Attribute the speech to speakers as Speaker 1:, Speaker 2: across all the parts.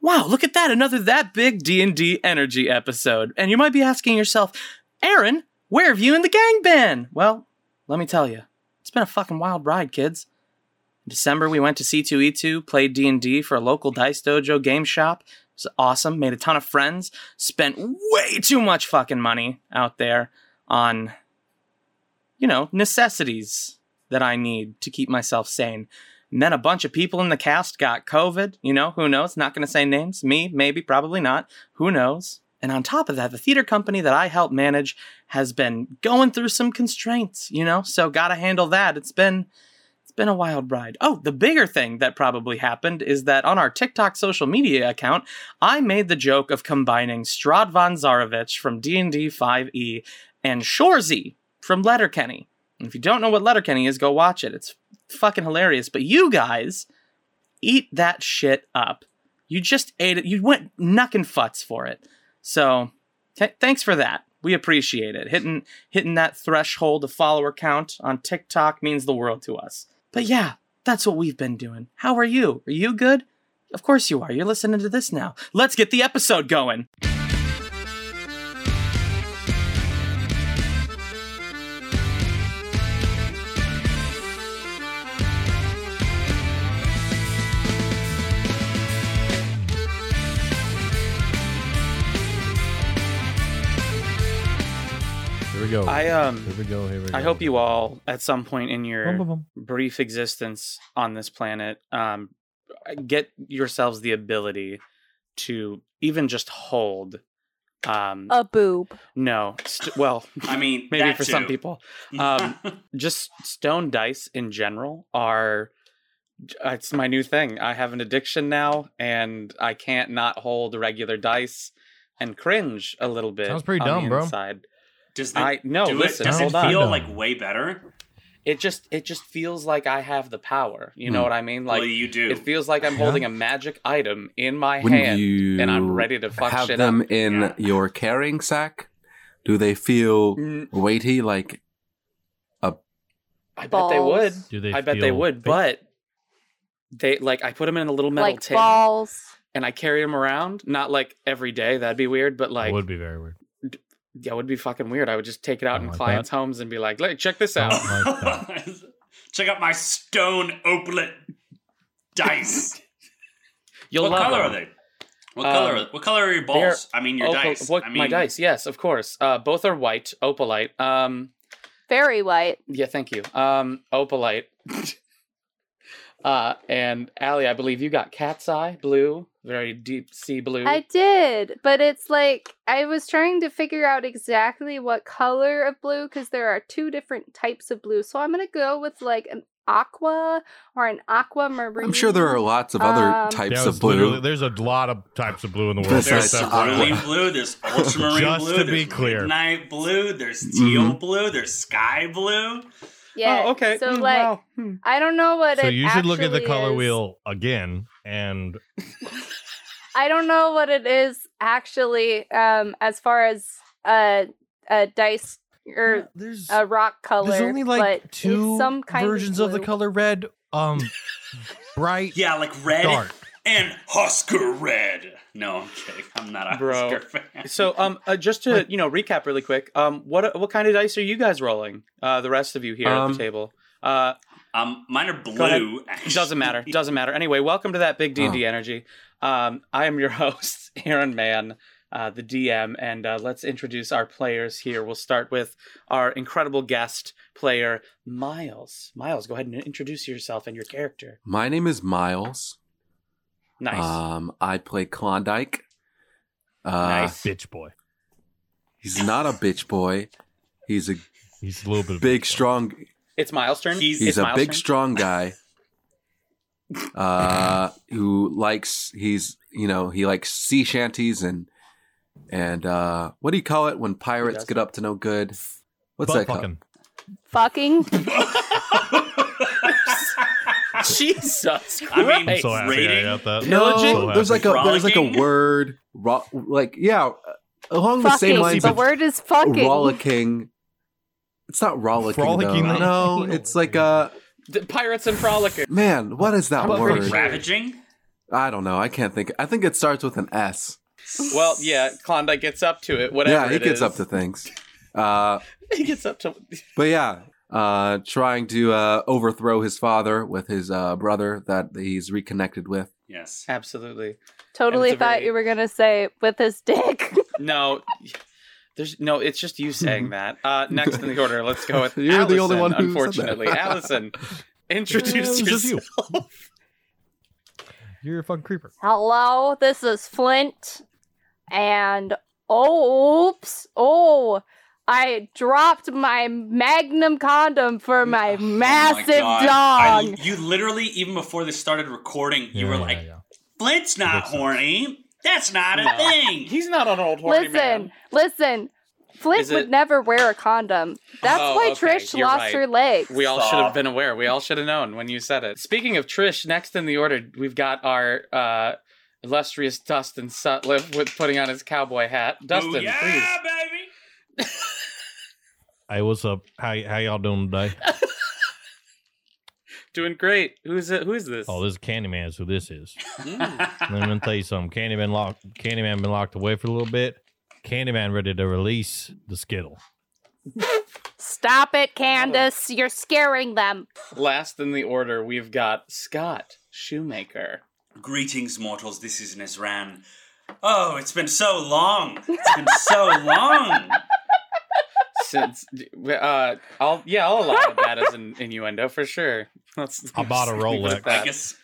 Speaker 1: wow, look at that, another that big D&D energy episode. And you might be asking yourself, Aaron, where have you and the gang been? Well, let me tell you, it's been a fucking wild ride, kids. In December, we went to C2E2, played D&D for a local Dice Dojo game shop. It was awesome, made a ton of friends, spent way too much fucking money out there on, you know, necessities that I need to keep myself sane. And then a bunch of people in the cast got COVID. You know, who knows? Not going to say names. Me, maybe, probably not. Who knows? And on top of that, the theater company that I help manage has been going through some constraints, you know? So got to handle that. It's been it's been a wild ride. Oh, the bigger thing that probably happened is that on our TikTok social media account, I made the joke of combining Stradvan Zarovich from D&D 5e E and Shorzy from Letterkenny. And if you don't know what Letterkenny is, go watch it. It's fucking hilarious. But you guys eat that shit up. You just ate it. You went knuckin' futz for it. So th- thanks for that. We appreciate it. Hitting hitting that threshold of follower count on TikTok means the world to us. But yeah, that's what we've been doing. How are you? Are you good? Of course you are. You're listening to this now. Let's get the episode going.
Speaker 2: Here we go.
Speaker 1: I um
Speaker 2: here we go. Here we go.
Speaker 1: I hope you all at some point in your
Speaker 2: Bum, bum, bum.
Speaker 1: brief existence on this planet, um, get yourselves the ability to even just hold. Um,
Speaker 3: A boob.
Speaker 1: no, st- well,
Speaker 4: I mean,
Speaker 1: maybe
Speaker 4: that
Speaker 1: for some
Speaker 4: too.
Speaker 1: people, um, just stone dice in general are. uh, It's my new thing. I have an addiction now, and I can't not hold regular dice and cringe a little bit.
Speaker 2: Sounds pretty
Speaker 1: on
Speaker 2: dumb,
Speaker 1: the
Speaker 2: bro.
Speaker 1: inside.
Speaker 4: does that
Speaker 1: I no,
Speaker 4: do
Speaker 1: listen,
Speaker 4: it? Does
Speaker 1: hold
Speaker 4: it
Speaker 1: on.
Speaker 4: feel
Speaker 2: No.
Speaker 4: like way better?
Speaker 1: It just it just feels like I have the power. You know
Speaker 5: Hmm.
Speaker 1: what I mean? Like
Speaker 4: well, you do.
Speaker 1: It feels like I'm
Speaker 2: Yeah.
Speaker 1: holding a magic item in my
Speaker 5: Wouldn't
Speaker 1: hand,
Speaker 5: you
Speaker 1: and I'm ready to fuck
Speaker 5: have
Speaker 1: shit
Speaker 5: them
Speaker 1: up.
Speaker 5: in
Speaker 4: Yeah.
Speaker 5: your carrying sack? Do they feel
Speaker 1: Mm,
Speaker 5: weighty? Like
Speaker 1: I bet they would.
Speaker 3: Balls.
Speaker 2: Do they
Speaker 1: I bet they
Speaker 2: feel
Speaker 1: would,
Speaker 2: fake?
Speaker 1: but they like I put them in a little metal
Speaker 3: Like
Speaker 1: tin
Speaker 3: balls.
Speaker 1: and I carry them around. Not like every day, that'd be weird. But
Speaker 2: That
Speaker 1: like,
Speaker 2: would be very weird.
Speaker 1: yeah, it would be fucking weird. I would just take it out
Speaker 2: Don't
Speaker 1: in
Speaker 2: like
Speaker 1: clients' homes and be like, "Look, check
Speaker 4: Oh.
Speaker 1: this
Speaker 2: Don't
Speaker 1: out."
Speaker 2: like that.
Speaker 4: Check out my stone opalette dice.
Speaker 1: You'll
Speaker 4: what
Speaker 1: love
Speaker 4: color
Speaker 1: them.
Speaker 4: are they? What
Speaker 1: Um,
Speaker 4: color? What color are your balls? I mean, your
Speaker 1: Opal-
Speaker 4: dice.
Speaker 1: what-
Speaker 4: I mean,
Speaker 1: my dice, yes, of course. Uh, both are white, opalite. Um,
Speaker 3: Very white.
Speaker 1: Yeah, thank you. Um, opalite. uh, and Allie, I believe you got cat's eye blue, very deep sea blue.
Speaker 3: I did, but it's like I was trying to figure out exactly what color of blue because there are two different types of blue. So I'm gonna go with like an aqua or an aqua marine.
Speaker 5: I'm sure there are lots of other
Speaker 3: Um,
Speaker 5: types
Speaker 2: That
Speaker 5: of
Speaker 2: was literally-
Speaker 5: blue.
Speaker 2: There's a lot of types of blue in the world.
Speaker 5: That's
Speaker 4: There's
Speaker 5: Besides
Speaker 4: cerulean
Speaker 5: aqua.
Speaker 4: blue. There's ultramarine
Speaker 2: Just
Speaker 4: blue.
Speaker 2: to
Speaker 4: there's
Speaker 2: be clear. Mm-hmm.
Speaker 4: midnight blue. There's teal
Speaker 5: Mhm.
Speaker 4: blue. There's sky blue.
Speaker 3: Yeah.
Speaker 1: Oh, okay.
Speaker 3: So
Speaker 1: Mm,
Speaker 3: like
Speaker 1: wow. Hmm.
Speaker 3: I don't know what.
Speaker 2: So
Speaker 3: it
Speaker 2: you should look at the
Speaker 3: actually
Speaker 2: color
Speaker 3: is.
Speaker 2: wheel again and
Speaker 3: I don't know what it is actually. Um, as far as uh, a dice or
Speaker 2: there's
Speaker 3: a rock color,
Speaker 2: there's only like
Speaker 3: but it's
Speaker 2: two
Speaker 3: some kind
Speaker 2: versions of,
Speaker 3: of,
Speaker 2: the
Speaker 3: blue.
Speaker 2: color red, um, bright,
Speaker 4: Yeah, like red
Speaker 2: dark.
Speaker 4: and Husker red. No, I'm kidding. I'm not a
Speaker 1: Bro.
Speaker 4: Husker fan.
Speaker 1: So, um, uh, just to you know recap really quick, um, what what kind of dice are you guys rolling? Uh, the rest of you here at
Speaker 5: Um,
Speaker 1: the table. Uh,
Speaker 4: um, mine are
Speaker 1: ahead.
Speaker 4: blue. actually.
Speaker 1: doesn't matter. Doesn't matter. Anyway, welcome to that big D and
Speaker 5: Oh.
Speaker 1: D energy. Um, I am your host, Aaron Mann, uh, the DM, and uh, let's introduce our players here. We'll start with our incredible guest player, Miles. Miles, go ahead and introduce yourself and your character.
Speaker 5: My name is Miles.
Speaker 1: Nice.
Speaker 5: Um, I play Klondike. Uh,
Speaker 4: Nice.
Speaker 2: Bitch boy.
Speaker 5: He's not a bitch boy. He's a
Speaker 2: He's a little bit of a bitch
Speaker 5: big,
Speaker 2: boy.
Speaker 5: strong.
Speaker 1: it's Miles' turn.
Speaker 4: He's-
Speaker 5: He's
Speaker 1: It's
Speaker 5: a
Speaker 1: Miles'
Speaker 5: big,
Speaker 1: turn.
Speaker 5: strong guy. Uh, who likes? He's you know he likes sea shanties and and uh, what do you call it when pirates
Speaker 1: does.
Speaker 5: get up to no good? What's
Speaker 2: Butt
Speaker 5: that called?
Speaker 2: fucking.
Speaker 3: Fucking.
Speaker 1: Jesus Christ.
Speaker 4: I mean,
Speaker 2: I'm so happy
Speaker 4: Rating?
Speaker 2: I got that.
Speaker 5: No,
Speaker 1: Pillaging?
Speaker 2: So
Speaker 5: there's like
Speaker 2: happy.
Speaker 5: a there's like a
Speaker 4: Frolicking?
Speaker 5: word, ro- like yeah, uh, along the
Speaker 3: fucking.
Speaker 5: same lines.
Speaker 3: the
Speaker 5: of
Speaker 3: word is fucking.
Speaker 5: rollicking. It's not rollicking.
Speaker 2: Frolicking
Speaker 5: though.
Speaker 2: like-
Speaker 5: No,
Speaker 2: Anal.
Speaker 5: it's like a
Speaker 1: The pirates and frolickers.
Speaker 5: man. What is that
Speaker 1: I'm pretty
Speaker 5: word?
Speaker 1: sure-
Speaker 4: Ravaging?
Speaker 5: I don't know. I can't think. I think it starts with an S.
Speaker 1: Well, yeah, Klondike gets up to it. Whatever.
Speaker 5: yeah, he
Speaker 1: it
Speaker 5: gets
Speaker 1: is.
Speaker 5: up to things. Uh,
Speaker 1: He gets up to.
Speaker 5: but yeah, uh, trying to uh, overthrow his father with his uh, brother that he's reconnected with.
Speaker 4: Yes.
Speaker 1: Absolutely.
Speaker 3: Totally
Speaker 1: it's a
Speaker 3: thought
Speaker 1: very-
Speaker 3: you were gonna say with his dick.
Speaker 1: No. There's no. It's just you saying that. Uh, next in the order, let's go with.
Speaker 5: You're
Speaker 1: Allison,
Speaker 5: the only one who said that.
Speaker 1: Unfortunately, Allison,
Speaker 2: It's
Speaker 1: introduce
Speaker 2: just you.
Speaker 1: yourself.
Speaker 2: You're a fun creeper.
Speaker 3: Hello, this is Flint. And oops, oh, I dropped my Magnum condom for my
Speaker 4: Oh
Speaker 3: massive
Speaker 4: God. I-
Speaker 3: dong.
Speaker 4: you literally, even before this started recording, you were
Speaker 2: Yeah,
Speaker 4: like,
Speaker 2: yeah, yeah.
Speaker 4: Flint's not
Speaker 2: Makes sense.
Speaker 4: horny. That's not a
Speaker 1: No.
Speaker 4: thing.
Speaker 1: He's not an old horny
Speaker 3: listen,
Speaker 1: man.
Speaker 3: listen. Flint
Speaker 1: Is it-
Speaker 3: would never wear a condom. That's
Speaker 1: Oh,
Speaker 3: why
Speaker 1: okay,
Speaker 3: Trish
Speaker 1: you're
Speaker 3: lost
Speaker 1: right.
Speaker 3: her legs.
Speaker 1: We all
Speaker 4: Stop.
Speaker 1: should have been aware. We all should have known when you said it. Speaking of Trish, next in the order, we've got our uh, illustrious Dustin Sutliff with putting on his cowboy hat. Dustin,
Speaker 4: oh, yeah, baby.
Speaker 2: Hey, what's up? How y- how y'all doing today?
Speaker 1: please, doing great. Who's it? Who is this?
Speaker 2: Oh, this is Candyman. Is who this is?
Speaker 1: Mm.
Speaker 2: Let me tell you something. Candyman locked. Candyman been locked away for a little bit. Candyman ready to release the skittle.
Speaker 3: Stop it, Candace. You're scaring them.
Speaker 1: Last in the order, we've got Scott Shoemaker.
Speaker 4: Greetings, mortals. This is Nizran. Oh, it's been so long. It's been so long.
Speaker 1: Since uh, I'll yeah, I'll allow that as an innuendo for sure. Let's,
Speaker 2: I bought a
Speaker 1: let's leave it at
Speaker 2: Rolex.
Speaker 1: that.
Speaker 4: I guess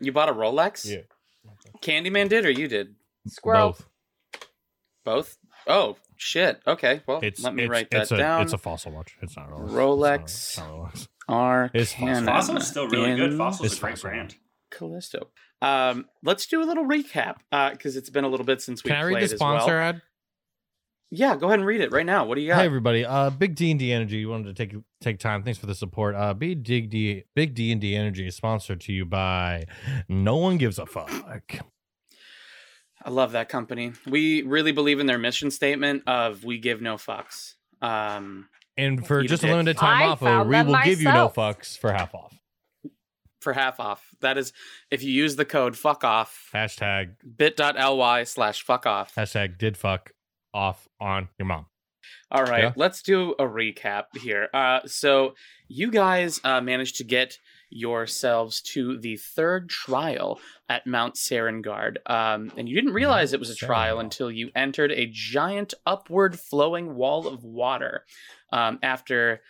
Speaker 1: you bought a Rolex.
Speaker 2: Yeah.
Speaker 1: Candyman did, or you did
Speaker 3: Squirrel.
Speaker 2: Both.
Speaker 1: both? Oh shit. Okay. Well,
Speaker 2: It's
Speaker 1: let me
Speaker 2: it's,
Speaker 1: write
Speaker 2: it's
Speaker 1: that
Speaker 2: a,
Speaker 1: down.
Speaker 2: It's a fossil watch. It's not a Rolex.
Speaker 1: Rolex.
Speaker 2: It's not a Rolex. It's It's
Speaker 1: Arcana.
Speaker 2: Fossil.
Speaker 4: Fossil's still really good.
Speaker 1: in
Speaker 4: Fossil's
Speaker 2: It's
Speaker 4: a great
Speaker 2: Fossil.
Speaker 4: brand.
Speaker 1: Callisto. Um, let's do a little recap because it's been a little bit since we
Speaker 2: Can I
Speaker 1: played
Speaker 2: read the
Speaker 1: as well.
Speaker 2: sponsor ad?
Speaker 1: Yeah, go ahead and read it right now. What do you
Speaker 2: Hi
Speaker 1: got?
Speaker 2: everybody. Uh, Big D and D Energy. You wanted to take take time. Thanks for the support. Uh, Big D D Big D and D Energy is sponsored to you by No One Gives a Fuck.
Speaker 1: I love that company. We really believe in their mission statement of "We give no fucks." Um,
Speaker 2: And for
Speaker 1: Eat a
Speaker 2: just a
Speaker 1: dick.
Speaker 2: limited time
Speaker 3: I
Speaker 2: off, uh,
Speaker 3: found
Speaker 2: we
Speaker 3: them
Speaker 2: will give you no
Speaker 3: myself.
Speaker 2: fucks for half off.
Speaker 1: for half off. That is, if you use the code "fuck off"
Speaker 2: Hashtag
Speaker 1: bit.ly slash fuck off.
Speaker 2: hashtag did fuck off on your mom.
Speaker 1: All right,
Speaker 2: Yeah.
Speaker 1: let's do a recap here. Uh, so you guys uh, managed to get yourselves to the third trial at Mount Serengard, um, and you didn't realize it was a trial
Speaker 2: Serengard.
Speaker 1: until you entered a giant upward flowing wall of water. Um, after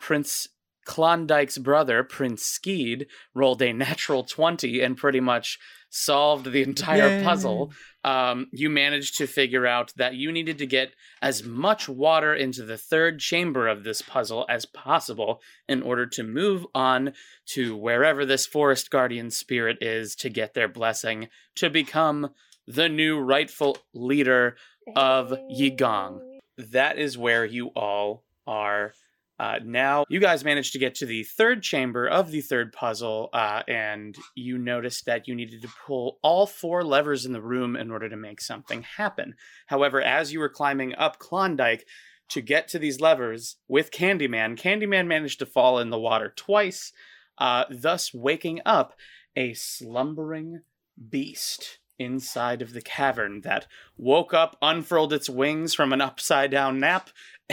Speaker 1: Prince Klondike's brother, Prince Skeed, rolled a natural twenty and pretty much solved the entire
Speaker 2: Yay.
Speaker 1: puzzle. Um, you managed to figure out that you needed to get as much water into the third chamber of this puzzle as possible in order to move on to wherever this forest guardian spirit is to get their blessing to become the new rightful leader Of Yigong. that is where you all are uh, now. You guys managed to get to the third chamber of the third puzzle, uh, and you noticed that you needed to pull all four levers in the room in order to make something happen. However, as you were climbing up Klondike to get to these levers with Candyman, Candyman managed to fall in the water twice, uh, thus waking up a slumbering beast inside of the cavern that woke up, unfurled its wings from an upside down nap,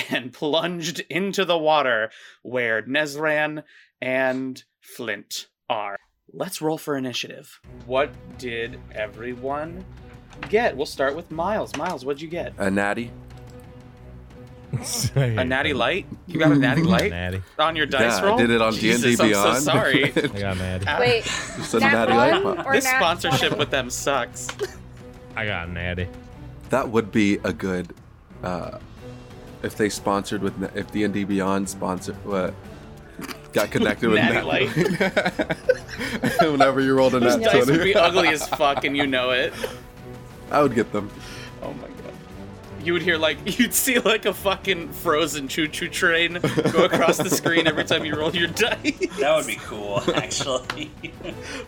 Speaker 1: and plunged into the water where Nezran and Flint are. Let's roll for initiative. What did everyone get? We'll start with Miles. Miles, what'd you get?
Speaker 5: A uh, natty.
Speaker 1: A natty light? You got a natty light
Speaker 2: Natty.
Speaker 1: on your dice
Speaker 5: Mm-hmm. yeah,
Speaker 1: roll?
Speaker 5: I did it on D and
Speaker 1: Jesus,
Speaker 5: D Beyond.
Speaker 1: I'm so sorry.
Speaker 2: I got a natty.
Speaker 1: Uh,
Speaker 3: Wait,
Speaker 5: Just a
Speaker 3: Nat
Speaker 5: natty
Speaker 3: one
Speaker 5: light pop.
Speaker 3: or
Speaker 1: this
Speaker 3: Nat
Speaker 1: sponsorship
Speaker 3: 20?
Speaker 1: with them sucks.
Speaker 2: I got a natty.
Speaker 5: That would be a good. Uh, if they sponsored with Na- if D and D Beyond sponsored what. Got connected with
Speaker 1: Natty
Speaker 5: Nat
Speaker 1: Light.
Speaker 5: Whenever you rolled a
Speaker 1: Those
Speaker 5: nat
Speaker 1: dice would be
Speaker 5: 20,
Speaker 1: ugly as fuck, and you know it.
Speaker 5: I would get them.
Speaker 1: Oh my god. You would hear like you'd see like a fucking frozen choo-choo train go across the screen every time you roll your dice.
Speaker 4: That would be cool, actually.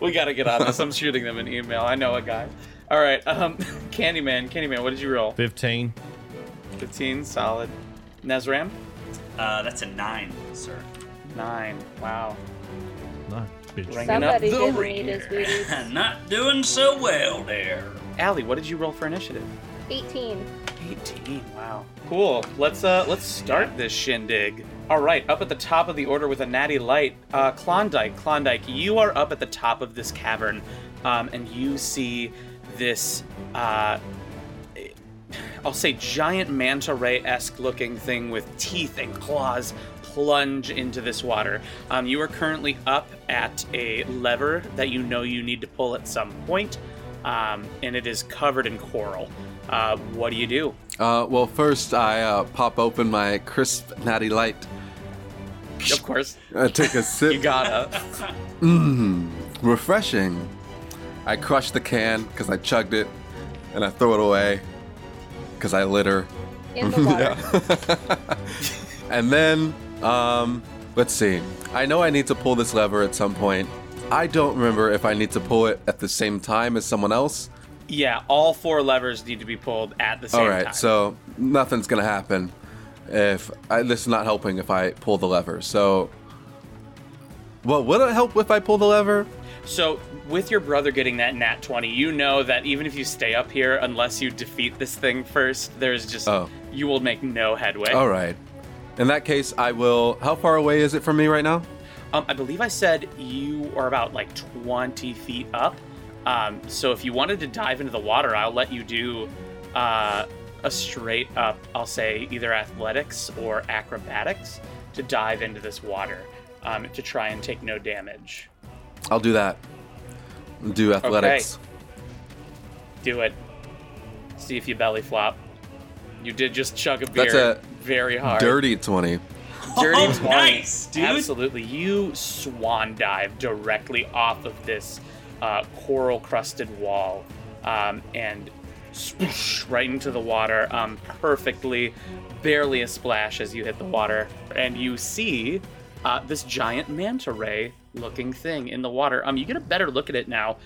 Speaker 1: We gotta get on this. I'm shooting them an email. I know a guy. All right, um, Candyman, Candyman, what did you roll?
Speaker 2: 15.
Speaker 1: 15, solid. Nezram,
Speaker 4: uh, that's a nine, sir.
Speaker 1: nine. Wow.
Speaker 2: Nine. bitch.
Speaker 1: Ring it up
Speaker 3: Somebody
Speaker 1: the
Speaker 3: give me
Speaker 1: rear.
Speaker 3: this booty.
Speaker 4: Not doing so well there.
Speaker 1: Allie, what did you roll for initiative?
Speaker 3: 18.
Speaker 1: 18. Wow. Cool. Let's uh let's start this shindig. All right, up at the top of the order with a natty light, uh, Klondike. Klondike, you are up at the top of this cavern, um, and you see this. Uh, I'll say giant manta ray esque looking thing with teeth and claws plunge into this water. Um, you are currently up at a lever that you know you need to pull at some point, um, and it is covered in coral. Uh, what do you do?
Speaker 5: Uh, well, first I uh, pop open my crisp natty light.
Speaker 1: Of course,
Speaker 5: I take a sip.
Speaker 1: you gotta.
Speaker 5: Mmm, refreshing. I crush the can because I chugged it, and I throw it away because I litter.
Speaker 3: In the water.
Speaker 5: Yeah. and then, um, let's see. I know I need to pull this lever at some point. I don't remember if I need to pull it at the same time as someone else.
Speaker 1: Yeah, all four levers need to be pulled at the same
Speaker 5: All right,
Speaker 1: time.
Speaker 5: so nothing's gonna happen if I, this is not helping if I pull the lever. So, well, would it help if I pull the lever?
Speaker 1: So, with your brother getting that nat 20, you know that even if you stay up here, unless you defeat this thing first, there's just.
Speaker 5: Oh.
Speaker 1: You will make no headway.
Speaker 5: All right. In that case, I will. How far away is it from me right now?
Speaker 1: Um, I believe I said you are about like 20 feet up. Um, so, if you wanted to dive into the water, I'll let you do uh, a straight up, I'll say either athletics or acrobatics to dive into this water um, to try and take no damage.
Speaker 5: I'll do that. Do athletics.
Speaker 1: Do it. See if you belly flop. You did just chug a beer
Speaker 5: That's
Speaker 1: very hard.
Speaker 5: Dirty 20.
Speaker 1: Dirty
Speaker 4: Oh,
Speaker 1: 20.
Speaker 4: nice, dude.
Speaker 1: Absolutely. You swan dive directly off of this uh, coral crusted wall um, and swoosh right into the water um, perfectly, barely a splash as you hit the water. And you see uh, this giant manta ray looking thing in the water. Um, You get a better look at it now.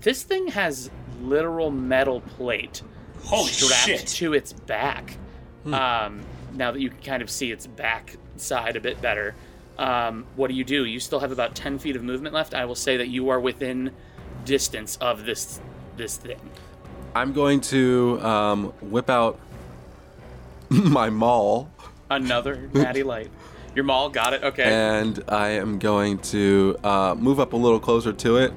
Speaker 1: This thing has literal metal plate
Speaker 4: Holy
Speaker 1: strapped
Speaker 4: shit.
Speaker 1: to its back. Um, now that you can kind of see its back side a bit better, um, what do you do? You still have about ten feet of movement left. I will say that you are within distance of this this thing.
Speaker 5: I'm going to um, whip out my maul
Speaker 1: Another natty light. Your maul got it. Okay.
Speaker 5: and I am going to uh, move up a little closer to it.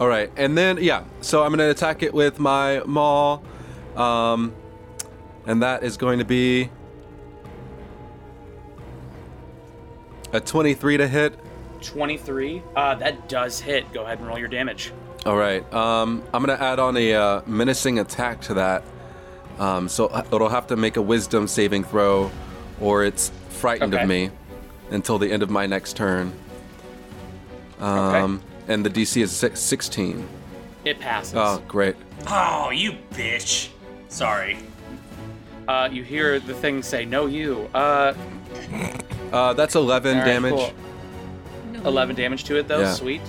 Speaker 5: All right. And then, yeah. So I'm going to attack it with my maul. Um, and that is going to be a 23 to hit.
Speaker 1: Twenty three. Uh, that does hit. Go ahead and roll your damage.
Speaker 5: All right. Um, I'm gonna add on a uh, menacing attack to that. Um, so it'll have to make a Wisdom saving throw, or it's frightened
Speaker 1: Okay.
Speaker 5: of me until the end of my next turn. Um, And the DC is six, 16.
Speaker 1: It passes.
Speaker 5: Oh, great.
Speaker 4: Oh, you bitch. Sorry.
Speaker 1: Uh, you hear the thing say, "No, you." Uh,
Speaker 5: Uh, that's 11
Speaker 1: all right,
Speaker 5: damage.
Speaker 1: cool. Eleven damage to it though.
Speaker 5: Yeah.
Speaker 1: Sweet.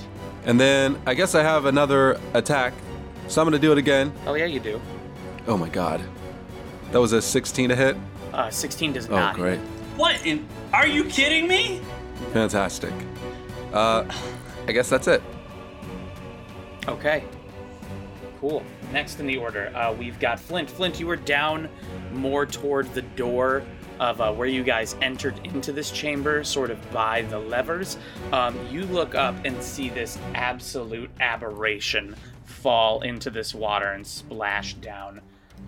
Speaker 5: And then I guess I have another attack, so I'm gonna do it again.
Speaker 1: Hell yeah, you do.
Speaker 5: Oh my god, that was a 16 to hit.
Speaker 1: Uh, Sixteen does
Speaker 5: Oh,
Speaker 1: not. hit.
Speaker 5: great.
Speaker 4: What in? Are you kidding me?
Speaker 5: Fantastic. Uh, I guess that's it.
Speaker 1: Okay. Cool. Next in the order, uh, we've got Flint. Flint, you were down more toward the door of uh, where you guys entered into this chamber, sort of by the levers. Um, you look up and see this absolute aberration fall into this water and splash down.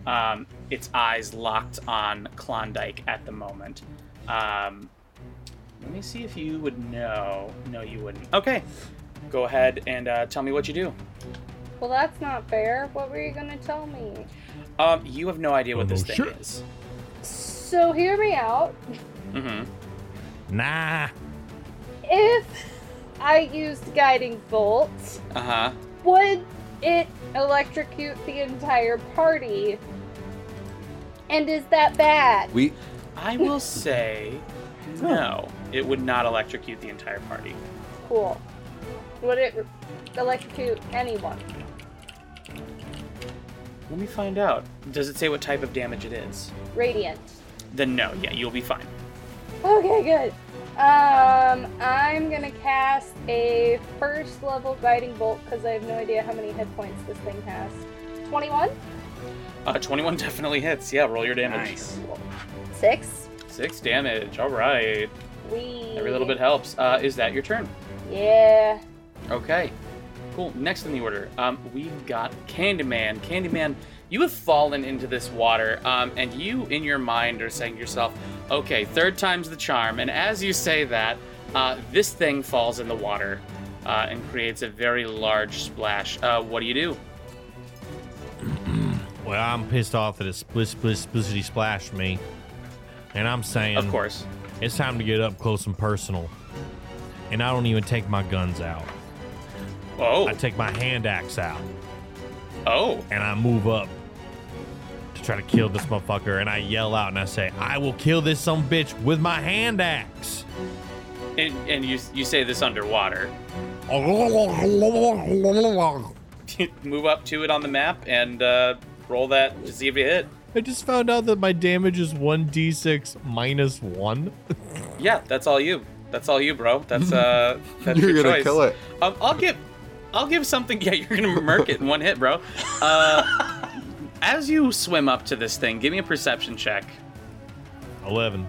Speaker 1: Um, its eyes locked on Klondike at the moment. Um, let me see if you would know. No, you wouldn't. Okay. Go ahead and uh, tell me what you do.
Speaker 3: Well, that's not fair. What were you gonna tell me?
Speaker 1: Um, you have no idea what this
Speaker 2: Oh,
Speaker 1: thing
Speaker 2: shit.
Speaker 1: is.
Speaker 3: So hear me out.
Speaker 1: hmm
Speaker 2: Nah.
Speaker 3: If I used guiding bolt,
Speaker 1: Uh huh.
Speaker 3: would it electrocute the entire party? And is that bad?
Speaker 5: We
Speaker 1: I will say, no, it would not electrocute the entire party.
Speaker 3: Cool. Would it re- electrocute anyone?
Speaker 1: Let me find out. Does it say what type of damage it is?
Speaker 3: Radiant.
Speaker 1: Then no. Yeah, you'll be fine.
Speaker 3: Okay, good. Um, I'm gonna cast a first level guiding bolt because I have no idea how many hit points this thing has. 21,
Speaker 1: Uh, 21 definitely hits. Yeah, roll your damage.
Speaker 4: Nice.
Speaker 3: 6.
Speaker 1: Six damage. All right.
Speaker 3: We.
Speaker 1: Every little bit helps. Uh, is that your turn?
Speaker 3: Yeah.
Speaker 1: Okay. Cool. Next in the order, um, we've got Candyman. Candyman, you have fallen into this water, um, and you, in your mind, are saying to yourself, okay, third time's the charm. And as you say that, uh, this thing falls in the water uh, and creates a very large splash. Uh, what do you do?
Speaker 2: Well, I'm pissed off that it split, split, splitty splashed me. And I'm saying,
Speaker 1: of course.
Speaker 2: it's time to get up close and personal. And I don't even take my guns out.
Speaker 1: Oh,
Speaker 2: I take my hand axe out
Speaker 1: oh,
Speaker 2: and I move up to try to kill this motherfucker. And I yell out and I say, I will kill this some bitch with my hand axe.
Speaker 1: and, and you you say this underwater.
Speaker 2: I
Speaker 1: Move up to it on the map and uh, roll that to see if you hit.
Speaker 2: just found out that my damage is 1d6 minus 1.
Speaker 1: Yeah, that's all you. That's all you, bro. That's uh, that's
Speaker 5: You're
Speaker 1: your
Speaker 5: gonna
Speaker 1: choice.
Speaker 5: kill it.
Speaker 1: Um, I'll give, I'll give something. Yeah, you're gonna murk it in one hit, bro. Uh, as you swim up to this thing, give me a perception check.
Speaker 2: 11.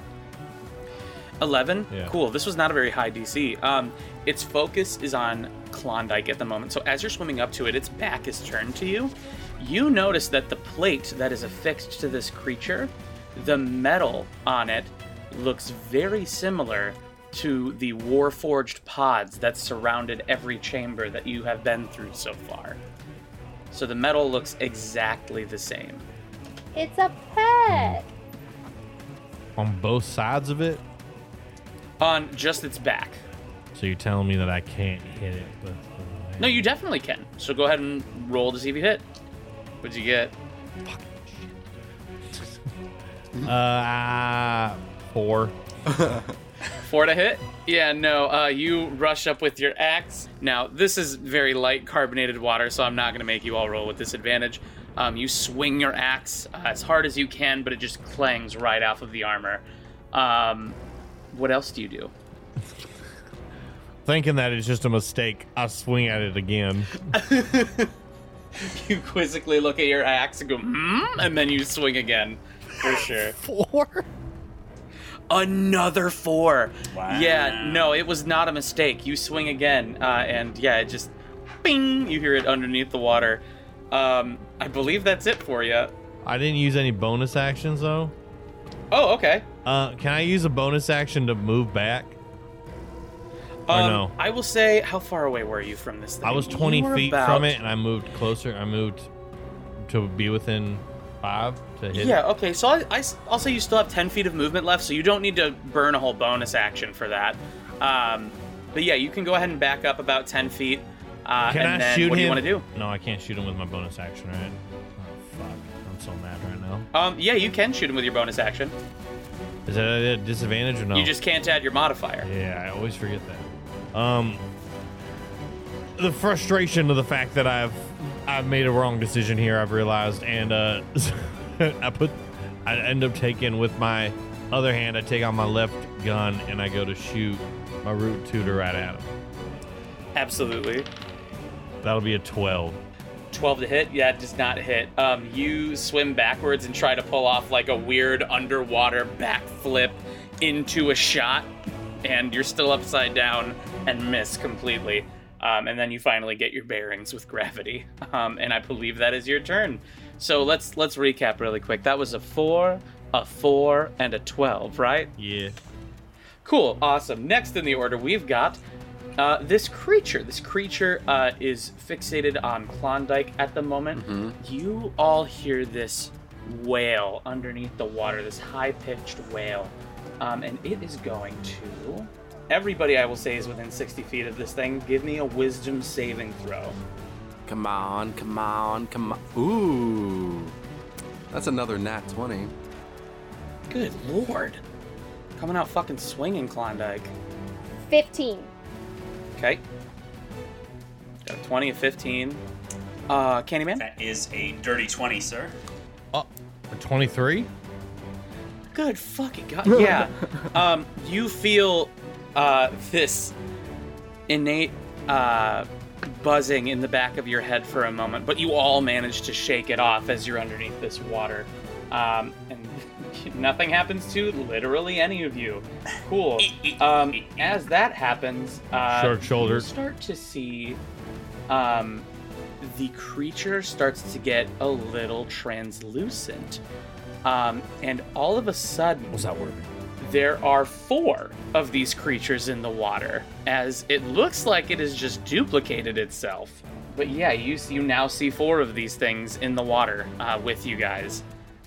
Speaker 1: Eleven.
Speaker 2: Yeah.
Speaker 1: Cool. This was not a very high DC. Um, its focus is on Klondike at the moment. So as you're swimming up to it, its back is turned to you. You notice that the plate that is affixed to this creature, the metal on it, looks very similar to the warforged pods that surrounded every chamber that you have been through so far. So the metal looks exactly the same.
Speaker 3: It's a pet.
Speaker 2: On both sides of it?
Speaker 1: On just its back.
Speaker 2: So you're telling me that I can't hit it with.
Speaker 1: No, you definitely can. So go ahead and roll to see if you hit. What'd you get?
Speaker 2: Uh, four.
Speaker 1: Four to hit? Yeah, no, uh, you rush up with your axe. Now, this is very light carbonated water, so I'm not going to make you all roll with disadvantage. Um, you swing your axe uh, as hard as you can, but it just clangs right off of the armor. Um, what else do you do?
Speaker 2: Thinking that it's just a mistake, I swing at it again.
Speaker 1: You quizzically look at your axe and go, hmm, and then you swing again. For sure.
Speaker 2: Four?
Speaker 1: Another four.
Speaker 4: Wow.
Speaker 1: Yeah, no, it was not a mistake. You swing again, uh, and yeah, it just bing. You hear it underneath the water. Um, I believe that's it for you.
Speaker 2: I didn't use any bonus actions though.
Speaker 1: Oh, okay.
Speaker 2: Uh, can I use a bonus action to move back? Or
Speaker 1: Um,
Speaker 2: no.
Speaker 1: I will say, how far away were you from this thing?
Speaker 2: I was 20
Speaker 1: You were
Speaker 2: feet
Speaker 1: about-
Speaker 2: from it, and I moved closer. I moved to be within five to hit.
Speaker 1: Yeah, okay, so I, I s- I'll say you still have 10 feet of movement left, so you don't need to burn a whole bonus action for that. Um, but yeah, you can go ahead and back up about 10 feet. Uh,
Speaker 2: Can
Speaker 1: and
Speaker 2: I
Speaker 1: then
Speaker 2: shoot
Speaker 1: what do
Speaker 2: him?
Speaker 1: you want to do?
Speaker 2: No, I can't shoot him with my bonus action, right? Oh fuck! I'm so mad right now.
Speaker 1: Um, yeah, you can shoot him with your bonus action.
Speaker 2: Is that at a disadvantage or no?
Speaker 1: You just can't add your modifier.
Speaker 2: Yeah, I always forget that. Um, the frustration of the fact that I've I've made a wrong decision here, I've realized, and uh, I put I end up taking with my other hand. I take out my left gun and I go to shoot my root tutor right at him.
Speaker 1: Absolutely.
Speaker 2: That'll be a twelve.
Speaker 1: 12 to hit yeah it does not hit um, you swim backwards and try to pull off like a weird underwater backflip into a shot and you're still upside down and miss completely um, and then you finally get your bearings with gravity um, and i believe that is your turn so let's let's recap really quick that was a 4 a 4 and a 12 right
Speaker 2: Yeah.
Speaker 1: Cool, awesome. Next in the order, we've got uh, this creature. This creature uh, is fixated on Klondike at the moment. You all hear this wail underneath the water, this high pitched wail. Um, and it is going to. Everybody, I will say, is within 60 feet of this thing. Give me a wisdom saving throw.
Speaker 5: Come on, come on, come on. Ooh. That's another nat 20.
Speaker 1: Good lord. Coming out fucking swinging, Klondike.
Speaker 3: 15.
Speaker 1: Okay. Got a 20, a 15. Uh, Candyman?
Speaker 4: That is a dirty 20, sir.
Speaker 2: Oh, a twenty-three.
Speaker 1: Good fucking god. Yeah. um, you feel uh, this innate uh, buzzing in the back of your head for a moment, but you all manage to shake it off as you're underneath this water. Um, and nothing happens to literally any of you. Cool.
Speaker 4: E-
Speaker 1: Um, as that happens, uh,
Speaker 2: Shark shoulder.
Speaker 1: you start to see um, the creature starts to get a little translucent. Um, and all of a sudden,
Speaker 2: What's that word?
Speaker 1: there are four of these creatures in the water, as it looks like it has just duplicated itself. But yeah, you you now see four of these things in the water uh, with you guys.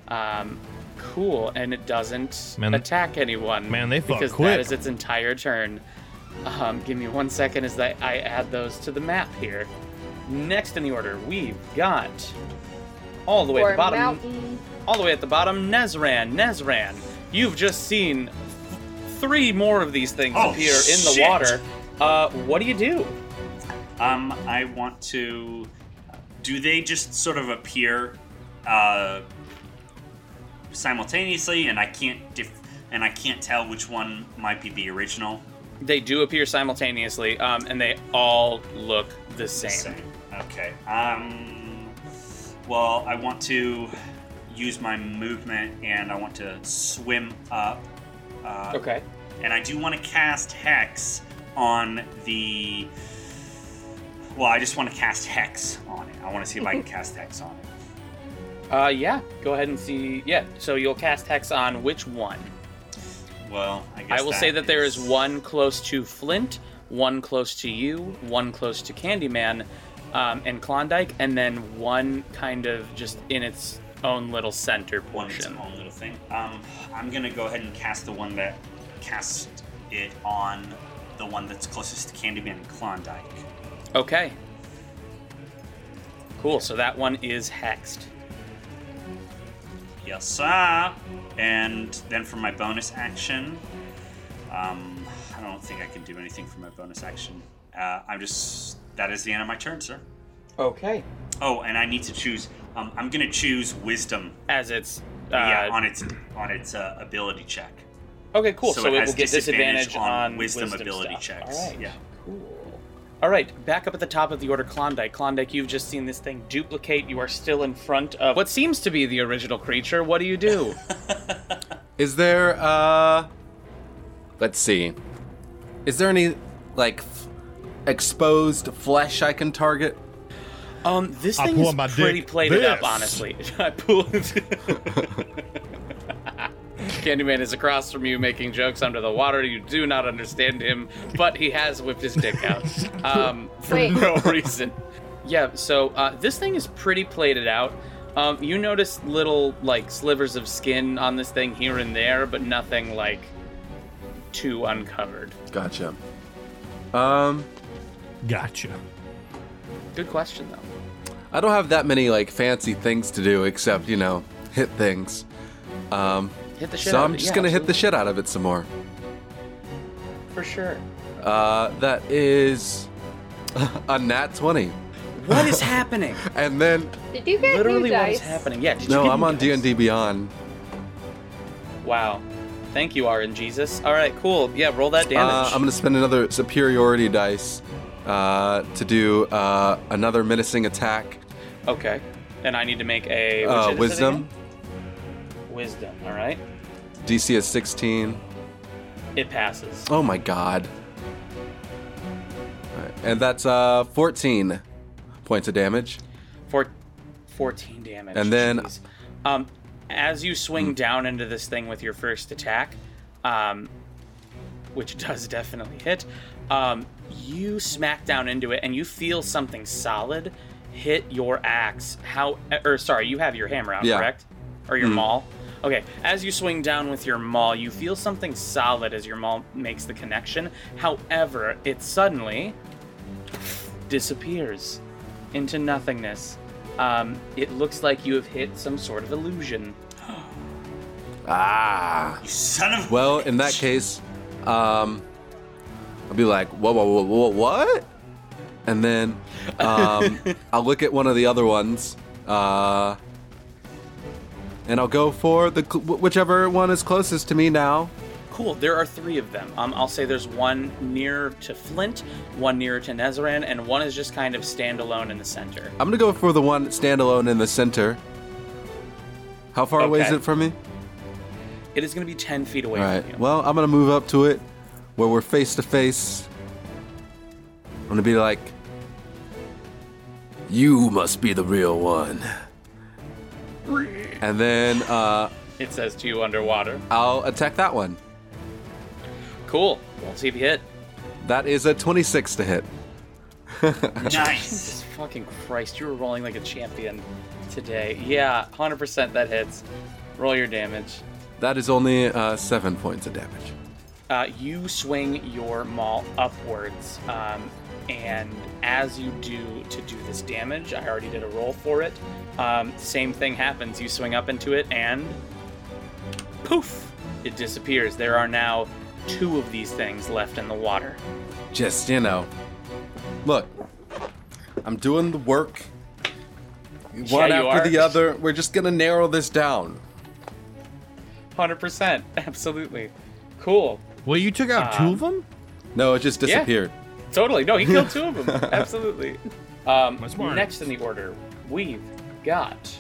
Speaker 1: Um, cool, and it doesn't
Speaker 2: Man-
Speaker 1: attack anyone.
Speaker 2: man, they fuck
Speaker 1: because
Speaker 2: quick.
Speaker 1: that is its entire turn. Um, give me one second as I, I add those to the map here. Next in the order, we've got all the way at
Speaker 3: or
Speaker 1: the bottom
Speaker 3: mountain.
Speaker 1: all the way at the bottom, Nezran. Nezran, you've just seen th- three more of these things
Speaker 4: Oh,
Speaker 1: appear in the
Speaker 4: shit.
Speaker 1: water. Uh, what do you do?
Speaker 4: Um, I want to. Do they just sort of appear uh, simultaneously, and I can't dif- and I can't tell which one might be the original?
Speaker 1: They do appear simultaneously, um, and they all look the same.
Speaker 4: Same. Okay. Um. Well, I want to use my movement, and I want to swim up. Uh,
Speaker 1: Okay.
Speaker 4: and I do want to cast Hex on the. Well, I just want to cast Hex on it. I want to see if I can cast Hex on it.
Speaker 1: Uh, yeah. Go ahead and see. Yeah. So you'll cast hex on which one?
Speaker 4: Well, I guess
Speaker 1: I will say that there is
Speaker 4: is-
Speaker 1: one close to Flint, one close to you, one close to Candyman, um, and Klondike, and then one kind of just in its own little center
Speaker 4: one its
Speaker 1: portion.
Speaker 4: own little thing. Um, I'm gonna go ahead and cast the one that cast it on the one that's closest to Candyman and Klondike.
Speaker 1: Okay. Cool. So that one is hexed.
Speaker 4: Yes, sir. And then for my bonus action, um, I don't think I can do anything for my bonus action. Uh, I'm just that is the end of my turn, sir.
Speaker 1: Okay.
Speaker 4: Oh, and I need to choose. Um, I'm gonna choose Wisdom.
Speaker 1: As it's. Uh,
Speaker 4: yeah, on its on its uh, ability check.
Speaker 1: okay, cool. So,
Speaker 4: so
Speaker 1: it,
Speaker 4: it
Speaker 1: will
Speaker 4: has
Speaker 1: get
Speaker 4: disadvantage
Speaker 1: disadvantage
Speaker 4: on
Speaker 1: on,
Speaker 4: wisdom ability
Speaker 1: stuff.
Speaker 4: checks.
Speaker 1: All right.
Speaker 4: Yeah.
Speaker 1: Cool. All right. Back up at the top of the order, Klondike. Klondike, you've just seen this thing duplicate. You are still in front of what seems to be the original creature. What do you do?
Speaker 5: Is there uh let's see. Is there any like f- exposed flesh I can target?
Speaker 1: um, this
Speaker 2: I
Speaker 1: thing
Speaker 2: pull
Speaker 1: is
Speaker 2: my dick.
Speaker 1: pretty plated up,
Speaker 2: This.
Speaker 1: honestly. I pulled. Candyman is across from you making jokes under the water. You do not understand him, but he has whipped his dick out um, for
Speaker 3: Wait.
Speaker 1: no reason. Yeah, so uh, this thing is pretty plated out. Um, you notice little like slivers of skin on this thing here and there, but nothing like too uncovered.
Speaker 5: Gotcha. Um
Speaker 2: Gotcha.
Speaker 1: Good question though.
Speaker 5: I don't have that many like fancy things to do except, you know, hit things. Um
Speaker 1: Hit the shit.
Speaker 5: so
Speaker 1: out of
Speaker 5: I'm
Speaker 1: it.
Speaker 5: just
Speaker 1: Yeah,
Speaker 5: going to hit the
Speaker 1: absolutely.
Speaker 5: shit out of it some more.
Speaker 1: for sure.
Speaker 5: Uh that is a nat 20.
Speaker 1: What is happening?
Speaker 5: And then
Speaker 3: Did you get
Speaker 1: Literally,
Speaker 3: new
Speaker 1: what
Speaker 3: dice?
Speaker 1: is happening? Yeah. did you
Speaker 5: no,
Speaker 1: get
Speaker 5: I'm
Speaker 1: new
Speaker 5: on
Speaker 1: dice?
Speaker 5: D&D Beyond.
Speaker 1: Wow. Thank you, RN Jesus. All right, cool. Yeah, roll that damage.
Speaker 5: Uh, I'm gonna spend another superiority dice uh, to do uh, another menacing attack.
Speaker 1: Okay. And I need to make a which
Speaker 5: Uh,
Speaker 1: is it
Speaker 5: wisdom
Speaker 1: again? Wisdom. All right.
Speaker 5: DC is 16.
Speaker 1: It passes.
Speaker 5: Oh my god! All right, and that's uh, 14 points of damage.
Speaker 1: Four, 14 damage.
Speaker 5: And then- Hmm.
Speaker 1: Jeez. um, as you swing down into this thing with your first attack, um, which does definitely hit, um, you smack down into it and you feel something solid hit your axe. How? Or sorry, you have your hammer out,
Speaker 5: Yeah.
Speaker 1: correct? Or your maul. Okay. As you swing down with your maul, you feel something solid as your maul makes the connection. However, it suddenly disappears into nothingness. Um, it looks like you have hit some sort of illusion.
Speaker 5: Ah!
Speaker 4: You son of. a
Speaker 5: Well, in that
Speaker 4: bitch.
Speaker 5: case, um, I'll be like, whoa, whoa, whoa, whoa, what? And then um, I'll look at one of the other ones, uh, and I'll go for the cl- whichever one is closest to me now.
Speaker 1: cool. There are three of them. Um, I'll say there's one near to Flint, one near to Nezaran, and one is just kind of standalone in the center.
Speaker 5: I'm gonna go for the one standalone in the center. How far away is
Speaker 1: Okay.
Speaker 5: it from me?
Speaker 1: It is going to be 10 feet away
Speaker 5: All right.
Speaker 1: from you.
Speaker 5: Well, I'm gonna move up to it, where we're face to face. I'm gonna be like, "You must be the real one." And then uh,
Speaker 1: it says to you underwater.
Speaker 5: I'll attack that one.
Speaker 1: Cool. We'll see if you hit.
Speaker 5: That is a 26 to hit.
Speaker 4: Nice.
Speaker 1: Jesus fucking Christ, you were rolling like a champion today. Yeah, 100% that hits. Roll your damage.
Speaker 5: That is only uh, seven points of damage.
Speaker 1: Uh, you swing your maul upwards, um, and as you do to do this damage, I already did a roll for it. Um, same thing happens. You swing up into it, and poof, it disappears. There are now two of these things left in the water.
Speaker 5: Just you know, look, I'm doing the work. One
Speaker 1: you
Speaker 5: after
Speaker 1: are.
Speaker 5: the other. We're just gonna narrow this down.
Speaker 1: 100%, absolutely. Cool.
Speaker 2: Well, you took out two of them.
Speaker 5: No, it just disappeared.
Speaker 1: Totally. No, he killed two of them. Absolutely. Um,
Speaker 2: That's smart.
Speaker 1: next in the order, we've got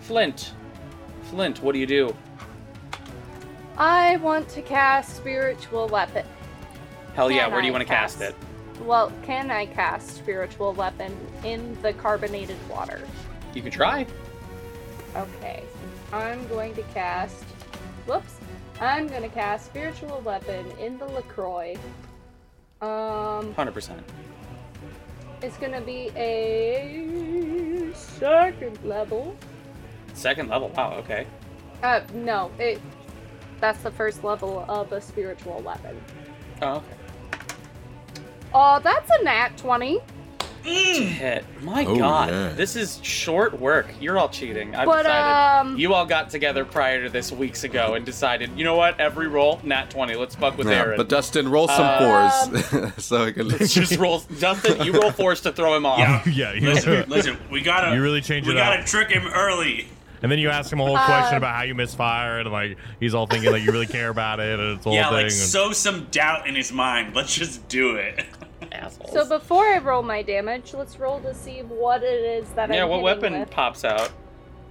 Speaker 1: Flint. Flint, what do you do?
Speaker 3: I want to cast spiritual weapon.
Speaker 1: Hell Oh, yeah,
Speaker 3: Can
Speaker 1: where do you
Speaker 3: I
Speaker 1: want to cast
Speaker 3: cast?
Speaker 1: it?
Speaker 3: Well, can I cast spiritual weapon in the carbonated water?
Speaker 1: You can try.
Speaker 3: Okay. I'm going to cast. Whoops. I'm going to cast spiritual weapon in the LaCroix. Um,
Speaker 1: 100%.
Speaker 3: it's going to be a second level.
Speaker 1: Second level. Wow, okay.
Speaker 3: Uh, no, it. That's the first level of a spiritual weapon.
Speaker 1: Oh, okay.
Speaker 3: Oh, that's a nat 20.
Speaker 1: Hit. My
Speaker 5: Oh,
Speaker 1: god.
Speaker 5: yeah.
Speaker 1: This is short work. You're all cheating. I've
Speaker 3: But,
Speaker 1: decided.
Speaker 3: um,
Speaker 1: You all got together prior to this weeks ago and decided, you know what? Every roll, nat 20. Let's fuck with
Speaker 5: Yeah,
Speaker 1: Aaron.
Speaker 5: but Dustin, roll some
Speaker 3: Um,
Speaker 5: fours so I can.
Speaker 1: Just rolls. Dustin, you roll fours to throw him off.
Speaker 4: Yeah.
Speaker 2: Oh, yeah, you
Speaker 4: Listen, listen, we gotta.
Speaker 2: You really changed
Speaker 4: We
Speaker 2: it
Speaker 4: gotta
Speaker 2: up.
Speaker 4: trick him early.
Speaker 2: And then you ask him a whole question
Speaker 3: Uh,
Speaker 2: about how you misfire, and like he's all thinking like you really care about it, and it's a whole
Speaker 4: yeah,
Speaker 2: thing.
Speaker 4: like
Speaker 2: and-
Speaker 4: sow some doubt in his mind. Let's just do it.
Speaker 1: Assholes.
Speaker 3: So before I roll my damage, let's roll to see what it is that I'm
Speaker 1: yeah, what
Speaker 3: hitting
Speaker 1: weapon
Speaker 3: with.
Speaker 1: pops out?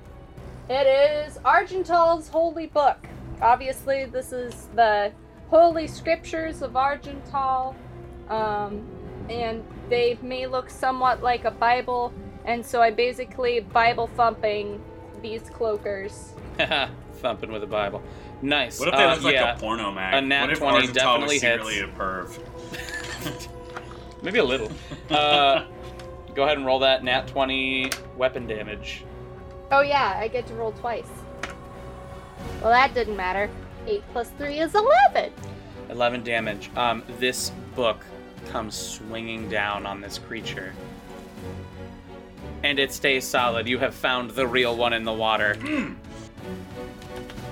Speaker 3: It is Argental's holy book. Obviously, this is the holy scriptures of Argental, um, and they may look somewhat like a Bible. And so I'm basically Bible thumping these cloakers.
Speaker 1: Thumping with a Bible. Nice.
Speaker 4: What if they
Speaker 1: uh,
Speaker 4: look like
Speaker 1: yeah.
Speaker 4: a porno mag?
Speaker 1: A nat
Speaker 4: what if
Speaker 1: 20
Speaker 4: Argental
Speaker 1: definitely
Speaker 4: was secretly
Speaker 1: hits.
Speaker 4: a perv?
Speaker 1: Maybe a little. uh, go ahead and roll that nat 20 weapon damage.
Speaker 3: Oh yeah, I get to roll twice. Well, that didn't matter. Eight plus three is eleven.
Speaker 1: 11 damage. Um, this book comes swinging down on this creature. And it stays solid. You have found the real one in the water.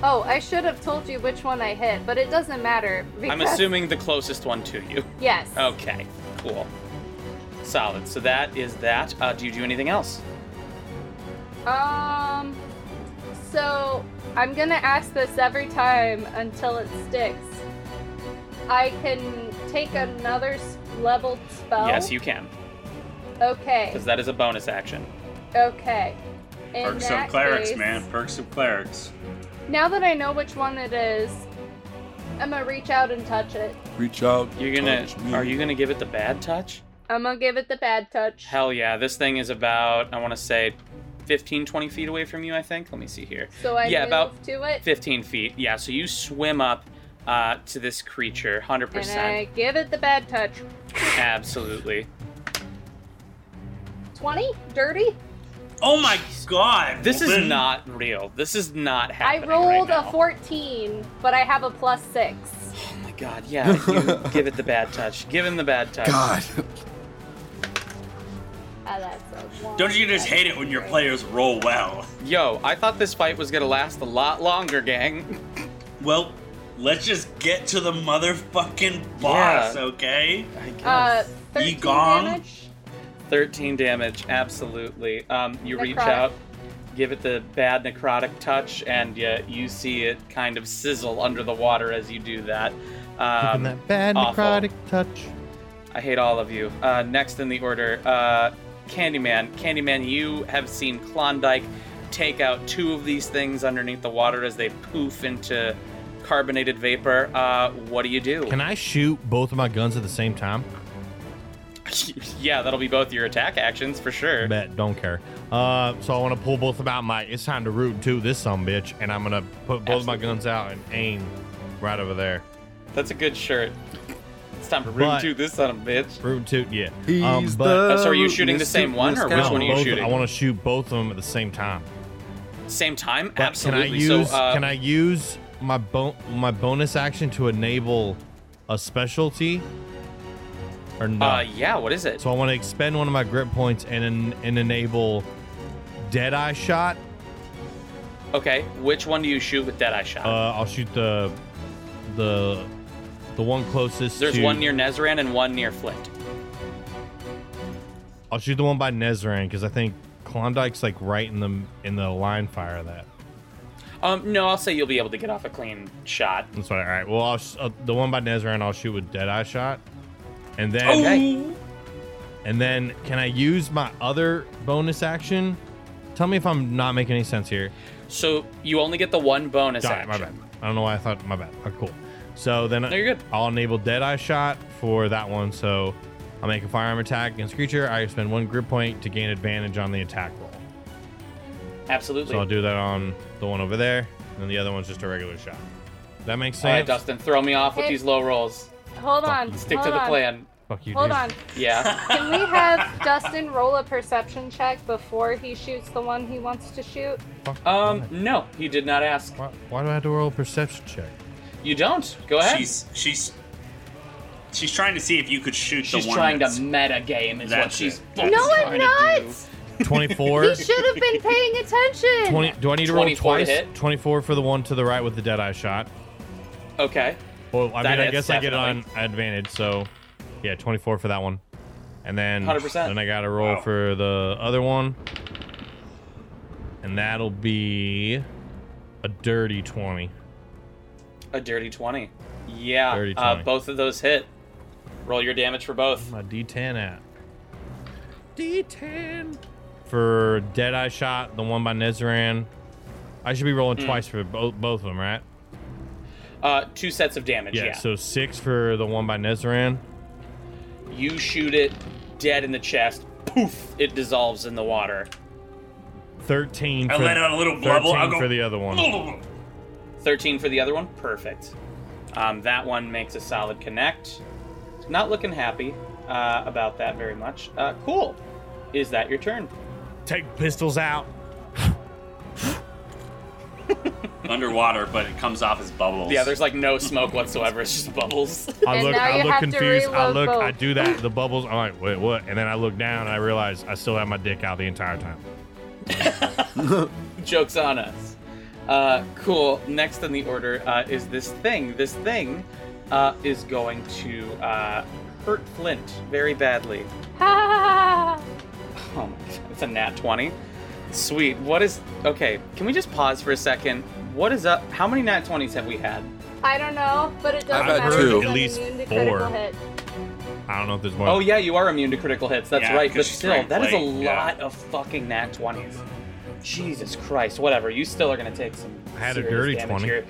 Speaker 3: Oh, I should have told you which one I hit, but it doesn't matter. Because...
Speaker 1: I'm assuming Oh, the closest one to you.
Speaker 3: Yes.
Speaker 1: Okay, cool. Solid. So that is that. Uh, do you do anything else?
Speaker 3: Um. So I'm gonna ask this every time until it sticks. I can take another s- leveled spell.
Speaker 1: Yes, you can.
Speaker 3: Okay.
Speaker 1: Because that is a bonus action.
Speaker 3: Okay. In
Speaker 4: Perks
Speaker 3: that
Speaker 4: of clerics,
Speaker 3: case-
Speaker 4: man. Perks of clerics.
Speaker 3: Now that I know which one it is, I'm gonna reach out and touch it.
Speaker 5: Reach out.
Speaker 1: You're gonna.
Speaker 5: touch me.
Speaker 1: Are you gonna give it the bad touch?
Speaker 3: I'm gonna give it the bad touch.
Speaker 1: Hell yeah. This thing is about, I want to say, 15, 20 feet away from you, I think. Let me see here.
Speaker 3: so I
Speaker 1: yeah,
Speaker 3: move
Speaker 1: about
Speaker 3: to it
Speaker 1: 15 feet. Yeah, so you swim up uh, to this creature, 100%.
Speaker 3: and I give it the bad touch.
Speaker 1: Absolutely.
Speaker 3: Twenty, dirty.
Speaker 4: Oh my god!
Speaker 1: This is
Speaker 4: Lynn,
Speaker 1: not real. This is not
Speaker 3: I
Speaker 1: happening.
Speaker 3: rolled
Speaker 1: right
Speaker 3: a
Speaker 1: now.
Speaker 3: fourteen, but I have a plus six.
Speaker 1: Oh my god, yeah. You give it the bad touch. Give him the bad touch.
Speaker 5: God.
Speaker 3: Ah, that's a one.
Speaker 4: Don't you just hate it when your players roll well?
Speaker 1: Yo, I thought this fight was gonna last a lot longer, gang.
Speaker 4: Well, let's just get to the motherfucking boss,
Speaker 1: Yeah.
Speaker 4: okay?
Speaker 1: I guess.
Speaker 3: Uh, 13
Speaker 4: Ye gong.
Speaker 3: damage.
Speaker 1: 13 damage, absolutely. Um, you reach
Speaker 3: Necrotic.
Speaker 1: out give it the bad necrotic touch, and you, you see it kind of sizzle under the water as you do that. Um,
Speaker 2: Taking that bad
Speaker 1: awful.
Speaker 2: necrotic touch.
Speaker 1: I hate all of you. Uh, next in the order, uh, Candyman. Candyman, you have seen Klondike take out two of these things underneath the water as they poof into carbonated vapor. Uh, what do you do?
Speaker 2: Can I shoot both of my guns at the same time?
Speaker 1: yeah, that'll be both your attack actions for sure.
Speaker 2: Bet, don't care. Uh, so I want to pull both of 'em out. My it's time to root too this some bitch, and I'm gonna put both of my
Speaker 1: Absolutely.
Speaker 2: guns out and aim right over there.
Speaker 1: That's a good shirt. It's time to root
Speaker 2: But-
Speaker 1: to this son of a bitch.
Speaker 2: Root too, yeah.
Speaker 5: He's
Speaker 2: Um,
Speaker 5: the.
Speaker 1: Oh, so are you shooting the
Speaker 5: Mr.
Speaker 1: same one, or which
Speaker 5: Miscount.
Speaker 2: no,
Speaker 1: one are you
Speaker 2: both-
Speaker 1: shooting?
Speaker 2: I want to shoot both of them at the same time.
Speaker 1: Same time,
Speaker 2: But Can I
Speaker 1: absolutely.
Speaker 2: use
Speaker 1: so, uh,
Speaker 2: can I use my bon- my bonus action to enable a specialty? Or no?
Speaker 1: Uh, yeah. What is it?
Speaker 2: So I want to expend one of my grip points and en- and enable Deadeye Shot.
Speaker 1: Okay. Which one do you shoot with Deadeye Shot?
Speaker 2: Uh, I'll shoot the the the one closest.
Speaker 1: There's
Speaker 2: to-
Speaker 1: one near Nezran and one near Flint.
Speaker 2: I'll shoot the one by Nezran because I think Klondike's like right in the in the line fire of that.
Speaker 1: Um, no, I'll say you'll be able to get off a clean shot.
Speaker 2: That's right. All right. Well, I'll, s- uh, the one by Nezran, I'll shoot with Deadeye Shot, and then
Speaker 1: Okay.
Speaker 2: And then can I use my other bonus action? Tell me if I'm not making any sense here.
Speaker 1: So you only get the one bonus
Speaker 2: Got it,
Speaker 1: action.
Speaker 2: my bad. I don't know why I thought my bad. Okay, cool. So then
Speaker 1: No, you're good.
Speaker 2: I'll enable Deadeye Shot for that one. So I'll make a firearm attack against creature. I spend one grip point to gain advantage on the attack roll.
Speaker 1: Absolutely.
Speaker 2: So I'll do that on the one over there, and then the other one's just a regular shot. That makes
Speaker 1: All right,
Speaker 2: sense.
Speaker 1: Dustin, throw me off with
Speaker 3: Hey.
Speaker 1: these low rolls.
Speaker 3: Hold on.
Speaker 1: Stick
Speaker 3: hold
Speaker 1: to the
Speaker 3: on.
Speaker 1: plan.
Speaker 2: Fuck you,
Speaker 3: Hold
Speaker 2: dude.
Speaker 3: on.
Speaker 1: Yeah.
Speaker 3: Can we have Dustin roll a perception check before he shoots the one he wants to shoot?
Speaker 2: Fuck.
Speaker 1: um, no, he did not ask.
Speaker 2: why, why do I have to roll a perception check?
Speaker 1: You don't. Go ahead.
Speaker 4: She's she's she's trying to see if you could shoot
Speaker 1: She's
Speaker 4: the one.
Speaker 1: trying to
Speaker 4: that's-
Speaker 1: meta game, is what
Speaker 4: That's
Speaker 1: she's.
Speaker 4: it.
Speaker 1: fucking
Speaker 3: No, I'm
Speaker 1: trying to
Speaker 3: not.
Speaker 1: do.
Speaker 2: Twenty-four.
Speaker 3: He should have been paying attention.
Speaker 2: 20, do I need to roll
Speaker 1: 24 to
Speaker 2: twice?
Speaker 1: hit.
Speaker 2: 24 for the one to the right with the Deadeye shot.
Speaker 1: Okay.
Speaker 2: Well, I
Speaker 1: That
Speaker 2: mean, I
Speaker 1: hits,
Speaker 2: guess I get it on advantage, so yeah, 24 for that one. And then
Speaker 1: 100%.
Speaker 2: then I got to roll
Speaker 4: Wow.
Speaker 2: for the other one. And that'll be a dirty 20.
Speaker 1: A dirty 20. Yeah.
Speaker 2: Dirty
Speaker 1: Uh,
Speaker 2: 20.
Speaker 1: both of those hit. Roll your damage for both.
Speaker 2: My D10 at. D10. For Deadeye shot, the one by Nezran. I should be rolling
Speaker 1: Hmm.
Speaker 2: twice for both both of them, right?
Speaker 1: Uh, two sets of damage. Yeah.
Speaker 2: So six for the one by Nezran.
Speaker 1: You shoot it dead in the chest. Poof! It dissolves in the water.
Speaker 2: 13 for,
Speaker 4: I let out a little
Speaker 2: 13
Speaker 4: blubble. I'll go
Speaker 2: for the other one.
Speaker 1: 13 for the other one. Perfect. Um, that one makes a solid connect. Not looking happy uh, about that very much. Uh, cool. Is that your turn?
Speaker 2: Take pistols out.
Speaker 4: underwater, but it comes off as bubbles.
Speaker 1: Yeah, there's like no smoke whatsoever. It's just bubbles.
Speaker 2: I
Speaker 3: And
Speaker 2: look,
Speaker 3: now
Speaker 2: I
Speaker 3: you
Speaker 2: look
Speaker 3: have to
Speaker 2: confused. I
Speaker 3: reload
Speaker 2: look, I
Speaker 3: both.
Speaker 2: do that. The bubbles. I'm like, wait, what? And then I look down and I realize I still have my dick out the entire time.
Speaker 1: Joke's on us. Uh, cool. Next in the order uh, is this thing. This thing uh, is going to uh, hurt Flint very badly.
Speaker 3: Ah,
Speaker 1: Oh my god, it's a nat 20. Sweet. What is. Okay, can we just pause for a second? What is up? How many nat 20s have we had?
Speaker 3: I don't know, but it doesn't
Speaker 5: I've had
Speaker 3: matter.
Speaker 5: two.
Speaker 3: because
Speaker 2: At
Speaker 3: I'm
Speaker 2: least
Speaker 3: immune to
Speaker 2: four.
Speaker 3: critical hit.
Speaker 2: I don't know if there's more.
Speaker 1: Oh, yeah, you are immune to critical hits. That's
Speaker 4: Yeah,
Speaker 1: right. But
Speaker 4: because she's
Speaker 1: still, that is a
Speaker 4: strength, yeah.
Speaker 1: lot of fucking nat 20s. Jesus Christ. Whatever. You still are going to take some.
Speaker 2: I had a
Speaker 1: serious
Speaker 2: dirty
Speaker 1: damage
Speaker 2: 20.
Speaker 1: Here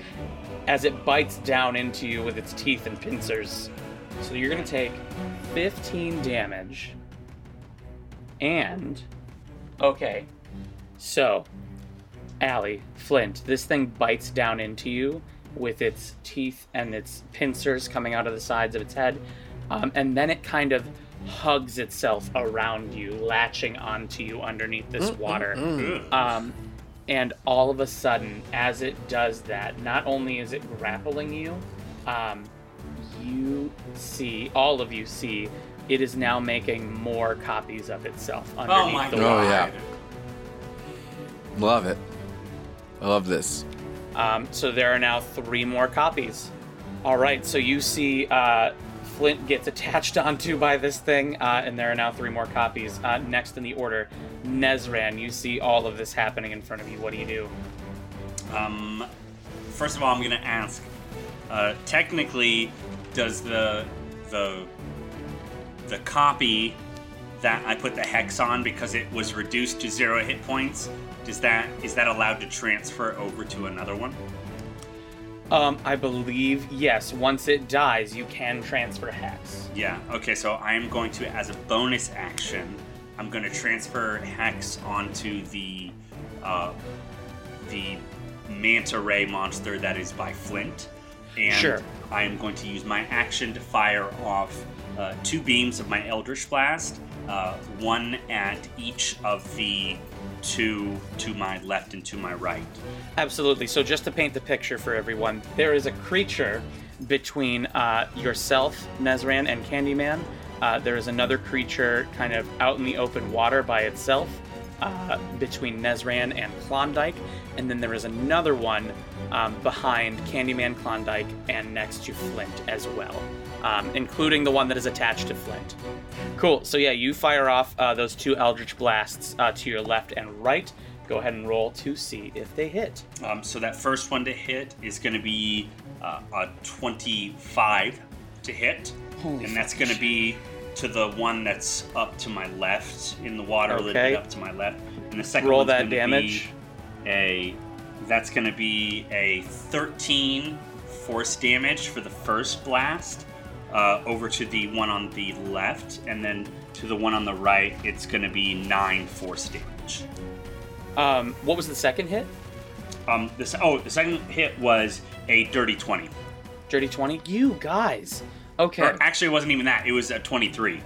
Speaker 1: as it bites down into you with its teeth and pincers. So you're going to take 15 damage. And. Okay. So, Allie, Flint, this thing bites down into you with its teeth and its pincers coming out of the sides of its head. Um, and then it kind of hugs itself around you, latching onto you underneath this water. Um, and all of a sudden, as it does that, not only is it grappling you, um, you see, all of you see, it is now making more copies of itself underneath
Speaker 4: Oh my
Speaker 1: the
Speaker 4: god.
Speaker 1: water.
Speaker 5: Oh, yeah. Love it. I love this.
Speaker 1: Um, so there are now three more copies. All right, so you see uh, Flint gets attached onto by this thing, uh, and there are now three more copies. Uh, next in the order, Nezran, you see all of this happening in front of you. What do you do?
Speaker 4: Um, first of all, I'm gonna ask. Uh, technically, does the the the copy that I put the hex on because it was reduced to zero hit points? Does that is that allowed to transfer over to another one?
Speaker 1: Um, I believe, yes, once it dies, you can transfer hex.
Speaker 4: Yeah. Okay. So I am going to, as a bonus action, I'm going to transfer hex onto the uh, the manta ray monster that is by Flint, and
Speaker 1: Sure.
Speaker 4: I am going to use my action to fire off uh, two beams of my eldritch blast, uh, one at each of the two to my left and to my right.
Speaker 1: Absolutely. So, just to paint the picture for everyone, there is a creature between uh, yourself, Nezran, and Candyman. Uh, there is another creature kind of out in the open water by itself uh, between Nezran and Klondike. And then there is another one um, behind Candyman, Klondike, and next to Flint as well, um, including the one that is attached to Flint. Cool. So, yeah, you fire off uh, those two Eldritch blasts uh, to your left and right. Go ahead and roll to see if they hit.
Speaker 4: Um, so that first one to hit is going to be uh, a 25 to hit,
Speaker 1: Holy
Speaker 4: and that's going to be to the one that's up to my left in the water, a little
Speaker 1: Okay.
Speaker 4: bit up to my left. And the second
Speaker 1: Roll
Speaker 4: one's
Speaker 1: that
Speaker 4: gonna be
Speaker 1: damage.
Speaker 4: a that's going to be a 13 force damage for the first blast uh, over to the one on the left, and then to the one on the right, it's going to be nine force damage.
Speaker 1: Um, what was the second hit?
Speaker 4: Um, this oh, the second hit was a dirty twenty.
Speaker 1: Dirty 20? You guys. Okay.
Speaker 4: Or actually, it wasn't even that. It was a twenty-three.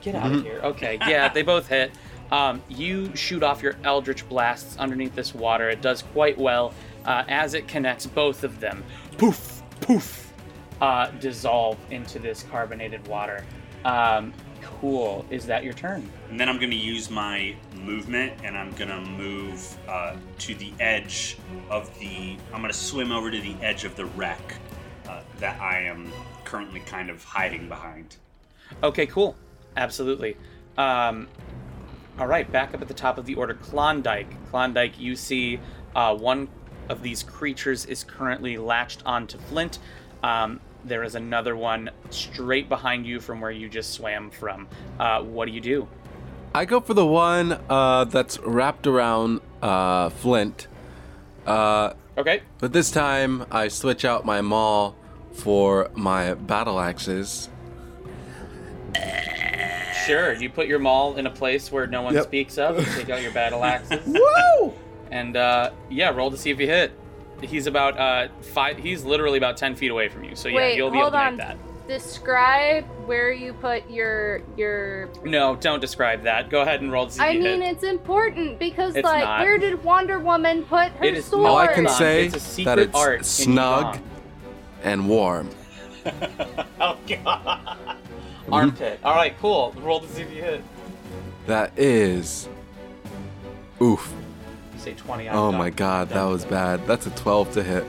Speaker 1: Get out of here. Okay. Yeah, they both hit. Um, you shoot off your Eldritch Blasts underneath this water. It does quite well uh, as it connects both of them. Poof, poof, uh, dissolve into this carbonated water. Um, cool. Is that your turn?
Speaker 4: And then I'm going to use my movement, and I'm going to move uh, to the edge of the. I'm going to swim over to the edge of the wreck uh, that I am currently kind of hiding behind.
Speaker 1: Okay, cool. Absolutely. Um, all right, back up at the top of the order, Klondike. Klondike, you see uh, one of these creatures is currently latched onto Flint. Um, there is another one straight behind you from where you just swam from. Uh, what do you do?
Speaker 5: I go for the one uh, that's wrapped around uh, Flint, uh,
Speaker 1: Okay.
Speaker 5: but this time I switch out my maul for my battle axes.
Speaker 1: Sure. You put your maul in a place where no one
Speaker 5: Yep.
Speaker 1: speaks up. You take out your battle axes,
Speaker 5: Woo!
Speaker 1: and uh, yeah, roll to see if you hit. He's about uh, five. He's literally about ten feet away from you. So yeah,
Speaker 3: Wait,
Speaker 1: you'll be
Speaker 3: hold
Speaker 1: able to
Speaker 3: on.
Speaker 1: make that.
Speaker 3: Describe where you put your your.
Speaker 1: No, don't describe that. Go ahead and roll to see if
Speaker 3: I
Speaker 1: you
Speaker 3: mean,
Speaker 1: hit.
Speaker 3: it's important because
Speaker 1: It's
Speaker 3: like,
Speaker 1: not.
Speaker 3: where did Wonder Woman put her
Speaker 1: It is
Speaker 3: sword?
Speaker 5: All I can
Speaker 1: not.
Speaker 5: say
Speaker 1: It's a secret
Speaker 5: that it's
Speaker 1: art in
Speaker 5: snug
Speaker 1: Yvonne.
Speaker 5: and warm.
Speaker 1: Oh god. Armpit. All right, cool. Roll to see if you hit.
Speaker 5: That is. Oof.
Speaker 1: You say 20. I'm
Speaker 5: Oh
Speaker 1: done.
Speaker 5: my god, that
Speaker 1: Done.
Speaker 5: was bad. That's a 12 to hit.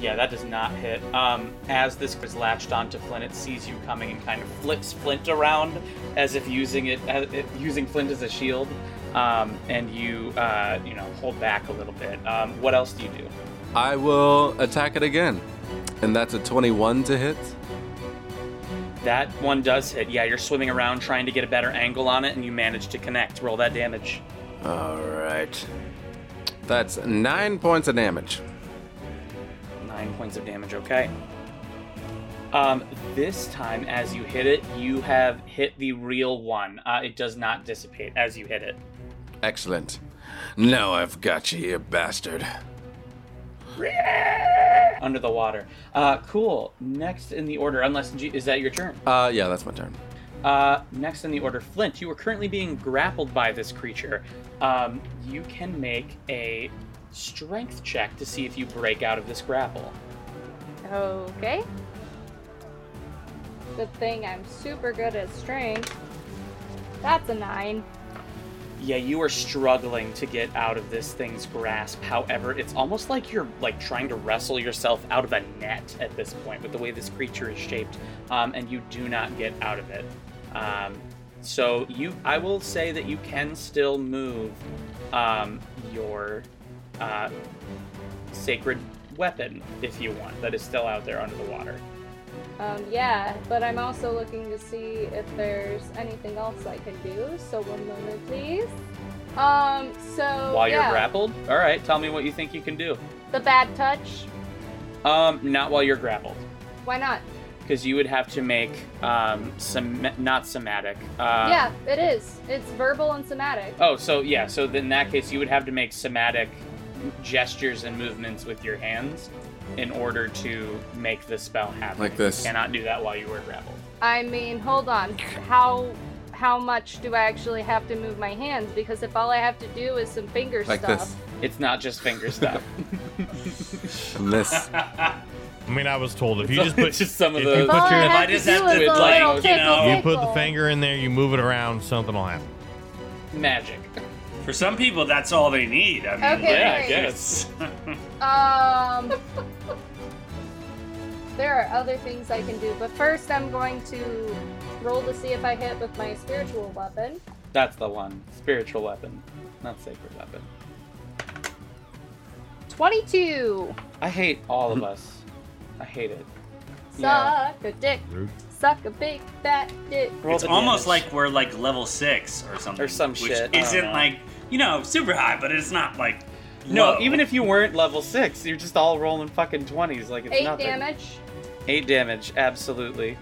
Speaker 1: Yeah, that does not hit. Um, as this is latched onto Flint, it sees you coming and kind of flips Flint around as if using it, as, it using Flint as a shield. Um, and you, uh, you know, hold back a little bit. Um, what else do you do?
Speaker 5: I will attack it again. And that's a 21 to hit.
Speaker 1: That one does hit. Yeah, you're swimming around trying to get a better angle on it, and you manage to connect. Roll that damage.
Speaker 5: Alright. That's nine points of damage.
Speaker 1: Nine points of damage, okay. Um, this time, as you hit it, you have hit the real one. Uh, it does not dissipate as you hit it.
Speaker 5: Excellent. Now I've got you, you bastard.
Speaker 1: Under the water. Uh, cool. Next in the order, unless G- is that your turn?
Speaker 5: Uh, yeah, that's my turn.
Speaker 1: Uh, next in the order, Flint. You are currently being grappled by this creature. Um, you can make a strength check to see if you break out of this grapple.
Speaker 3: Okay. Good thing I'm super good at strength. That's a nine.
Speaker 1: Yeah, you are struggling to get out of this thing's grasp. However, it's almost like you're like trying to wrestle yourself out of a net at this point with the way this creature is shaped, um, and you do not get out of it. Um, so you, I will say that you can still move um, your uh, sacred weapon if you want. That is still out there under the water.
Speaker 3: Um, yeah, but I'm also looking to see if there's anything else I can do. So one moment, please. Um, so
Speaker 1: While
Speaker 3: yeah,
Speaker 1: you're grappled, all right. Tell me what you think you can do.
Speaker 3: the bad touch.
Speaker 1: Um, not while you're grappled.
Speaker 3: Why not?
Speaker 1: because you would have to make um some not somatic uh,
Speaker 3: yeah, it is. It's verbal and somatic.
Speaker 1: oh so yeah so then in that case you would have to make somatic gestures and movements with your hands in order to make the spell happen
Speaker 5: Like this.
Speaker 1: you cannot do that while you were grappled
Speaker 3: I mean, hold on. How how much do I actually have to move my hands? Because if all I have to do is some finger
Speaker 5: Like
Speaker 3: stuff,
Speaker 5: this.
Speaker 1: it's not just finger stuff
Speaker 5: And this.
Speaker 2: I mean, I was told if you
Speaker 1: So
Speaker 2: just put
Speaker 1: it's just some of
Speaker 2: if you
Speaker 1: those-
Speaker 3: if all
Speaker 2: put
Speaker 3: I
Speaker 2: your-
Speaker 4: If I
Speaker 3: have to
Speaker 4: just
Speaker 3: do
Speaker 4: have
Speaker 3: is
Speaker 4: to,
Speaker 3: a
Speaker 4: like,
Speaker 3: little
Speaker 4: you
Speaker 3: tickle,
Speaker 4: know-
Speaker 2: you put the
Speaker 3: tickle.
Speaker 2: finger in there, you move it around, something will happen.
Speaker 1: magic
Speaker 4: For some people, that's all they need. I mean,
Speaker 3: Okay,
Speaker 1: Yeah, I
Speaker 4: like,
Speaker 1: guess.
Speaker 4: it's-
Speaker 3: Um, there are other things I can do, but first I'm going to roll to see if I hit with my spiritual weapon.
Speaker 1: that's the one spiritual weapon not sacred weapon
Speaker 3: Twenty-two.
Speaker 1: i hate all
Speaker 2: Mm-hmm.
Speaker 1: of us i hate it Yeah.
Speaker 3: Suck a dick.
Speaker 2: Rude.
Speaker 3: Suck a big fat dick.
Speaker 1: Roll
Speaker 4: it's
Speaker 1: the
Speaker 4: almost
Speaker 1: damage.
Speaker 4: like we're like level six or something.
Speaker 1: Or some
Speaker 4: which
Speaker 1: shit, I don't
Speaker 4: Isn't
Speaker 1: know.
Speaker 4: like you know super high, but it's not like
Speaker 1: no
Speaker 4: low.
Speaker 1: even if you weren't level six you're just all rolling fucking 20s like it's
Speaker 3: Eight
Speaker 1: nothing
Speaker 3: damage.
Speaker 1: Eight damage, absolutely.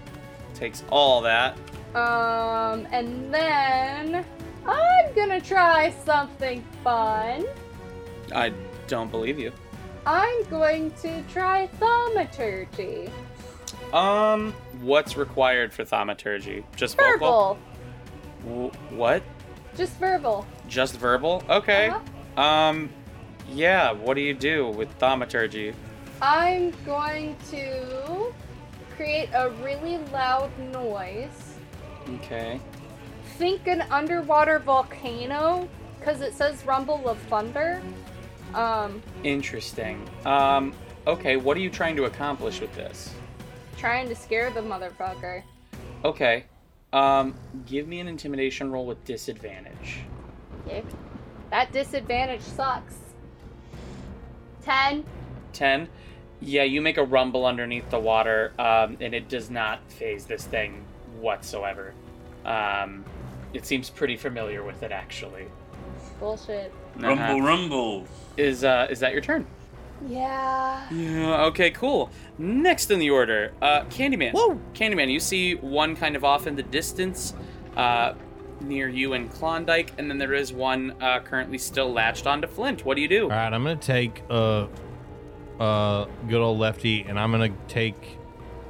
Speaker 1: Takes all that.
Speaker 3: Um, and then I'm gonna try something fun.
Speaker 1: I don't believe you.
Speaker 3: I'm going to try thaumaturgy.
Speaker 1: Um, what's required for thaumaturgy? Just vocal?
Speaker 3: Verbal.
Speaker 1: W- what?
Speaker 3: Just verbal.
Speaker 1: Just verbal? Okay.
Speaker 3: Uh-huh.
Speaker 1: Um, yeah, what do you do with thaumaturgy?
Speaker 3: I'm going to create a really loud noise.
Speaker 1: Okay.
Speaker 3: Think an underwater volcano, because it says rumble of thunder. Um,
Speaker 1: Interesting. Um, okay, what are you trying to accomplish with this?
Speaker 3: trying to scare the motherfucker.
Speaker 1: Okay. Um, give me an intimidation roll with disadvantage.
Speaker 3: Dick. That disadvantage sucks. Ten.
Speaker 1: 10 yeah you make a rumble underneath the water um, and it does not phase this thing whatsoever um, it seems pretty familiar with it actually
Speaker 3: Bullshit.
Speaker 1: Uh-huh.
Speaker 4: rumble rumble.
Speaker 1: is uh, is that your turn
Speaker 3: Yeah.
Speaker 1: yeah okay cool next in the order uh, candyman Whoa! candyman you see one kind of off in the distance uh, near you and klondike and then there is one uh, currently still latched onto flint what do you do
Speaker 2: All right, I'm gonna take uh, uh, good old lefty, and I'm gonna take,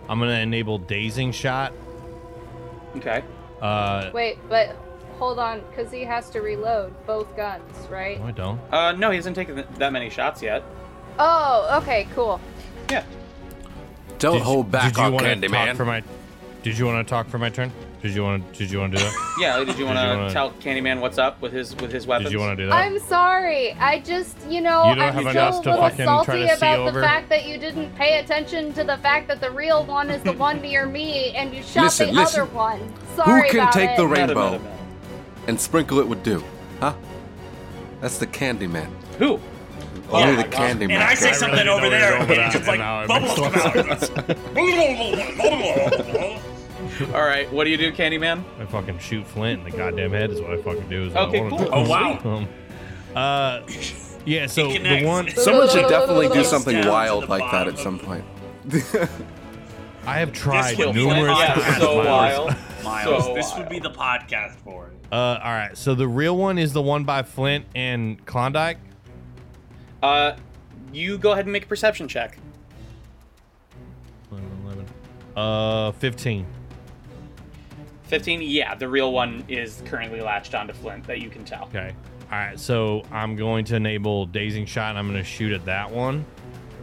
Speaker 2: I'm gonna enable dazing shot.
Speaker 1: okay
Speaker 2: Uh,
Speaker 3: Wait, but hold on, because he has to reload both guns, right?
Speaker 2: no, I don't.
Speaker 1: uh, no he hasn't taken th- that many shots yet
Speaker 3: Oh, okay, cool.
Speaker 1: yeah
Speaker 5: Don't
Speaker 2: Did-
Speaker 5: Oh, hold back
Speaker 2: did you
Speaker 5: on
Speaker 2: wanna
Speaker 5: Candyman.
Speaker 2: talk For my, did you want to talk for my turn? Did you want? to Did you want to do that?
Speaker 1: Yeah, did you want
Speaker 2: you
Speaker 1: to
Speaker 2: wanna-
Speaker 1: tell Candyman what's up with his with his weapons?
Speaker 2: did you want to do that?
Speaker 3: I'm sorry. I just, you know,
Speaker 2: You don't
Speaker 3: I'm
Speaker 2: have enough
Speaker 3: still a
Speaker 2: to
Speaker 3: little
Speaker 2: fucking try to
Speaker 3: salty
Speaker 2: see
Speaker 3: about the
Speaker 2: over?
Speaker 3: fact that you didn't pay attention to the fact that the real one is the one near me and you shot
Speaker 5: Listen,
Speaker 3: the
Speaker 5: listen.
Speaker 3: other one. Sorry
Speaker 5: can
Speaker 3: about
Speaker 5: take
Speaker 3: it.
Speaker 5: the
Speaker 1: Meta,
Speaker 5: ra- Rainbow.
Speaker 1: meta, meta.
Speaker 5: and sprinkle it with dew. Huh? That's the Candyman.
Speaker 1: Who?
Speaker 5: Only
Speaker 4: my
Speaker 5: the
Speaker 4: God.
Speaker 5: Candyman.
Speaker 4: And I say
Speaker 2: I
Speaker 4: something
Speaker 2: really
Speaker 4: over
Speaker 2: don't
Speaker 4: there,
Speaker 2: know
Speaker 4: and
Speaker 2: where that-
Speaker 4: it's just like
Speaker 2: now I'm
Speaker 4: bubbles come out.
Speaker 1: All right, what do you do, Candyman?
Speaker 2: I fucking shoot Flint in the goddamn head is what I fucking do. Is what
Speaker 1: Okay,
Speaker 2: I wanna
Speaker 1: cool.
Speaker 2: do.
Speaker 4: Oh, wow.
Speaker 2: Um, uh, yeah. So the
Speaker 4: connects.
Speaker 2: one
Speaker 5: Someone should definitely do
Speaker 4: Goes down
Speaker 5: something
Speaker 4: to
Speaker 5: wild
Speaker 4: the
Speaker 5: like that
Speaker 4: bottom
Speaker 5: at
Speaker 4: of-
Speaker 5: some point.
Speaker 2: I have tried
Speaker 4: will be
Speaker 2: numerous
Speaker 4: my- Yeah,
Speaker 2: times.
Speaker 4: so
Speaker 2: Miles.
Speaker 1: wild.
Speaker 4: Miles,
Speaker 1: So
Speaker 4: this would be the podcast for it.
Speaker 2: Uh, all right. So the real one is the one by Flint and Klondike.
Speaker 1: Uh, you go ahead and make a perception check.
Speaker 2: 11, 11. Uh, 15.
Speaker 1: Fifteen. Yeah, the real one is currently latched onto Flint that you can tell.
Speaker 2: Okay. All right. So I'm going to enable dazing shot and I'm going to shoot at that one.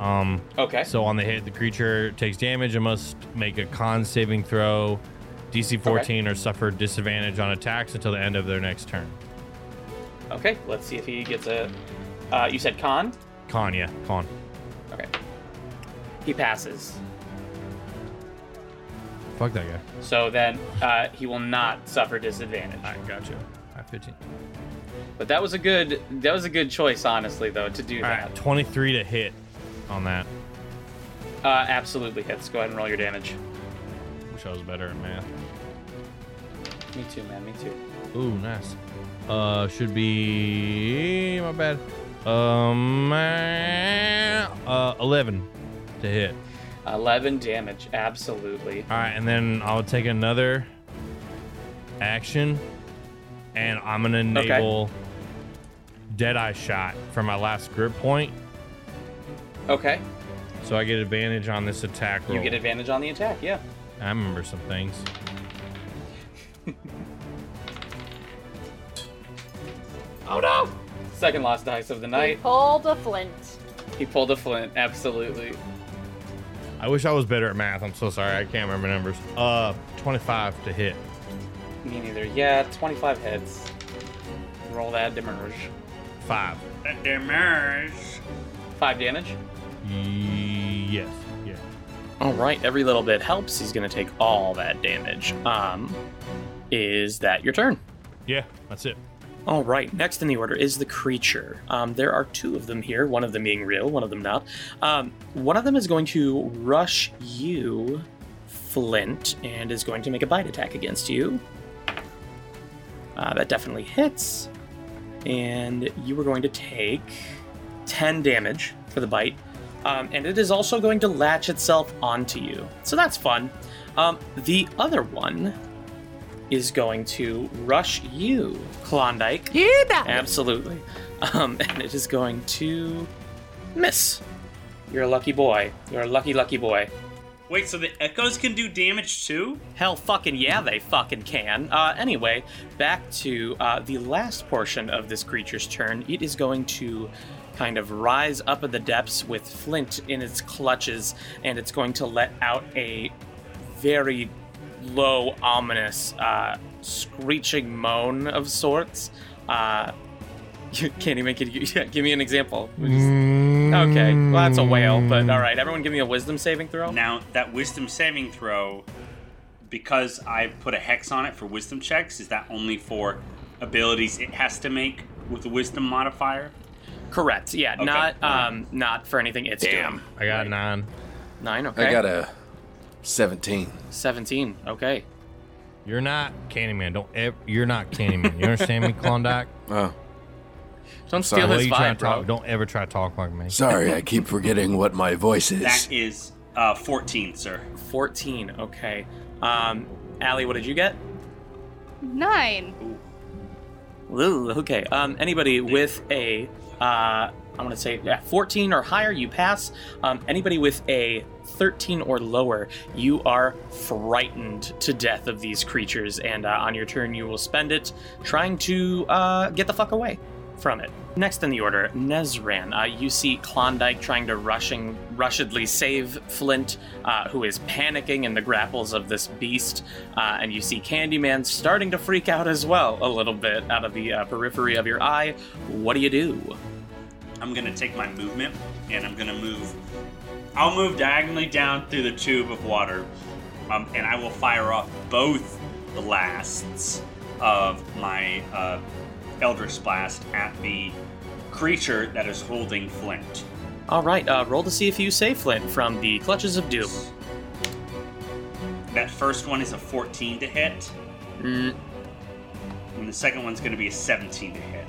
Speaker 2: Um,
Speaker 1: Okay.
Speaker 2: so on the hit, the creature takes damage and must make a con saving throw, DC 14, or suffer disadvantage on attacks until the end of their next turn.
Speaker 6: Okay, let's see if he gets a. Uh, you said con.
Speaker 2: Con, yeah, con.
Speaker 6: Okay. He passes.
Speaker 2: Fuck that guy.
Speaker 6: So then uh, he will not suffer disadvantage.
Speaker 2: I got you. I have 15.
Speaker 6: But that was a good that was a good choice, honestly, though, to do
Speaker 2: All
Speaker 6: that.
Speaker 2: right, 23 to hit on that.
Speaker 6: Uh, absolutely hits. Go ahead and roll your damage.
Speaker 2: Wish I was better at math.
Speaker 6: Me too, man. Me too.
Speaker 2: Ooh, nice. Uh, should be my bad. Um, uh, 11 to hit.
Speaker 6: Eleven damage. Absolutely.
Speaker 2: All right, and then I'll take another action, and I'm gonna
Speaker 6: Okay.
Speaker 2: enable Deadeye Shot for my last grip point,
Speaker 6: Okay.
Speaker 2: so I get advantage on this attack roll.
Speaker 6: You get advantage on the attack. Yeah.
Speaker 2: I remember some things.
Speaker 6: Oh no! Second lost dice of the night.
Speaker 3: Pulled a flint.
Speaker 6: He pulled a flint. Absolutely.
Speaker 2: I wish I was better at math. I'm so sorry. I can't remember numbers. Uh, 25 to hit.
Speaker 6: Me neither. Yeah. Twenty-five hits. Roll that demurge.
Speaker 2: Five.
Speaker 4: That damage.
Speaker 6: Five damage.
Speaker 2: Ye- Yes. Yeah.
Speaker 6: All right, every little bit helps. He's going to take all that damage. Um, is that your turn?
Speaker 2: Yeah. That's it.
Speaker 6: All right, next in the order is the creature. Um, there are two of them here, one of them being real, one of them not. Um, one of them is going to rush you, Flint, and is going to make a bite attack against you. Uh, that definitely hits. And you are going to take 10 damage for the bite. Um, and it is also going to latch itself onto you. So that's fun. Um, the other one is going to rush you, Klondike. Absolutely. Um, and it is going to miss. You're a lucky boy. You're a lucky, lucky boy.
Speaker 4: Wait, so the echoes can do damage too?
Speaker 6: Hell fucking yeah, they fucking can. Uh, anyway, back to uh, the last portion of this creature's turn. It is going to kind of rise up in the depths with Flint in its clutches, and it's going to let out a very low, ominous, uh, screeching moan of sorts. Uh, you can't even give, yeah, give me an example. Okay, well, that's a whale, but all right, everyone give me a wisdom saving throw.
Speaker 4: Now, that wisdom saving throw, because I put a hex on it for wisdom checks, is that only for abilities it has to make with the wisdom modifier?
Speaker 6: Correct. Yeah,
Speaker 4: Okay.
Speaker 6: not um, not for anything. It's damn.
Speaker 2: I got nine.
Speaker 6: Nine. Okay.
Speaker 5: I got a 17.
Speaker 6: seventeen. Okay.
Speaker 2: You're not Candyman. Don't. Ev- you're not Candyman. You understand me, Klondike?
Speaker 5: Oh, Sorry,
Speaker 6: Don't steal
Speaker 5: what
Speaker 2: Well,
Speaker 6: his
Speaker 2: you try to
Speaker 6: vibe,
Speaker 2: talk-
Speaker 6: bro.
Speaker 2: Don't ever try to talk like me.
Speaker 5: sorry, I keep forgetting what my voice
Speaker 4: That
Speaker 5: is.
Speaker 4: is uh, 14, sir.
Speaker 6: Fourteen. Okay. Um, Allie, what did you get?
Speaker 3: Nine.
Speaker 6: Ooh, okay. Um, anybody with a, uh, I'm gonna say yeah, 14 or higher, you pass. Um, anybody with a 13 or lower, you are frightened to death of these creatures, and uh, on your turn, you will spend it trying to uh, get the fuck away from it. Next in the order, Nezran. Uh, you see Klondike trying to rushing, rushedly save Flint, uh, who is panicking in the grapples of this beast, uh, and you see Candyman starting to freak out as well a little bit out of the uh, periphery of your eye. What do you do?
Speaker 4: I'm going to take my movement and I'm going to move. I'll move diagonally down through the tube of water um, and I will fire off both blasts of my uh, Eldritch Blast at the creature that is holding Flint.
Speaker 6: All right, uh, roll to see if you save Flint from the clutches of doom.
Speaker 4: That first one is a 14 to hit,
Speaker 6: Mm,
Speaker 4: and the second one's going to be a 17 to hit.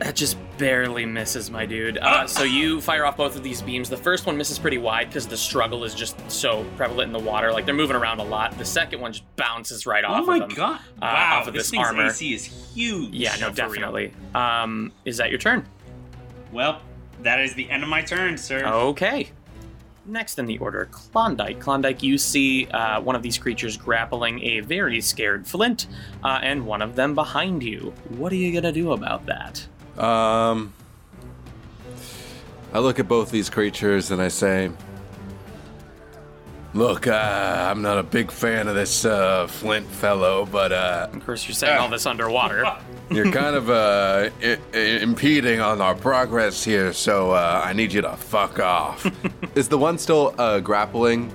Speaker 6: that just barely misses, my dude.
Speaker 1: Ah,
Speaker 6: Uh, so you fire off both of these beams. The first one misses pretty wide because the struggle is just so prevalent in the water. Like they're moving around a lot. The second one just bounces right off.
Speaker 4: oh my
Speaker 6: of them.
Speaker 4: god!
Speaker 6: uh,
Speaker 4: wow,
Speaker 6: off of
Speaker 4: this,
Speaker 6: this
Speaker 4: thing's
Speaker 6: armor.
Speaker 4: AC is huge.
Speaker 6: Yeah, no,
Speaker 4: For real.
Speaker 6: definitely. Um, is that your turn?
Speaker 4: Well, that is the end of my turn, sir.
Speaker 6: Oh, Okay. Next in the order, Klondike. Klondike, you see uh, one of these creatures grappling a very scared Flint, uh, and one of them behind you. What are you gonna do about that?
Speaker 5: Um, I look at both these creatures and I say, Look, uh, I'm not a big fan of this uh, Flint fellow, but uh,
Speaker 1: Of course, you're saying all this underwater.
Speaker 5: you're kind of uh, I- I- impeding on our progress here, so uh, I need you to fuck off. Is the one still uh, grappling?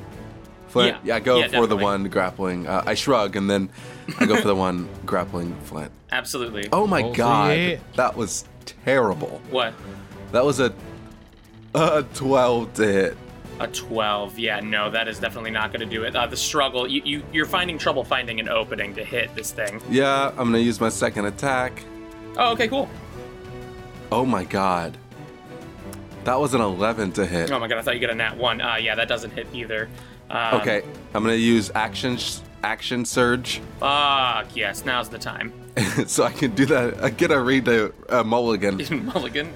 Speaker 5: Flint?
Speaker 1: Yeah.
Speaker 5: Yeah, go
Speaker 1: Yeah,
Speaker 5: for the
Speaker 1: definitely.
Speaker 5: one grappling. Uh, I shrug and then I go for the one grappling Flint.
Speaker 1: Absolutely.
Speaker 5: Oh my
Speaker 2: Roll for
Speaker 5: god,
Speaker 2: eight.
Speaker 5: that was terrible.
Speaker 1: What?
Speaker 5: That was a a 12 to hit.
Speaker 1: A 12. Yeah, no, that is definitely not going to do it. Uh, the struggle, you, you, you're finding trouble finding an opening to hit this thing.
Speaker 5: Yeah, I'm gonna use my second attack.
Speaker 1: Oh, okay, cool.
Speaker 5: Oh my god. That was an 11 to hit.
Speaker 1: Oh my god, I thought you got a nat 1. Uh, yeah, that doesn't hit either. Um,
Speaker 5: Okay, I'm gonna use action sh- action surge,
Speaker 1: Fuck, yes, now's the time.
Speaker 5: so I can do that. I get a redo uh, mulligan.
Speaker 1: mulligan.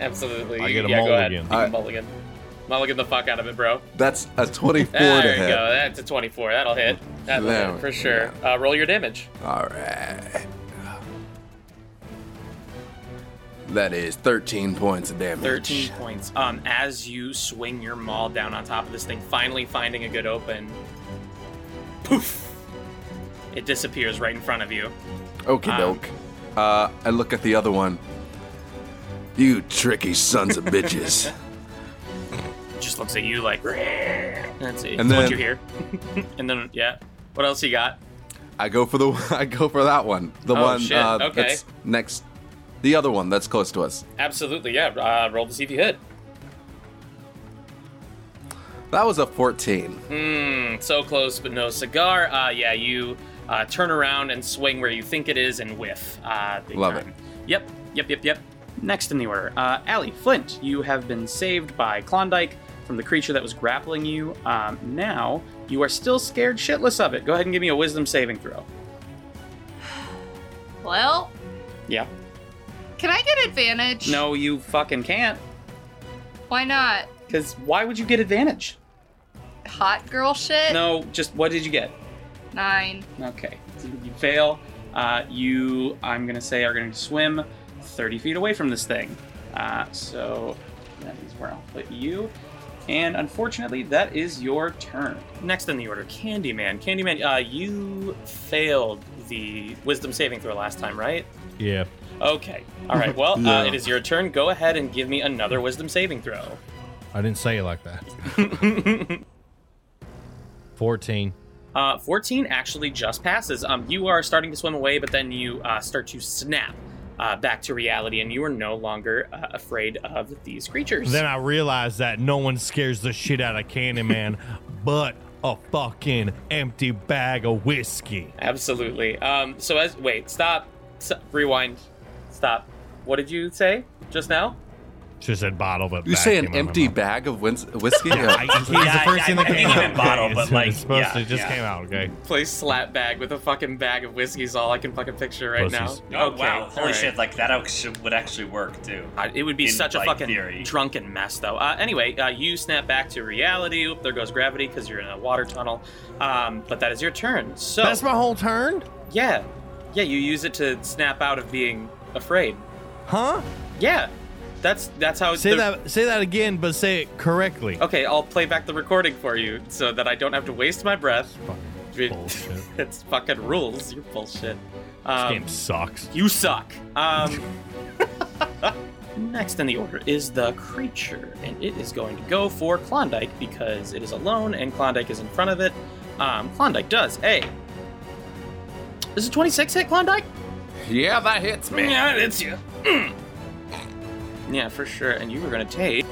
Speaker 1: Absolutely.
Speaker 2: I get a
Speaker 1: yeah, Go
Speaker 2: mulligan.
Speaker 1: ahead. You can
Speaker 5: I-
Speaker 1: mulligan. Mulligan the fuck out of it, bro.
Speaker 5: That's a 24
Speaker 1: There
Speaker 5: to
Speaker 1: you
Speaker 5: hit.
Speaker 1: go. That's a 24. That'll hit. That'll
Speaker 5: There
Speaker 1: hit
Speaker 5: we
Speaker 1: for sure. Uh, roll your damage.
Speaker 5: All right. That is 13 points of damage.
Speaker 1: 13 points. Um, as you swing your maul down on top of this thing, finally finding a good open, poof, it disappears right in front of you.
Speaker 5: Okie
Speaker 1: Um,
Speaker 5: doke. Uh, I look at the other one. You tricky sons of bitches.
Speaker 1: It just looks at you like, "Rrrr." that's it. That's
Speaker 5: And then-
Speaker 1: what you hear. and then, yeah. What else you got?
Speaker 5: I go for the I go for that one. The
Speaker 1: Oh,
Speaker 5: one
Speaker 1: shit,
Speaker 5: Uh,
Speaker 1: okay.
Speaker 5: that's next. The other one that's close to us.
Speaker 1: Absolutely, yeah. Uh, roll to see if you hit.
Speaker 5: That was a 14.
Speaker 1: Mm, so close, but no cigar. Uh, yeah, you uh, turn around and swing where you think it is and whiff. Uh, big
Speaker 5: Love
Speaker 1: time. it. Yep, yep, yep, yep. Next in the order, uh, Allie Flint. You have been saved by Klondike from the creature that was grappling you. Um, now you are still scared shitless of it. Go ahead and give me a Wisdom saving throw.
Speaker 7: Well,
Speaker 1: Yeah.
Speaker 7: can I get advantage?
Speaker 1: No, you fucking can't.
Speaker 7: Why not?
Speaker 1: Cause why would you get advantage?
Speaker 7: Hot girl
Speaker 3: Uh,
Speaker 7: shit?
Speaker 1: No, just what did you get?
Speaker 7: Nine.
Speaker 1: Okay. You fail. Uh, you, I'm going to say, are going to swim 30 feet away from this thing. Uh, so that is where I'll put you. And unfortunately, that is your turn. Next in the order, Candyman. Candyman, uh, you failed the wisdom saving throw last time, right?
Speaker 2: Yeah.
Speaker 1: Okay. All right. Well, uh,
Speaker 5: Yeah.
Speaker 1: it is your turn. Go ahead and give me another wisdom saving throw.
Speaker 2: I didn't say it like that. 14.
Speaker 1: Uh, 14 actually just passes. Um, you are starting to swim away, but then you uh, start to snap uh, back to reality, and you are no longer uh, afraid of these creatures.
Speaker 2: Then I realized that no one scares the shit out of Candyman but a fucking empty bag of whiskey.
Speaker 1: Absolutely. Um, so as wait, stop, S rewind, stop. What did you say just now?
Speaker 2: She said bottle, but
Speaker 5: You
Speaker 2: bag
Speaker 5: say an
Speaker 2: came out of my
Speaker 5: empty
Speaker 2: mouth.
Speaker 5: bag of whins- whiskey?
Speaker 2: I, it's the first thing that came
Speaker 4: I think
Speaker 2: out.
Speaker 4: you meant bottle,
Speaker 2: okay?
Speaker 4: but,
Speaker 2: It's-
Speaker 4: like,
Speaker 2: it's supposed
Speaker 4: yeah,
Speaker 2: to, it just
Speaker 4: yeah.
Speaker 2: came out. Okay.
Speaker 1: Play slap bag with a fucking bag of whiskey is all I can fucking picture right
Speaker 2: Pussies.
Speaker 1: now.
Speaker 4: Oh
Speaker 1: Okay,
Speaker 4: wow!
Speaker 1: all
Speaker 4: Holy
Speaker 1: right.
Speaker 4: shit! Like that actu- would actually work too.
Speaker 1: I- It would be
Speaker 4: in,
Speaker 1: such a
Speaker 4: like,
Speaker 1: fucking
Speaker 4: theory.
Speaker 1: drunken mess, though. Uh, anyway, uh, you snap back to reality. Oop, there goes gravity because you're in a water tunnel. Um, but that is your turn. So
Speaker 2: That's my whole turn?
Speaker 1: Yeah. Yeah, you use it to snap out of being afraid.
Speaker 2: Huh?
Speaker 1: Yeah. That's that's how
Speaker 2: Say
Speaker 1: the-
Speaker 2: that say that again, but say it correctly.
Speaker 1: Okay, I'll play back the recording for you so that I don't have to waste my breath.
Speaker 2: Fucking bullshit. This
Speaker 1: It's fucking rules. You're bullshit. Um,
Speaker 2: game sucks.
Speaker 1: You suck. Um, next in the order is the creature, and it is going to go for Klondike because it is alone and Klondike is in front of it. Um, Klondike does a. Is it 26 hit Klondike?
Speaker 5: yeah, that hits me.
Speaker 1: Yeah, it's you. Mm. yeah, for sure. And you were gonna take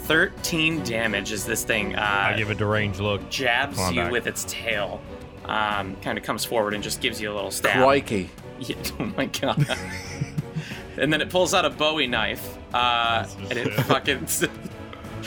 Speaker 1: 13 damage as this thing
Speaker 2: I
Speaker 1: uh,
Speaker 2: give a deranged look.
Speaker 1: jabs
Speaker 2: Come on
Speaker 1: you
Speaker 2: back.
Speaker 1: with its tail. Um, kind of comes forward and just gives you a little stab.
Speaker 5: Crikey.
Speaker 1: Yeah, oh my god. and then it pulls out a Bowie knife, uh,
Speaker 2: That's
Speaker 1: and it
Speaker 2: just-
Speaker 1: fucking.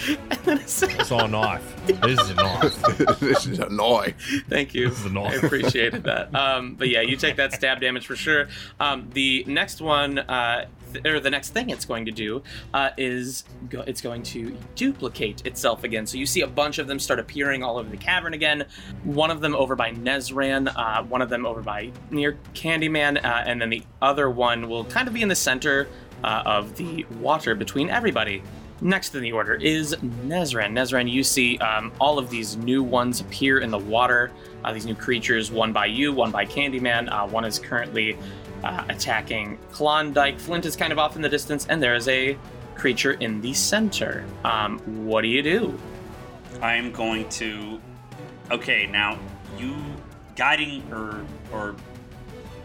Speaker 1: and then it's,
Speaker 2: It's all knife. this is a knife.
Speaker 5: this is annoying.
Speaker 1: Thank you.
Speaker 2: This is annoying.
Speaker 1: I appreciated that. Um, but yeah, you take that stab damage for sure. Um, the next one, uh, th- or the next thing it's going to do, uh, is go- it's going to duplicate itself again. So you see a bunch of them start appearing all over the cavern again. One of them over by Nezran, uh, one of them over by near Candyman, uh, and then the other one will kind of be in the center uh, of the water between everybody. Next in the order is Nezran. Nezran, you see um, all of these new ones appear in the water. Uh, these new creatures, one by you, one by Candyman. Uh, one is currently uh, attacking Klondike. Flint is kind of off in the distance, and there is a creature in the center. Um, what do you do?
Speaker 4: I am going to. Okay, now you guiding or or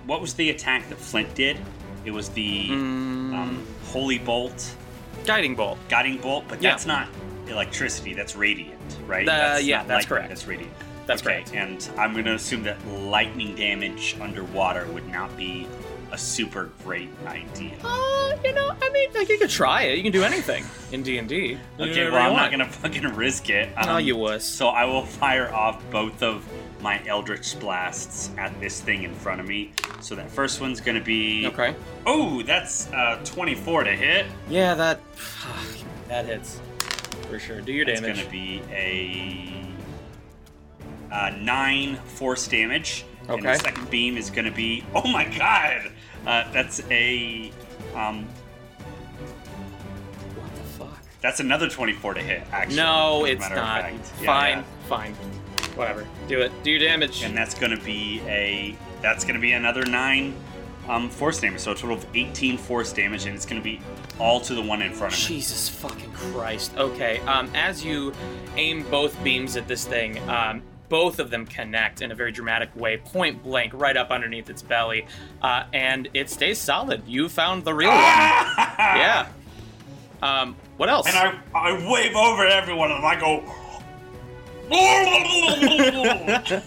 Speaker 4: what was the attack that Flint did? It was
Speaker 1: Mm.
Speaker 4: the
Speaker 1: Hmm.
Speaker 4: um, holy bolt,
Speaker 1: Guiding bolt.
Speaker 4: guiding bolt, but
Speaker 1: Yeah.
Speaker 4: that's not electricity. That's radiant, right?
Speaker 1: Uh, yeah,
Speaker 4: not
Speaker 1: that's
Speaker 4: lightning,
Speaker 1: correct.
Speaker 4: That's radiant.
Speaker 1: That's
Speaker 4: okay,
Speaker 1: correct.
Speaker 4: And I'm going to assume that lightning damage underwater would not be a super great idea.
Speaker 1: Uh, you know, I mean, like you could try it. You can do anything in D and D.
Speaker 4: Okay, well, I'm not gonna fucking risk it.
Speaker 1: Oh,
Speaker 4: Um,
Speaker 1: you wuss.
Speaker 4: So I will fire off both of my Eldritch blasts at this thing in front of me. So that first one's gonna be.
Speaker 1: Okay.
Speaker 4: Oh, that's uh, 24 to hit.
Speaker 1: Yeah, that that hits for sure. Do your
Speaker 4: It's
Speaker 1: damage.
Speaker 4: gonna be a uh, nine force damage. And the
Speaker 1: Okay.
Speaker 4: second beam is gonna be. Oh my god! Uh, that's a. Um,
Speaker 1: What the fuck?
Speaker 4: that's another 24 to hit. Actually.
Speaker 1: No,
Speaker 4: as a
Speaker 1: it's
Speaker 4: matter of
Speaker 1: not.
Speaker 4: fact. Yeah,
Speaker 1: fine,
Speaker 4: yeah.
Speaker 1: fine. Whatever. Do it. Do your damage.
Speaker 4: and that's going to be a that's going to be another nine um, force damage so a total of 18 force damage and it's going to be all to the one in front of me
Speaker 1: Jesus fucking Christ. Okay. Um, as you aim both beams at this thing, um, both of them connect in a very dramatic way, point blank, right up underneath its belly, uh, and it stays solid. You found the real one. Yeah. Um, what else?
Speaker 4: Ah! and I, I wave over at everyone and i go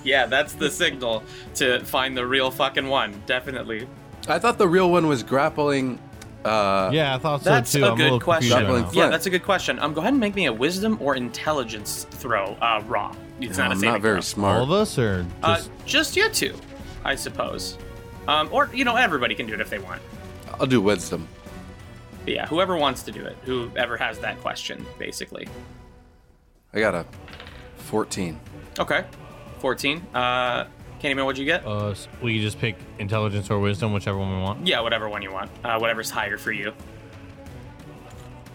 Speaker 1: yeah, that's the signal to find the real fucking one. Definitely.
Speaker 5: I thought the real one was grappling. Uh,
Speaker 2: Yeah, I thought so
Speaker 1: That's
Speaker 2: too.
Speaker 1: a
Speaker 2: I'm
Speaker 1: good
Speaker 2: a little confused
Speaker 1: question.
Speaker 2: right now.
Speaker 5: Flint.
Speaker 1: Yeah, that's a good question. Um, go ahead and make me a wisdom or intelligence throw. Uh, raw. It's not a
Speaker 5: I'm
Speaker 1: saving
Speaker 5: not very
Speaker 1: throw.
Speaker 5: smart.
Speaker 2: All of us or
Speaker 1: Uh,
Speaker 2: just
Speaker 1: just you two, I suppose. Um, or you know, everybody can do it if they want.
Speaker 5: I'll do wisdom.
Speaker 1: But yeah, whoever wants to do it, whoever has that question, basically.
Speaker 5: I got a 14.
Speaker 1: Okay, fourteen. Uh, Candyman, what'd you get?
Speaker 2: uh, s- we can just pick intelligence or wisdom, whichever one we want?
Speaker 1: yeah, whatever one you want. Uh, whatever's higher for you.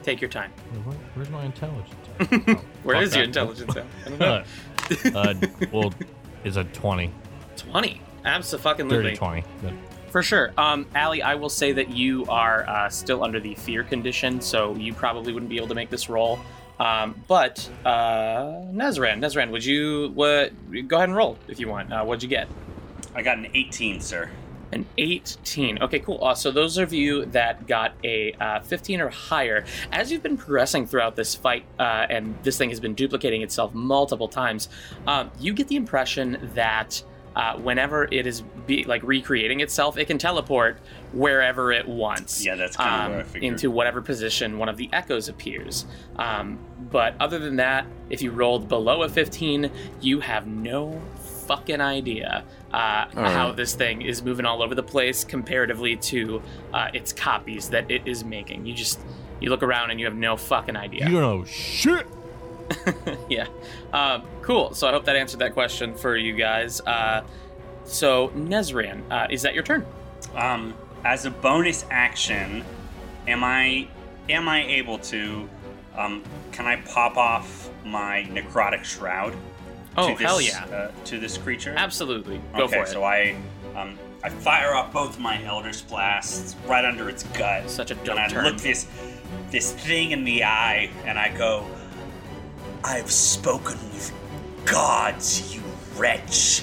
Speaker 1: Take your time.
Speaker 2: Where- where's my intelligence?
Speaker 1: Where
Speaker 2: Fuck
Speaker 1: is your
Speaker 2: that.
Speaker 1: intelligence? at? I don't know.
Speaker 2: uh, uh, well, it's a 20,
Speaker 1: Twenty. Absolutely.
Speaker 2: 30, 20. But
Speaker 1: For sure. Um, Allie, I will say that you are uh, still under the fear condition, so you probably wouldn't be able to make this roll. Um, but uh, Nezran, Nezran, would you what? Go ahead and roll if you want. Uh, what'd you get?
Speaker 4: i got an 18 sir
Speaker 1: An 18. Okay, cool. Uh, so those of you that got a uh, 15 or higher, as you've been progressing throughout this fight, uh, and this thing has been duplicating itself multiple times, um, you get the impression that uh, whenever it is be, like recreating itself, it can teleport wherever it wants.
Speaker 4: Yeah, that's kinda what I
Speaker 1: um,
Speaker 4: figured.
Speaker 1: into whatever position one of the echoes appears. Um, but other than that, if you rolled below a 15, you have no fucking idea uh,
Speaker 5: All
Speaker 1: how
Speaker 5: right.
Speaker 1: this thing is moving all over the place comparatively to uh, its copies that it is making. You just you look around and you have no fucking idea.
Speaker 2: You don't know shit.
Speaker 1: yeah. Um, cool. So I hope that answered that question for you guys. Uh, so Nezrian, uh, is that your turn?
Speaker 4: um, as a bonus action am i am i able to um, can i pop off my necrotic shroud
Speaker 1: Oh
Speaker 4: to this,
Speaker 1: hell yeah!
Speaker 4: uh, to this creature
Speaker 1: Absolutely. Go
Speaker 4: okay,
Speaker 1: for it.
Speaker 4: so I, um, I fire off both my Eldritch Blasts right under its gut.
Speaker 1: Such a
Speaker 4: and
Speaker 1: dope
Speaker 4: I
Speaker 1: turn.
Speaker 4: look this, this thing in the eye, and I go, I've spoken with gods, you wretch.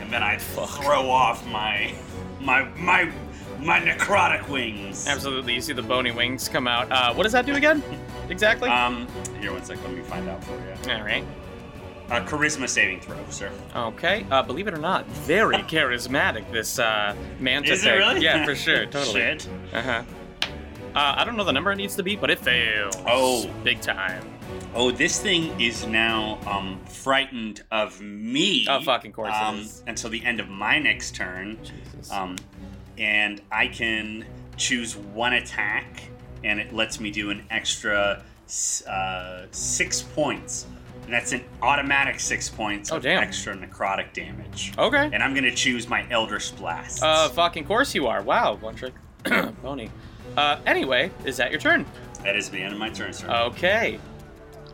Speaker 4: And then I throw off my, my, my, my necrotic wings.
Speaker 1: Absolutely. You see the bony wings come out. Uh, what does that do again? Exactly.
Speaker 4: Um, here, one sec, let me find out for you.
Speaker 1: All right.
Speaker 4: Uh, charisma saving throw, sir.
Speaker 1: Okay. Uh, believe it or not, very charismatic. This uh, manta
Speaker 4: Is it
Speaker 1: thing.
Speaker 4: really?
Speaker 1: Yeah, for sure. Totally.
Speaker 4: Shit.
Speaker 1: Uh-huh. Uh I don't know the number it needs to be, but it fails.
Speaker 4: Oh.
Speaker 1: big time.
Speaker 4: Oh, this thing is now um, frightened of me.
Speaker 1: Oh, fucking course it
Speaker 4: Um,
Speaker 1: is.
Speaker 4: until the end of my next turn, um, and I can choose one attack, and it lets me do an extra s- uh, six points. And that's an automatic six points
Speaker 1: Oh,
Speaker 4: of
Speaker 1: damn. Oh.
Speaker 4: extra necrotic damage.
Speaker 1: Okay.
Speaker 4: And I'm gonna choose my Eldritch Blast.
Speaker 1: Oh, Uh, fucking course you are. Wow, one trick pony. Uh, anyway, is that your turn?
Speaker 4: That is the end of my turn, sir.
Speaker 1: Oh. Okay.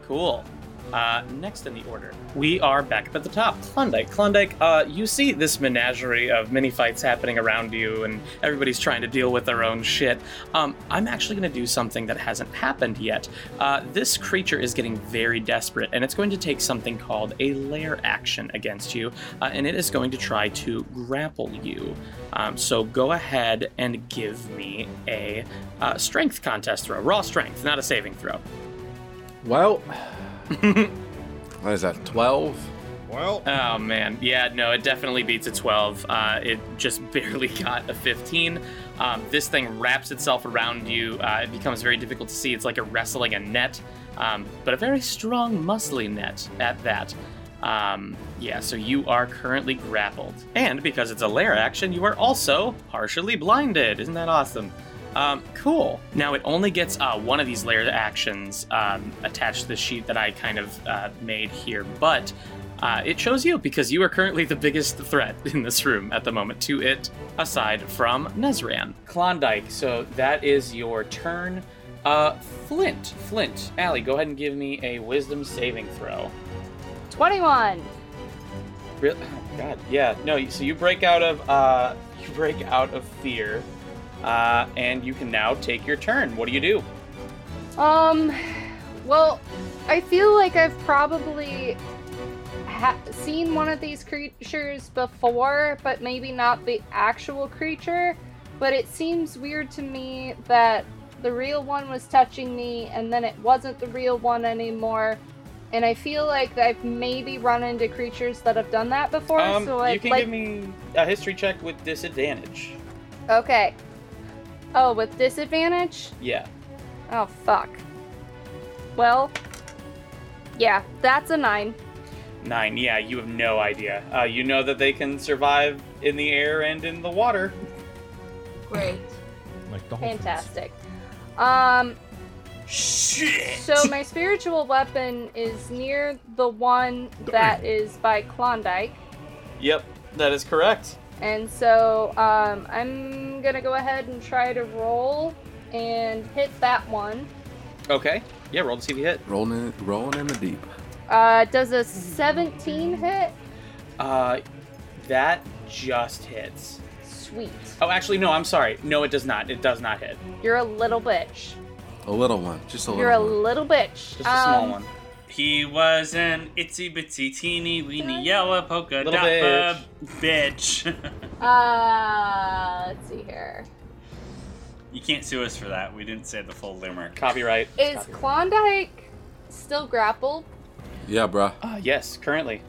Speaker 1: Cool. Uh, next in the order, we are back up at the top. Klondike. Klondike, uh, you see this menagerie of mini fights happening around you, and everybody's trying to deal with their own shit. Um, I'm actually going to do something that hasn't happened yet. Uh, this creature is getting very desperate, and it's going to take something called a lair action against you, uh, and it is going to try to grapple you. Um, so go ahead and give me a uh, strength contest throw, raw strength, not a saving throw.
Speaker 5: Well, what is that? Twelve.
Speaker 2: Well,
Speaker 1: Oh man, yeah, no, it definitely beats a 12. Uh, it just barely got a 15. Um, this thing wraps itself around you. Uh, it becomes very difficult to see. It's like a wrestling a net, um, but a very strong, muscly net at that. Um, yeah, so you are currently grappled, and because it's a lair action, you are also partially blinded. Isn't that awesome? Um, cool. Now it only gets uh, one of these layered actions um, attached to the sheet that I kind of uh, made here, but uh, it shows you because you are currently the biggest threat in this room at the moment to it, aside from Nezran. Klondike, so that is your turn. Uh, Flint, Flint, Allie, go ahead and give me a wisdom saving throw.
Speaker 3: 21.
Speaker 1: Really? Oh, God, yeah. No, you- so you break out of uh, you break out of fear, uh, and you can now take your turn. What do you do?
Speaker 3: Um, well, I feel like I've probably ha- seen one of these creatures before, but maybe not the actual creature. But it seems weird to me that the real one was touching me and then it wasn't the real one anymore. And I feel like I've maybe run into creatures that have done that before.
Speaker 1: um,
Speaker 3: so I
Speaker 1: you can
Speaker 3: like
Speaker 1: give me a history check with disadvantage.
Speaker 3: okay. Oh, with disadvantage.
Speaker 1: Yeah.
Speaker 3: Oh, fuck. Well, yeah, that's a nine.
Speaker 1: Nine. Yeah, you have no idea. Uh, you know that they can survive in the air and in the water.
Speaker 7: Great.
Speaker 2: like the whole
Speaker 3: Fantastic. Um,
Speaker 4: Shit.
Speaker 3: so my spiritual weapon is near the one that is by Klondike.
Speaker 1: Yep, that is correct.
Speaker 3: And so um, I'm going to go ahead and try to roll and hit that one.
Speaker 1: Okay. Yeah, roll to see if you hit.
Speaker 5: Rolling, in, rolling in the deep.
Speaker 3: Uh, does a 17 hit?
Speaker 1: Uh, that just hits.
Speaker 3: Sweet.
Speaker 1: Oh, actually, no. I'm sorry. No, it does not. It does not hit.
Speaker 3: You're a little bitch.
Speaker 5: A little one, just a little.
Speaker 3: You're a
Speaker 5: one.
Speaker 3: little bitch.
Speaker 1: Just a small
Speaker 3: Um,
Speaker 1: one.
Speaker 4: He was an itsy bitsy teeny weeny yellow polka
Speaker 1: Little
Speaker 4: dot bu- bitch.
Speaker 3: Uh, let's see here.
Speaker 4: you can't sue us for that. We didn't say the full limerick.
Speaker 1: Copyright.
Speaker 3: Is Klondike still grappled?
Speaker 5: yeah, bruh.
Speaker 1: Uh, yes, currently.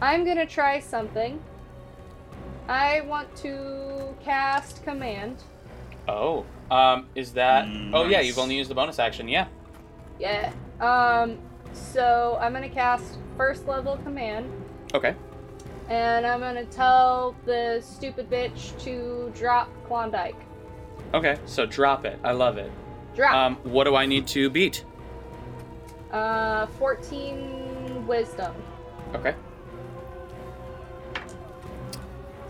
Speaker 3: I'm gonna try something. I want to cast command.
Speaker 1: Oh. Um, is that? Oh yeah,
Speaker 4: Mm, Nice.
Speaker 1: you've only used the bonus action. Yeah.
Speaker 3: Yeah. Um. So I'm gonna cast first level command,
Speaker 1: Okay.
Speaker 3: and I'm gonna tell the stupid bitch to drop Klondike.
Speaker 1: Okay. So drop it. I love it.
Speaker 3: Drop.
Speaker 1: Um, what do I need to beat?
Speaker 3: uh, 14 wisdom.
Speaker 1: Okay.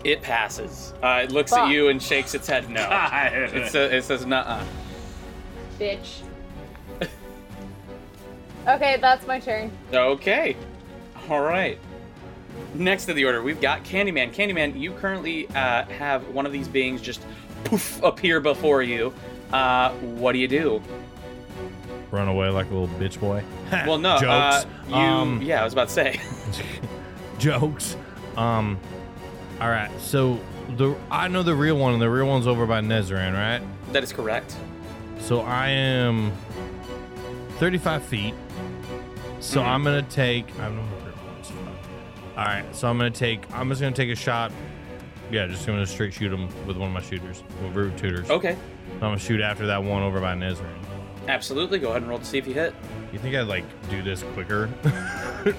Speaker 1: It passes. Uh, it looks at
Speaker 3: Fuck.
Speaker 1: you and shakes its head no.
Speaker 4: God.
Speaker 1: it, sa- it says nuh-uh.
Speaker 3: Bitch. okay, that's my turn.
Speaker 1: Okay. All right. Next to the order, we've got Candyman. Candyman, you currently uh, have one of these beings just poof appear before you. Uh, what do you do?
Speaker 2: Run away like a little bitch boy.
Speaker 1: Well, no.
Speaker 2: jokes.
Speaker 1: Uh, you,
Speaker 2: um,
Speaker 1: yeah, I was about to say.
Speaker 2: jokes. Um, all right. So the I know the real one, and the real one's over by Nezran, right?
Speaker 1: that is correct.
Speaker 2: So I am 35 feet. So
Speaker 1: Mhm.
Speaker 2: I'm gonna take. I'm no longer- All right. So I'm gonna take. I'm just gonna take a shot. Yeah, just gonna straight shoot him with one of my shooters, with root tutors.
Speaker 1: Okay.
Speaker 2: So I'm gonna shoot after that one over by Nezran.
Speaker 1: Absolutely. Go ahead and roll to see if you hit.
Speaker 2: You think I'd like do this quicker?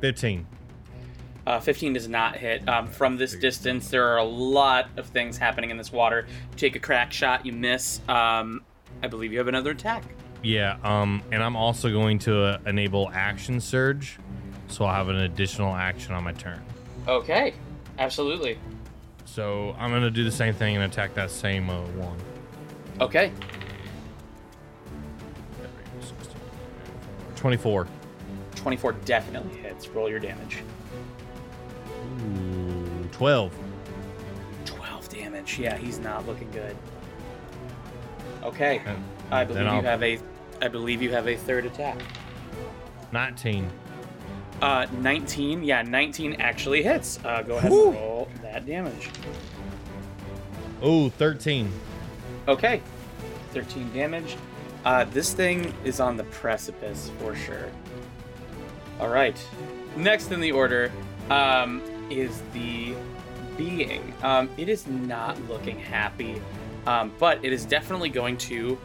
Speaker 2: 15.
Speaker 1: Uh, 15 does not hit. Um, from this distance, there are a lot of things happening in this water. You take a crack shot, you miss. Um, I believe you have another attack.
Speaker 2: Yeah, um, and I'm also going to uh, enable action surge, so I'll have an additional action on my turn.
Speaker 1: Okay. Absolutely.
Speaker 2: So I'm gonna do the same thing and attack that same uh, one.
Speaker 1: Okay.
Speaker 2: 24.
Speaker 1: 24 definitely hits. Roll your damage.
Speaker 2: Ooh, 12.
Speaker 1: 12 damage. Yeah, he's not looking good. Okay.
Speaker 2: And
Speaker 1: I believe
Speaker 2: I'll-
Speaker 1: you have a I believe you have a third attack.
Speaker 2: 19.
Speaker 1: Uh 19. Yeah, 19 actually hits. Uh go ahead
Speaker 2: Whew.
Speaker 1: and roll that damage.
Speaker 2: Ooh, 13.
Speaker 1: Okay. 13 damage. Uh this thing is on the precipice for sure. All right. Next in the order um is the being. Um it is not looking happy. Um but it is definitely going to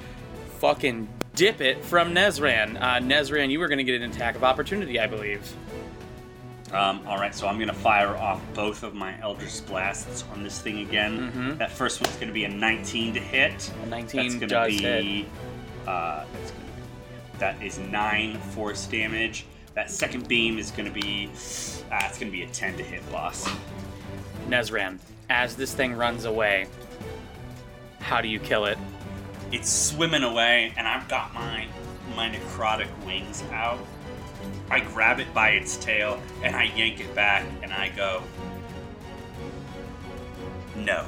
Speaker 1: fucking dip it from Nezran. Uh, Nezran, you were going to get an attack of opportunity, I believe.
Speaker 4: Um, all right, so I'm gonna fire off both of my Eldritch blasts on this thing again.
Speaker 1: Mhm.
Speaker 4: That first one's gonna be a 19 to hit.
Speaker 1: A
Speaker 4: That's
Speaker 1: 19
Speaker 4: gonna
Speaker 1: does
Speaker 4: be.
Speaker 1: hit.
Speaker 4: Uh, that's gonna be- that is nine force damage. That second beam is gonna be. Ah, it's gonna be a 10 to hit, boss.
Speaker 1: Nezran, as this thing runs away, how do you kill it?
Speaker 4: It's swimming away, and I've got my my necrotic wings out. I grab it by its tail and I yank it back, and I go, no.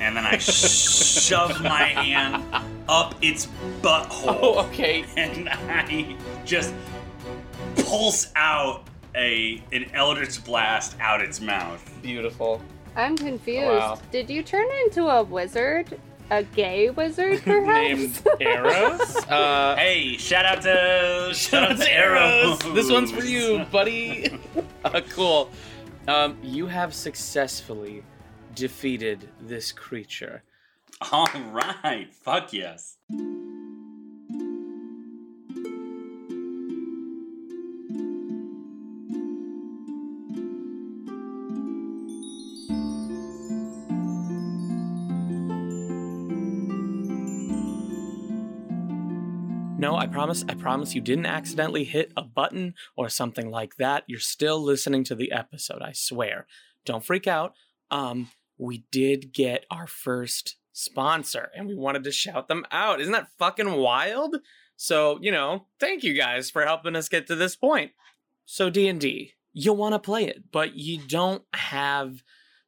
Speaker 4: And then I shove my hand up its butthole.
Speaker 1: okay.
Speaker 4: and I just pulse out a an eldritch blast out its mouth.
Speaker 1: Beautiful.
Speaker 3: I'm confused.
Speaker 1: Wow.
Speaker 3: Did you turn into a wizard? A gay wizard, perhaps?
Speaker 1: Named Eros? Uh,
Speaker 4: Hey, shout out to shout out to
Speaker 1: Eros!
Speaker 4: Arrows.
Speaker 1: This one's for you, buddy. uh, cool. Um, you have successfully defeated this creature.
Speaker 4: All right, fuck yes.
Speaker 1: No, I promise, I promise you didn't accidentally hit a button or something like that. You're still listening to the episode, I swear. Don't freak out. Um, we did get our first sponsor and we wanted to shout them out. Isn't that fucking wild? So, you know, thank you guys for helping us get to this point. So D&D, you want to play it, but you don't have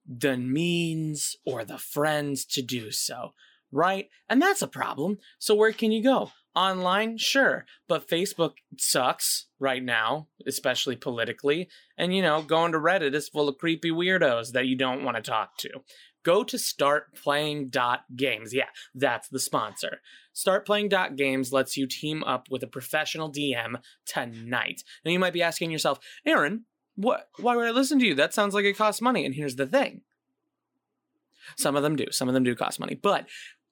Speaker 1: the means or the friends to do so, right? And that's a problem. So where can you go? online sure but facebook sucks right now especially politically and you know going to reddit is full of creepy weirdos that you don't want to talk to go to startplaying.games yeah that's the sponsor startplaying.games lets you team up with a professional dm tonight now you might be asking yourself aaron what why would i listen to you that sounds like it costs money and here's the thing some of them do some of them do cost money but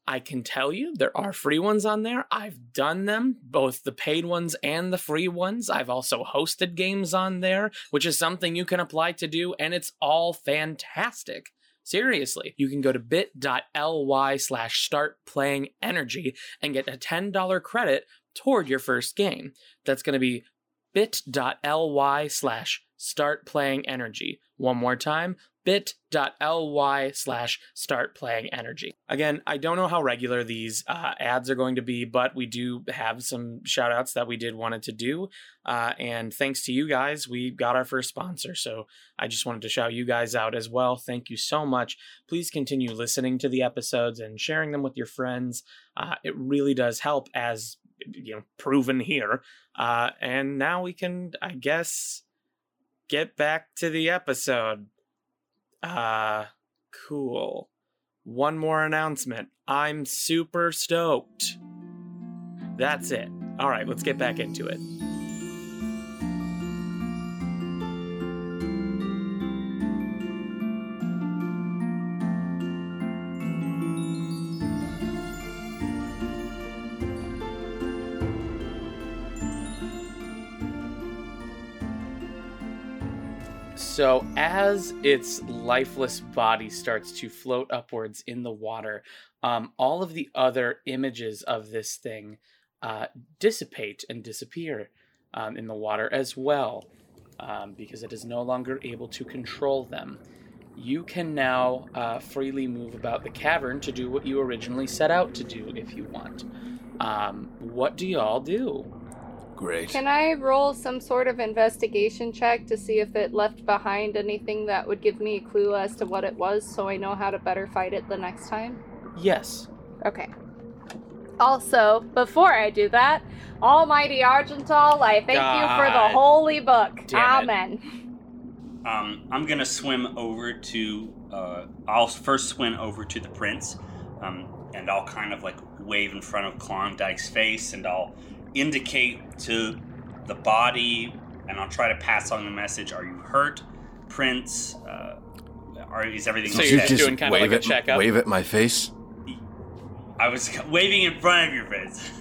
Speaker 1: I can tell you there are free ones on there. I've done them, both the paid ones and the free ones. I've also hosted games on there, which is something you can apply to do, and it's all fantastic. Seriously, you can go to bit.ly slash start playing energy and get a $10 credit toward your first game. That's going to be bit.ly slash start playing energy. One more time, bit.ly slash start playing energy. Again, I don't know how regular these uh, ads are going to be, but we do have some shout outs that we did wanted to do. Uh, and thanks to you guys, we got our first sponsor. So I just wanted to shout you guys out as well. Thank you so much. Please continue listening to the episodes and sharing them with your friends. Uh, it really does help as you know proven here. Uh, and now we can, I guess, get back to the episode. Uh, cool. One more announcement. I'm super stoked. That's it. All right, let's get back into it. So, as its lifeless body starts to float upwards in the water, um, all of the other images of this thing uh, dissipate and disappear um, in the water as well, um, because it is no longer able to control them.
Speaker 6: you can now uh, freely move about the cavern to do what you originally set out to do if you want. Um, what do y'all do?
Speaker 5: Great.
Speaker 3: Can I roll some sort of investigation check to see if it left behind anything that would give me a clue as to what it was so I know how to better fight it the next time?
Speaker 6: Yes.
Speaker 3: Okay. Also, before I do that, Almighty Argental, I thank you for
Speaker 6: God.
Speaker 3: the holy book.
Speaker 6: Damn it.
Speaker 3: Amen.
Speaker 4: Um, I'm gonna swim over to. Uh, I'll first swim over to the prince, um, and I'll kind of like wave in front of Klondike's face, and I'll indicate to the body, and I'll try to pass on the message: Are you hurt, Prince? Uh, are is everything
Speaker 6: So
Speaker 4: okay?
Speaker 6: you're just doing kinda like
Speaker 5: wave
Speaker 6: a
Speaker 5: at-
Speaker 6: checkup?
Speaker 5: Wave at my face.
Speaker 4: I was waving in front of you, Prince.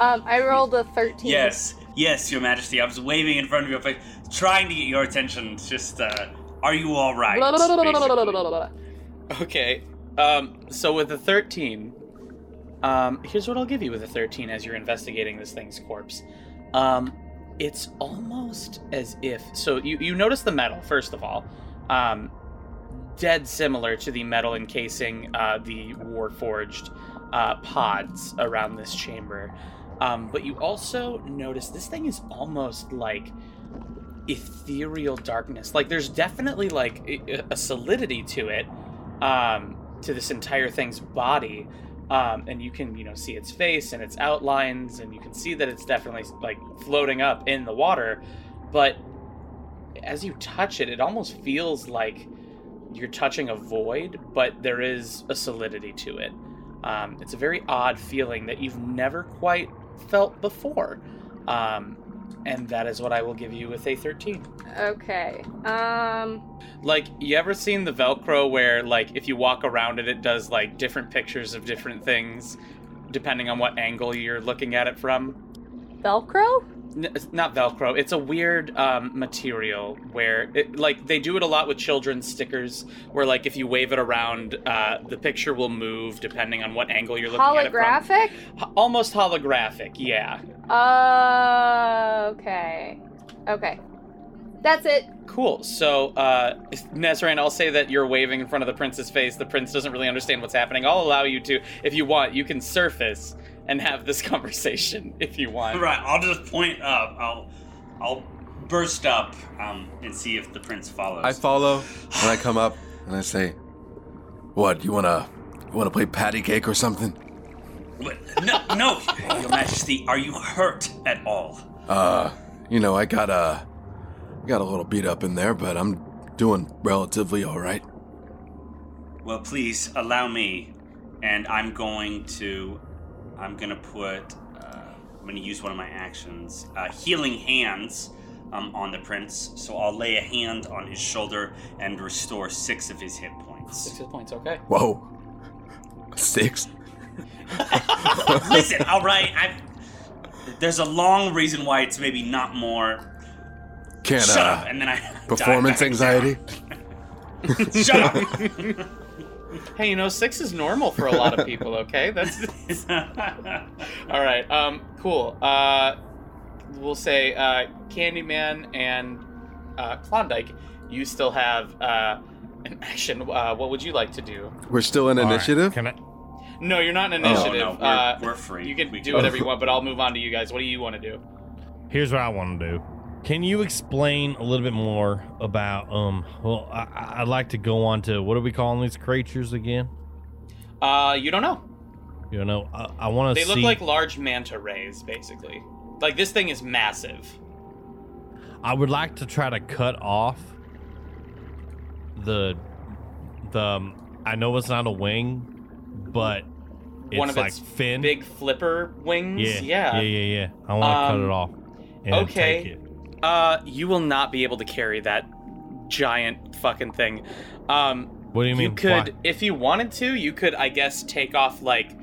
Speaker 3: Um, I rolled a 13.
Speaker 4: yes, yes, Your Majesty. I was waving in front of your face, trying to get your attention. It's Just, uh, are you all right?
Speaker 3: Blah, blah, blah, blah, blah, blah, blah,
Speaker 4: basically.
Speaker 3: blah, blah, blah.
Speaker 6: Okay. Um, so with a 13, um, here's what I'll give you with a 13 as you're investigating this thing's corpse. Um, it's almost as if. So you, you notice the metal, first of all. Um, dead similar to the metal encasing uh, the warforged uh, pods around this chamber. Um, but you also notice this thing is almost like ethereal darkness. Like there's definitely like a, a solidity to it, um, to this entire thing's body, um, and you can you know see its face and its outlines, and you can see that it's definitely like floating up in the water, but as you touch it, it almost feels like you're touching a void, but there is a solidity to it. Um, it's a very odd feeling that you've never quite felt before. Um, and that is what I will give you with a 13.
Speaker 3: Okay. Um,
Speaker 6: Like, you ever seen the Velcro where, like, if you walk around it, it does, like, different pictures of different things depending on what angle you're looking at it from?
Speaker 3: Velcro?
Speaker 6: N- it's not Velcro, it's a weird um, material where, it, like, they do it a lot with children's stickers where, like, if you wave it around, uh, the picture will move depending on what angle you're looking at it
Speaker 3: Holographic?
Speaker 6: from. Ho- almost holographic, yeah.
Speaker 3: Uh, okay. Okay. That's it.
Speaker 6: Cool. So, uh, Nesrin, I'll say that you're waving in front of the prince's face. The prince doesn't really understand what's happening. I'll allow you to, if you want, you can surface and have this conversation if you want.
Speaker 4: Right, I'll just point up. I'll I'll burst up um, and see if the prince follows.
Speaker 5: I follow, and I come up, and I say, "What? You wanna, you wanna play patty cake or something?"
Speaker 4: Wait, no, no, Your Majesty, are you hurt at all?
Speaker 5: Uh, you know, I got a, got a little beat up in there, but I'm doing relatively all right.
Speaker 4: Well, please allow me, and I'm going to, I'm gonna put, uh, I'm gonna use one of my actions, uh, healing hands um, on the prince. So I'll lay a hand on his shoulder and restore six of his hit
Speaker 6: Six
Speaker 4: points.
Speaker 6: hit points, okay.
Speaker 5: Whoa, six.
Speaker 4: Listen, all right, I. There's a long reason why it's maybe not more.
Speaker 5: Can
Speaker 4: Shut up,
Speaker 5: uh,
Speaker 4: and then I dive back
Speaker 5: performance
Speaker 4: down.
Speaker 5: anxiety?
Speaker 4: Shut up.
Speaker 6: Hey, you know, six is normal for a lot of people, okay? That's. All right. Um, cool. Uh, we'll say uh, Candyman and uh, Klondike, you still have uh, an action. Uh, what would you like to do?
Speaker 5: We're still in
Speaker 2: All right,
Speaker 5: initiative.
Speaker 2: Can I?
Speaker 6: No, you're not an
Speaker 5: Oh.
Speaker 6: initiative.
Speaker 4: No, no, we're,
Speaker 6: uh,
Speaker 4: we're free.
Speaker 6: You can
Speaker 4: We
Speaker 2: Oh.
Speaker 6: do whatever you want, but I'll move on to you guys. What do you want to do?
Speaker 2: Here's what I want to do. Can you explain a little bit more about um? Well, I- I, I'd like to go on to what are we calling these creatures again?
Speaker 6: Uh, you don't know.
Speaker 2: You know, I, I want to
Speaker 6: They
Speaker 2: see.
Speaker 6: look like large manta rays, basically. Like this thing is massive.
Speaker 2: I would like to try to cut off the the. um, I know it's not a wing, but it's
Speaker 6: One of
Speaker 2: like
Speaker 6: its
Speaker 2: fin.
Speaker 6: Big flipper wings.
Speaker 2: yeah, yeah, yeah, yeah. I want to cut
Speaker 6: Um,
Speaker 2: it off. And
Speaker 6: okay.
Speaker 2: Take it.
Speaker 6: Uh, you will not be able to carry that giant fucking thing. Um,
Speaker 2: What do you
Speaker 6: you,
Speaker 2: mean?
Speaker 6: could,
Speaker 2: why?
Speaker 6: if you wanted to, you could, I guess, take off like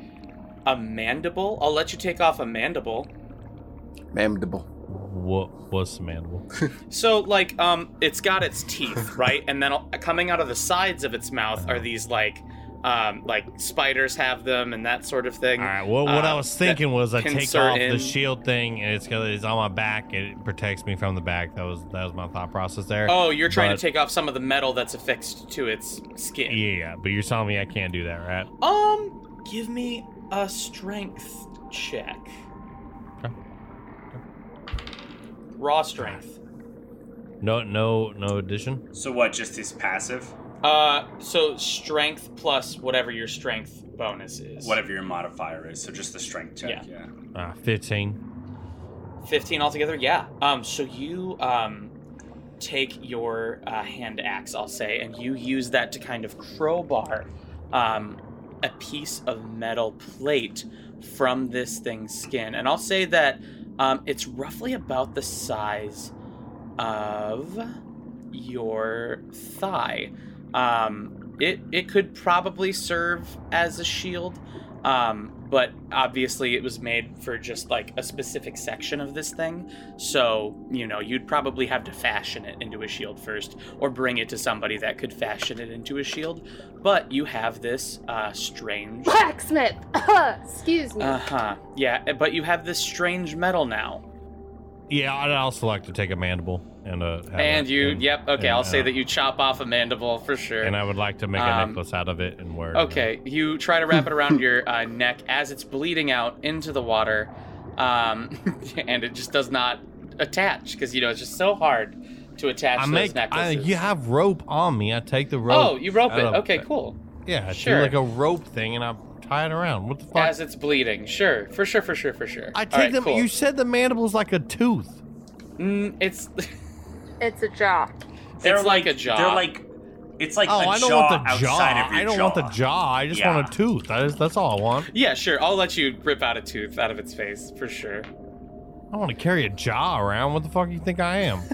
Speaker 6: a mandible. I'll let you take off a mandible.
Speaker 5: Mandible.
Speaker 2: What was the mandible?
Speaker 6: So, like, um, it's got its teeth, right? And then uh, coming out of the sides of its mouth are these like um, like spiders have them and that sort of thing.
Speaker 2: All right. Well, what I
Speaker 6: Uh,
Speaker 2: was thinking was I take
Speaker 6: insert
Speaker 2: off
Speaker 6: in-
Speaker 2: the shield thing, and it's got it's on my back. It protects me from the back. That was that was my thought process there.
Speaker 6: Oh, you're trying
Speaker 2: But-
Speaker 6: to take off some of the metal that's affixed to its skin.
Speaker 2: Yeah, but you're telling me I can't do that, right?
Speaker 6: Um, give me a strength check.
Speaker 2: Okay.
Speaker 6: Raw strength.
Speaker 2: No, no, no addition.
Speaker 4: So what? Just his passive,
Speaker 6: Uh, so strength plus whatever your strength bonus is.
Speaker 4: whatever your modifier is. So just the strength check. Yeah.
Speaker 2: Uh, Fifteen.
Speaker 6: 15 altogether yeah um so you um take your uh, hand axe i'll say and you use that to kind of crowbar um a piece of metal plate from this thing's skin and i'll say that um it's roughly about the size of your thigh um it it could probably serve as a shield um, but obviously it was made for just like a specific section of this thing. So, you know, you'd probably have to fashion it into a shield first or bring it to somebody that could fashion it into a shield. But you have this uh, strange.
Speaker 3: Blacksmith! Excuse me.
Speaker 6: Uh huh. Yeah, but you have this strange metal now.
Speaker 2: Yeah, I'd also like to take a mandible and a. have
Speaker 6: and
Speaker 2: a-
Speaker 6: you, yep, okay,
Speaker 2: and,
Speaker 6: I'll say
Speaker 2: uh,
Speaker 6: that you chop off a mandible for sure.
Speaker 2: And I would like to make a
Speaker 6: Um,
Speaker 2: necklace out of it and wear. it.
Speaker 6: Okay, you try to wrap it around your uh, neck as it's bleeding out into the water, um, and it just does not attach because you know it's just so hard to attach
Speaker 2: I
Speaker 6: those
Speaker 2: make. I,
Speaker 6: necklaces.
Speaker 2: you have rope on me. I take the rope.
Speaker 6: oh, you rope
Speaker 2: out
Speaker 6: it.
Speaker 2: of-
Speaker 6: Okay, cool.
Speaker 2: Yeah, I do
Speaker 6: Sure.
Speaker 2: like a rope thing, and I tie it around. What the fuck?
Speaker 6: As it's bleeding, sure, for sure, for sure, for sure.
Speaker 2: I
Speaker 6: All
Speaker 2: take
Speaker 6: right,
Speaker 2: them.
Speaker 6: cool.
Speaker 2: You said the mandible's like a tooth.
Speaker 6: Mm, it's
Speaker 3: it's a job.
Speaker 6: They're like a jaw.
Speaker 4: They're like. It's like
Speaker 2: oh,
Speaker 4: a
Speaker 2: I don't
Speaker 4: jaw
Speaker 2: want the jaw.
Speaker 4: outside of your
Speaker 2: I don't want the jaw. I just want a
Speaker 4: Yeah.
Speaker 2: tooth. I just, that's all I want.
Speaker 6: yeah, sure. I'll let you rip out a tooth out of its face for sure.
Speaker 2: I want to carry a jaw around. What the fuck do you think I am?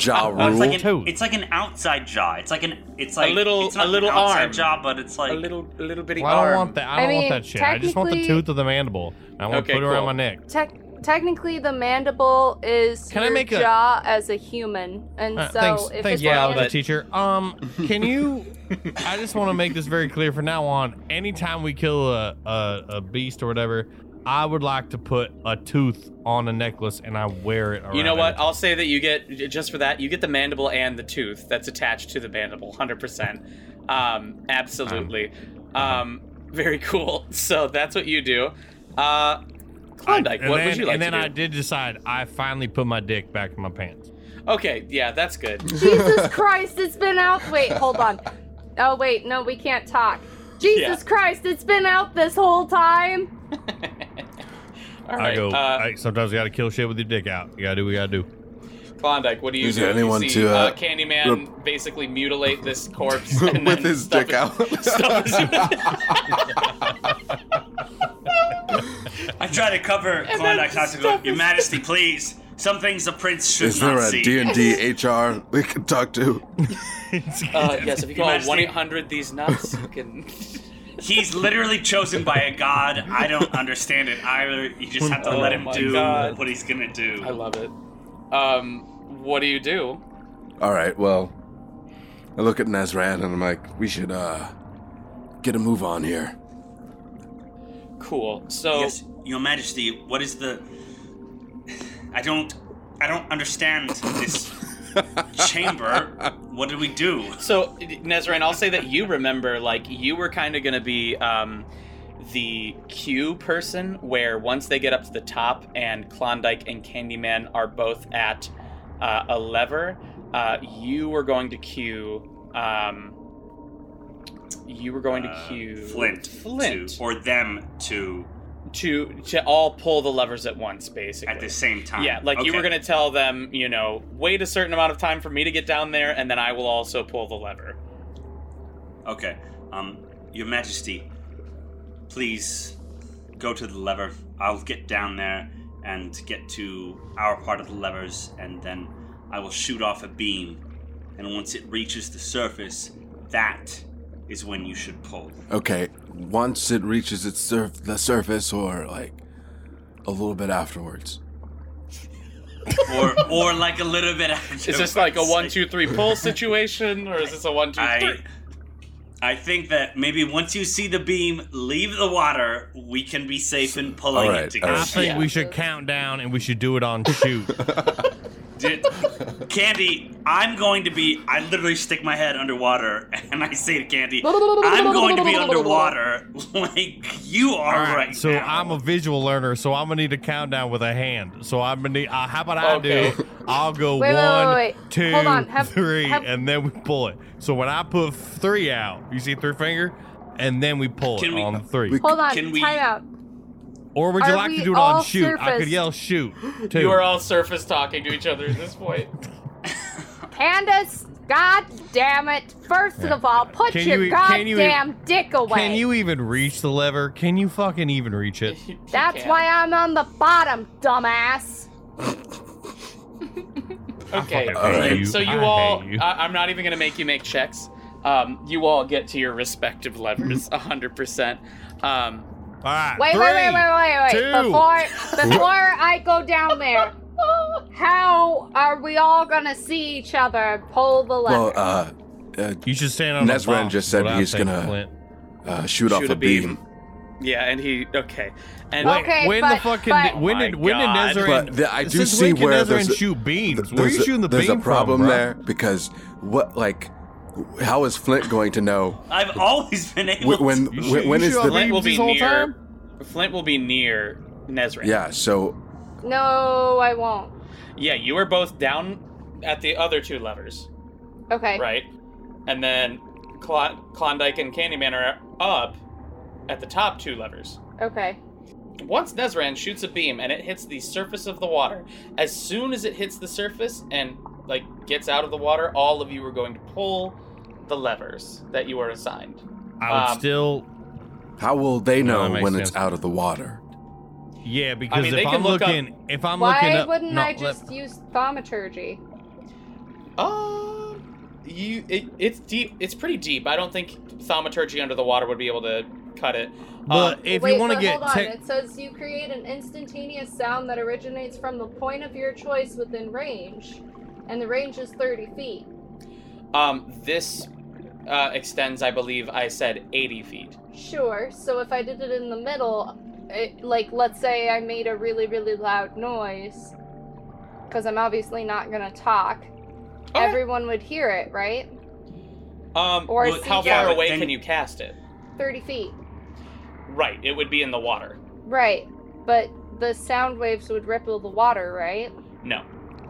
Speaker 5: Ja
Speaker 4: Oh, it's
Speaker 5: Rule.
Speaker 4: like
Speaker 2: Tooth.
Speaker 4: an, it's like an outside jaw. It's like an it's
Speaker 6: A
Speaker 4: like
Speaker 6: little-
Speaker 4: it's not
Speaker 6: a little
Speaker 4: an outside
Speaker 6: arm.
Speaker 4: jaw, but it's like
Speaker 6: A little, a little bitty
Speaker 2: Well, I don't
Speaker 6: arm.
Speaker 2: want that. I
Speaker 3: I
Speaker 2: don't
Speaker 3: mean,
Speaker 2: want that shit. I just want the
Speaker 3: technically-
Speaker 2: tooth of the mandible. and I want
Speaker 6: Okay,
Speaker 2: to put it around
Speaker 6: cool.
Speaker 2: my neck.
Speaker 3: Tec- technically, the mandible is
Speaker 2: Can I
Speaker 3: your
Speaker 2: make a-
Speaker 3: jaw as a human, and
Speaker 2: Uh,
Speaker 3: so
Speaker 2: thanks,
Speaker 3: if
Speaker 2: thanks,
Speaker 3: it's
Speaker 6: yeah,
Speaker 3: a
Speaker 2: biology
Speaker 6: but-
Speaker 3: man-
Speaker 2: teacher. Um, can you? I just want to make this very clear from now on. Anytime we kill a, a a beast or whatever, I would like to put a tooth on a necklace and I wear it. around
Speaker 6: You know what?
Speaker 2: everything.
Speaker 6: I'll say that you get j- just for that. You get the mandible and the tooth that's attached to the mandible, hundred percent, um, absolutely,
Speaker 2: uh-huh.
Speaker 6: um, very cool. So that's what you do. Uh, Klondike,
Speaker 2: and
Speaker 6: what
Speaker 2: then,
Speaker 6: would you like
Speaker 2: And then
Speaker 6: to
Speaker 2: I
Speaker 6: do?
Speaker 2: did decide. I finally put my dick back in my pants.
Speaker 6: Okay, yeah, that's good.
Speaker 3: Jesus Christ, it's been out. Wait, hold on. Oh, wait, no, we can't talk. Jesus Christ, it's been out this whole time.
Speaker 6: All
Speaker 2: I
Speaker 6: right,
Speaker 2: go.
Speaker 6: uh,
Speaker 2: "Hey, sometimes you gotta kill shit with your dick out. You gotta do. what you gotta do.
Speaker 6: Klondike, what do you
Speaker 5: Is
Speaker 6: do?
Speaker 5: there
Speaker 6: You
Speaker 5: anyone
Speaker 6: see,
Speaker 5: to, uh,
Speaker 6: Candyman basically mutilate this corpse and
Speaker 5: With
Speaker 6: then
Speaker 5: his
Speaker 6: stuff
Speaker 5: dick
Speaker 6: it-
Speaker 5: out.
Speaker 6: stuff it-
Speaker 4: I try to cover Klondike's house and go, Your Majesty, please. Some things the prince should
Speaker 5: Is there
Speaker 4: not
Speaker 5: a
Speaker 4: see.
Speaker 5: D&D HR we can talk to?
Speaker 6: uh, yes, if you call
Speaker 4: Majesty.
Speaker 6: one eight hundred these nuts, you can.
Speaker 4: He's literally chosen by a god. I don't understand it either. You just have to
Speaker 6: Oh
Speaker 4: let him
Speaker 6: my
Speaker 4: do
Speaker 6: God.
Speaker 4: what he's gonna do.
Speaker 6: I love it. Um, what do you do?
Speaker 5: All right, well, I look at Nazran and I'm like, we should uh get a move on here.
Speaker 6: Cool. So
Speaker 4: Yes, Your Majesty, what is the I don't I don't understand this chamber. What do we do?
Speaker 6: So, Nezrin, I'll say that you remember, like, you were kind of going to be um, the Q person, where once they get up to the top and Klondike and Candyman are both at uh, a lever, uh, you were going to cue. Um, you were going to
Speaker 4: Uh,
Speaker 6: cue
Speaker 4: Flint.
Speaker 6: Flint
Speaker 4: To, or them to
Speaker 6: to, to all pull the levers at once, basically.
Speaker 4: at the same time.
Speaker 6: Yeah, like you were
Speaker 4: Okay.
Speaker 6: gonna tell them, you know, wait a certain amount of time for me to get down there, and then I will also pull the lever.
Speaker 4: Okay. Um, Your Majesty, please go to the lever. I'll get down there and get to our part of the levers, and then I will shoot off a beam. And once it reaches the surface, that is when you should pull.
Speaker 5: Okay, once it reaches its surf the surface or like a little bit afterwards.
Speaker 4: Or, or like a little bit after.
Speaker 6: Is this like a one, two, three pull situation, or is this a one, two, three?
Speaker 4: I, I think that maybe once you see the beam leave the water, we can be safe in pulling
Speaker 5: All right,
Speaker 4: it
Speaker 5: all
Speaker 4: together.
Speaker 5: right.
Speaker 2: I think
Speaker 3: Yeah.
Speaker 2: we should count down and we should do it on shoot.
Speaker 4: Dude, Candy, I'm going to be. I literally stick my head underwater and I say to Candy, I'm going to be underwater like you are
Speaker 2: All
Speaker 4: right,
Speaker 2: right, so
Speaker 4: now.
Speaker 2: I'm a visual learner, so I'm gonna need a countdown with a hand. So I'm gonna need. Uh, how about I
Speaker 6: Okay.
Speaker 2: do? I'll go
Speaker 3: Wait, wait,
Speaker 2: one,
Speaker 3: wait, wait.
Speaker 2: two,
Speaker 3: Hold on. Have-
Speaker 2: three,
Speaker 3: have-
Speaker 2: and then we pull it. So when I put three out, you see three finger, and then we pull
Speaker 4: Can
Speaker 2: it
Speaker 4: we-
Speaker 2: on three.
Speaker 5: We-
Speaker 3: Hold on,
Speaker 4: Can we-
Speaker 3: time out.
Speaker 2: or would you
Speaker 3: are
Speaker 2: like
Speaker 3: we
Speaker 2: to do it on
Speaker 3: all
Speaker 2: shoot? I could
Speaker 3: surfaced?
Speaker 2: yell shoot. Too.
Speaker 6: You are all surface talking to each other at this point.
Speaker 3: Candace, god damn it. First
Speaker 2: Yeah.
Speaker 3: of all, put
Speaker 2: Can
Speaker 3: your
Speaker 2: you- can you- e-
Speaker 3: goddamn dick away.
Speaker 2: Can you even reach the lever? Can you fucking even reach it?
Speaker 6: You
Speaker 3: That's
Speaker 6: can't.
Speaker 3: why I'm on the bottom, dumbass.
Speaker 6: Okay.
Speaker 2: fucking
Speaker 5: hate
Speaker 6: and
Speaker 2: you.
Speaker 6: So you
Speaker 2: I hate
Speaker 6: all, uh,
Speaker 2: you.
Speaker 6: I, I'm not even gonna make you make checks. Um, you all get to your respective levers, 100%. Um,
Speaker 2: All right.
Speaker 3: Wait,
Speaker 2: three.
Speaker 3: wait, wait, wait, wait, wait.
Speaker 2: two.
Speaker 3: Before before I go down there, how are we all gonna see each other and pull the lever?
Speaker 5: Well, uh, uh,
Speaker 2: You should stand on. a
Speaker 5: Nezran
Speaker 2: box,
Speaker 5: just
Speaker 2: is
Speaker 5: said
Speaker 2: what I
Speaker 5: he's
Speaker 2: think,
Speaker 5: gonna-
Speaker 2: Clint.
Speaker 5: uh, shoot, off
Speaker 6: Shoot
Speaker 5: a,
Speaker 6: a beam.
Speaker 5: beam.
Speaker 6: yeah, and he, okay. And
Speaker 3: Wait. Okay,
Speaker 2: when the
Speaker 3: but-
Speaker 2: fucking
Speaker 3: but-
Speaker 2: when
Speaker 6: Oh
Speaker 2: did
Speaker 6: my
Speaker 2: when did
Speaker 6: God.
Speaker 2: Nezrin?
Speaker 5: But the- I do
Speaker 2: since
Speaker 5: see
Speaker 2: when can
Speaker 5: where
Speaker 2: Nezrin
Speaker 5: there's a-
Speaker 2: shoot beams.
Speaker 5: Th-
Speaker 2: Where are you
Speaker 5: there's a-
Speaker 2: shooting the
Speaker 5: There's
Speaker 2: beam
Speaker 5: a problem
Speaker 2: from, bruh?
Speaker 5: there because what, like, w- how is Flint going to know
Speaker 4: I've always been
Speaker 5: wh-
Speaker 4: able
Speaker 5: when
Speaker 4: to.
Speaker 2: You
Speaker 5: wh-
Speaker 2: shoot-
Speaker 5: when
Speaker 2: you
Speaker 5: is
Speaker 2: shoot off
Speaker 5: the
Speaker 6: Flint will
Speaker 2: beams
Speaker 6: be
Speaker 2: this whole
Speaker 6: near,
Speaker 2: time?
Speaker 6: Flint will be near Nezrin.
Speaker 5: yeah? So
Speaker 3: no, I won't.
Speaker 6: Yeah, you were both down at the other two levers,
Speaker 3: Okay.
Speaker 6: right? And then Cl- Klondike and Candyman are up at the top two levers.
Speaker 3: Okay.
Speaker 6: Once Nezran shoots a beam and it hits the surface of the water, as soon as it hits the surface and like gets out of the water, all of you are going to pull the levers that you are assigned.
Speaker 2: I would
Speaker 6: Um,
Speaker 2: still.
Speaker 5: how will they
Speaker 2: No,
Speaker 5: know
Speaker 2: that makes
Speaker 5: when it's
Speaker 2: sense.
Speaker 5: out of the water?
Speaker 2: Yeah, because
Speaker 6: mean, they
Speaker 2: if
Speaker 6: can
Speaker 2: I'm
Speaker 6: look up-
Speaker 2: looking, if I'm looking
Speaker 3: Why
Speaker 2: up,
Speaker 3: wouldn't
Speaker 2: no,
Speaker 3: I
Speaker 2: let-
Speaker 3: just use thaumaturgy?
Speaker 6: Um, you it, it's deep. It's pretty deep. I don't think thaumaturgy under the water would be able to cut it.
Speaker 2: But
Speaker 6: Um,
Speaker 2: if
Speaker 3: Wait,
Speaker 2: you want to
Speaker 3: but
Speaker 2: get
Speaker 3: hold on.
Speaker 2: tech,
Speaker 3: It says you create an instantaneous sound that originates from the point of your choice within range, and the range is 30 feet.
Speaker 6: um, this uh, extends, I believe, I said eighty feet.
Speaker 3: Sure. So if I did it in the middle, it, like let's say I made a really really loud noise, because I'm obviously not gonna talk.
Speaker 6: Okay.
Speaker 3: Everyone would hear it, right?
Speaker 6: Um,
Speaker 3: Or
Speaker 6: well,
Speaker 3: see-
Speaker 6: how
Speaker 3: Yeah,
Speaker 6: far
Speaker 4: but
Speaker 6: away
Speaker 4: then-
Speaker 6: can you cast it?
Speaker 3: 30 feet.
Speaker 6: Right, it would be in the water.
Speaker 3: Right. But the sound waves would ripple the water, right?
Speaker 6: No,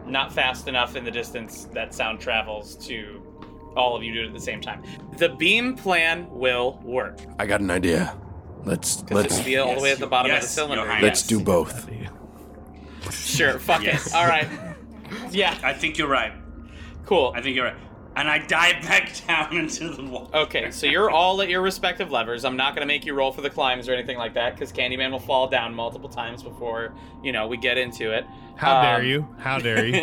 Speaker 6: not fast enough in the distance that sound travels to all of you do it at the same time. The beam plan will work
Speaker 5: I got an idea. Let's
Speaker 6: because
Speaker 5: let's
Speaker 6: it's the, all the way at the bottom of the
Speaker 4: Yes,
Speaker 6: cylinder.
Speaker 4: Johannes.
Speaker 5: let's
Speaker 4: Yes.
Speaker 5: do both.
Speaker 6: Sure, fuck
Speaker 4: Yes.
Speaker 6: it. All right. Yeah,
Speaker 4: I think you're right.
Speaker 6: cool.
Speaker 4: I think you're right. And I dive back down into the water.
Speaker 6: Okay, so you're all at your respective levers. I'm not going to make you roll for the climbs or anything like that because Candyman will fall down multiple times before, you know, we get into it.
Speaker 2: how dare
Speaker 6: um,
Speaker 2: you? How dare you?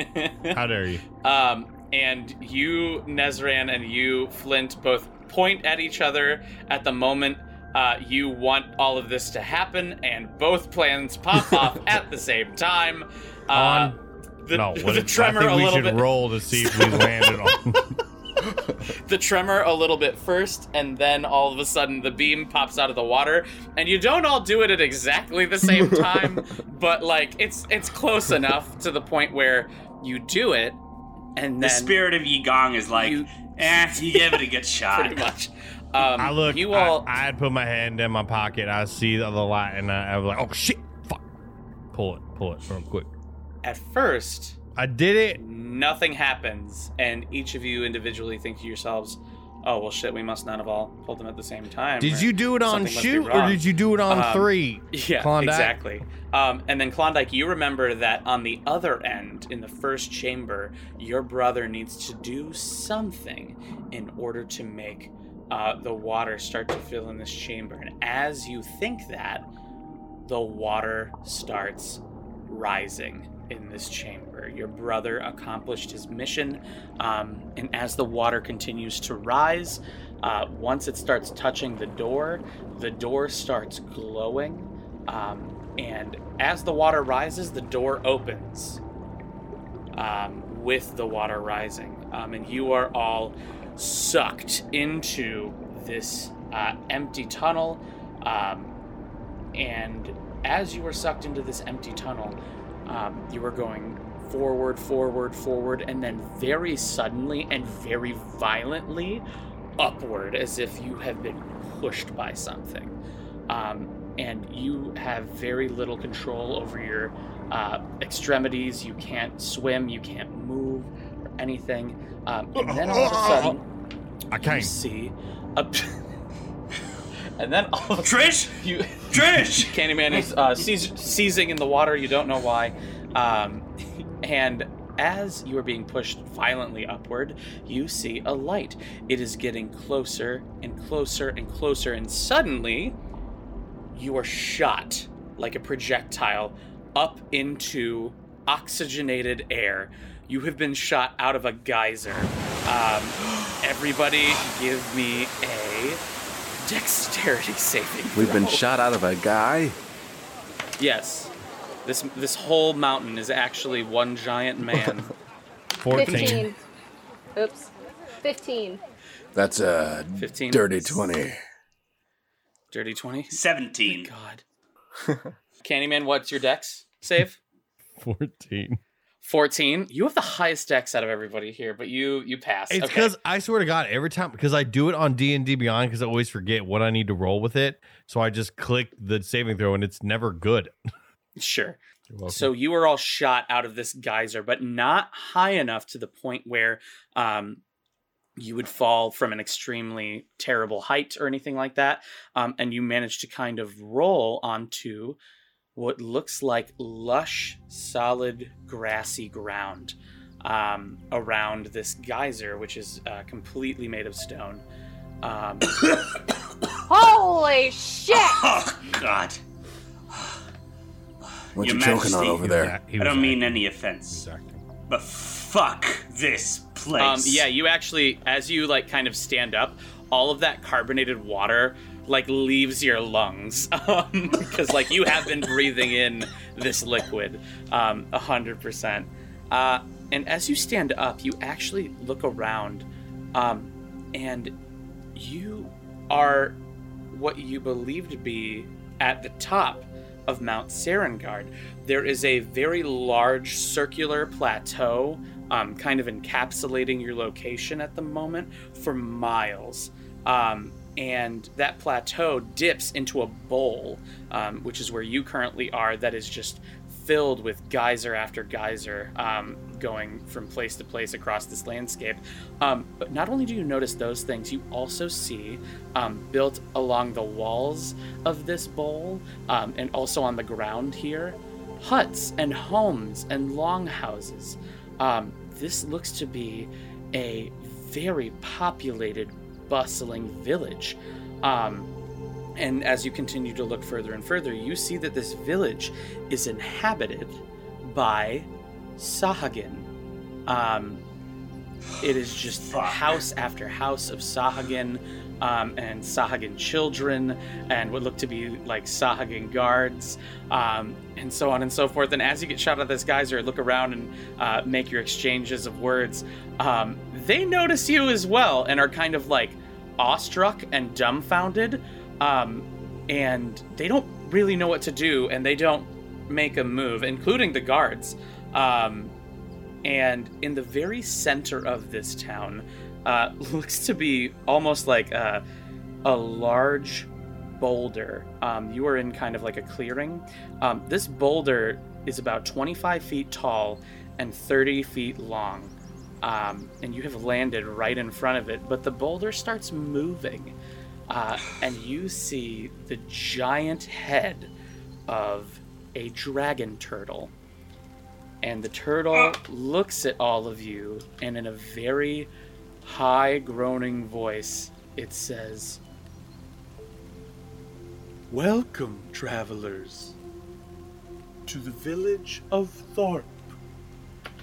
Speaker 2: How dare you?
Speaker 6: Um, and you, Nezran, and you, Flint, both point at each other at the moment uh, you want all of this to happen, and both plans pop off at the same time. Uh,
Speaker 2: On-
Speaker 6: the,
Speaker 2: no, what
Speaker 6: the
Speaker 2: if- I
Speaker 6: tremor
Speaker 2: think
Speaker 6: a
Speaker 2: we
Speaker 6: little
Speaker 2: should
Speaker 6: bit.
Speaker 2: roll to see if we landed on.
Speaker 6: the tremor a little bit first, and then all of a sudden the beam pops out of the water, and you don't all do it at exactly the same time, but like it's it's close enough to the point where you do it, and
Speaker 4: The
Speaker 6: then
Speaker 4: spirit of Yigong is like,
Speaker 6: You-
Speaker 4: eh, you gave it a good shot.
Speaker 6: pretty much. Um,
Speaker 2: I look.
Speaker 6: You all.
Speaker 2: I, I had put my hand in my pocket. I see the other light, and I, I was like, "Oh shit! Fuck! Pull it! Pull it! Real quick."
Speaker 6: At first,
Speaker 2: I did it.
Speaker 6: nothing happens, and each of you individually think to yourselves, "Oh well, shit, we must not have all pulled them at the same time." or-
Speaker 2: Did you do it on
Speaker 6: something must be
Speaker 2: shoot or
Speaker 6: wrong.
Speaker 2: did you do it on
Speaker 6: Um,
Speaker 2: three?
Speaker 6: Yeah,
Speaker 2: Klondike?
Speaker 6: exactly. Um, and then Klondike, you remember that on the other end, in the first chamber, your brother needs to do something in order to make uh, the water start to fill in this chamber. And as you think that, the water starts rising in this chamber. Your brother accomplished his mission, um, and as the water continues to rise, uh, once it starts touching the door, the door starts glowing. Um, and as the water rises, the door opens um, with the water rising. Um, and you are all sucked into this uh, empty tunnel. Um, and as you were sucked into this empty tunnel, um, you were going forward, forward, forward, and then very suddenly and very violently upward as if you have been pushed by something. Um, and you have very little control over your uh, extremities. You can't swim, you can't move, or anything. Um, and then all of a sudden,
Speaker 2: I
Speaker 6: you
Speaker 2: can't.
Speaker 6: see a. and then all of a sudden,
Speaker 4: Trish,
Speaker 6: you.
Speaker 4: Trish.
Speaker 6: Candyman is uh, seiz- seizing in the water. You don't know why. Um, and as you are being pushed violently upward, you see a light. It is getting closer and closer and closer, and suddenly you are shot like a projectile up into oxygenated air. You have been shot out of a geyser. Um, everybody, give me a dexterity saving.
Speaker 5: We've been
Speaker 6: throw.
Speaker 5: shot out of a guy.
Speaker 6: Yes. This this whole mountain is actually one giant man.
Speaker 2: 14.
Speaker 3: 15. Oops. 15.
Speaker 5: That's a
Speaker 6: 15.
Speaker 5: dirty 20.
Speaker 6: Dirty 20.
Speaker 4: Seventeen.
Speaker 6: God. Candyman, what's your dex save?
Speaker 2: 14.
Speaker 6: 14. You have the highest dex out of everybody here, but you you pass.
Speaker 2: It's
Speaker 6: okay.
Speaker 2: because I swear to God, every time because I do it on D and D Beyond because I always forget what I need to roll with it, so I just click the saving throw and it's never good.
Speaker 6: Sure. So you are all shot out of this geyser, but not high enough to the point where um, you would fall from an extremely terrible height or anything like that. Um, and you manage to kind of roll onto what looks like lush, solid, grassy ground um, around this geyser, which is uh, completely made of stone. Um,
Speaker 3: Holy shit!
Speaker 4: Oh God.
Speaker 5: What
Speaker 4: Your
Speaker 5: you choking on
Speaker 4: Majesty.
Speaker 5: over there?
Speaker 2: He
Speaker 4: I
Speaker 2: was
Speaker 4: don't
Speaker 2: acting.
Speaker 4: mean any
Speaker 2: He was
Speaker 4: offense,
Speaker 2: acting.
Speaker 4: but fuck this place.
Speaker 6: Um, yeah, you actually, as you like, kind of stand up, all of that carbonated water like leaves your lungs um, because like you have been breathing in this liquid um, a hundred percent. Uh, and as you stand up, you actually look around, um, and you are what you believe to be at the top of Mount Serengard. There is a very large circular plateau, um, kind of encapsulating your location at the moment for miles. Um, and that plateau dips into a bowl, um, which is where you currently are, that is just filled with geyser after geyser um, going from place to place across this landscape. Um, but not only do you notice those things, you also see um, built along the walls of this bowl um, and also on the ground here huts and homes and longhouses. Um, this looks to be a very populated, bustling village. Um, and as you continue to look further and further, you see that this village is inhabited by Sahagin. Um, it is just
Speaker 4: Fuck.
Speaker 6: house after house of Sahagin um, and Sahagin children and what look to be like Sahagin guards um, and so on and so forth. And as you get shot at this geyser, look around and uh, make your exchanges of words. Um, they notice you as well and are kind of like awestruck and dumbfounded. Um, and they don't really know what to do and they don't make a move, including the guards. Um, and in the very center of this town uh, looks to be almost like a, a large boulder. Um, you are in kind of like a clearing. Um, this boulder is about 25 feet tall and 30 feet long. Um, and you have landed right in front of it, but the boulder starts moving. Uh, and you see the giant head of a dragon turtle and the turtle looks at all of you and in a very high groaning voice it says
Speaker 8: Welcome, travelers, to the village of Thorpe.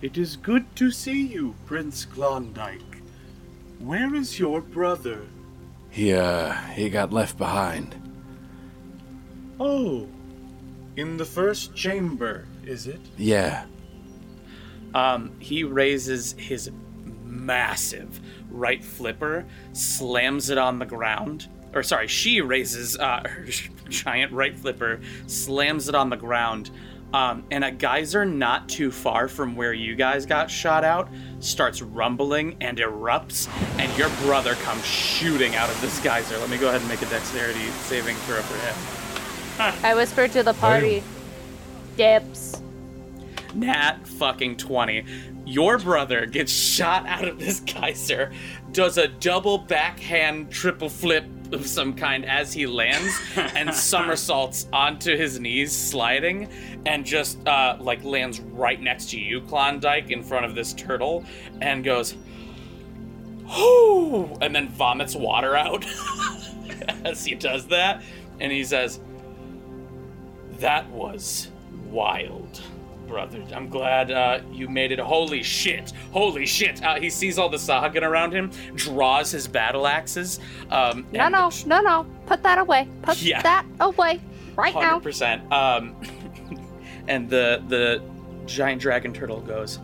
Speaker 8: It is good to see you, Prince Klondike. Where is your brother?
Speaker 5: He, uh, he got left behind.
Speaker 8: Oh, in the first chamber, is it?
Speaker 5: Yeah.
Speaker 6: um, he raises his massive right flipper, slams it on the ground. Or sorry, she raises uh, her giant right flipper, slams it on the ground, um, and a geyser not too far from where you guys got shot out starts rumbling and erupts, and your brother comes shooting out of this geyser. Let me go ahead and make a dexterity saving throw for him.
Speaker 3: I whispered to the party. Dips.
Speaker 6: Nat fucking 20. Your brother gets shot out of this geyser, does a double backhand triple flip of some kind as he lands, and somersaults onto his knees, sliding, and just uh, like lands right next to you, Klondike, in front of this turtle, and goes, Whoo! And then vomits water out as he does that, and he says, that was wild, brother. I'm glad uh, you made it. Holy shit! Holy shit! Uh, he sees all the Sahagin around him, draws his battle axes. Um,
Speaker 3: No,
Speaker 6: and
Speaker 3: no, no, no. Put that away. Put
Speaker 6: Yeah.
Speaker 3: that away right
Speaker 6: hundred
Speaker 3: now.
Speaker 6: percent. Um, and the the giant dragon turtle goes.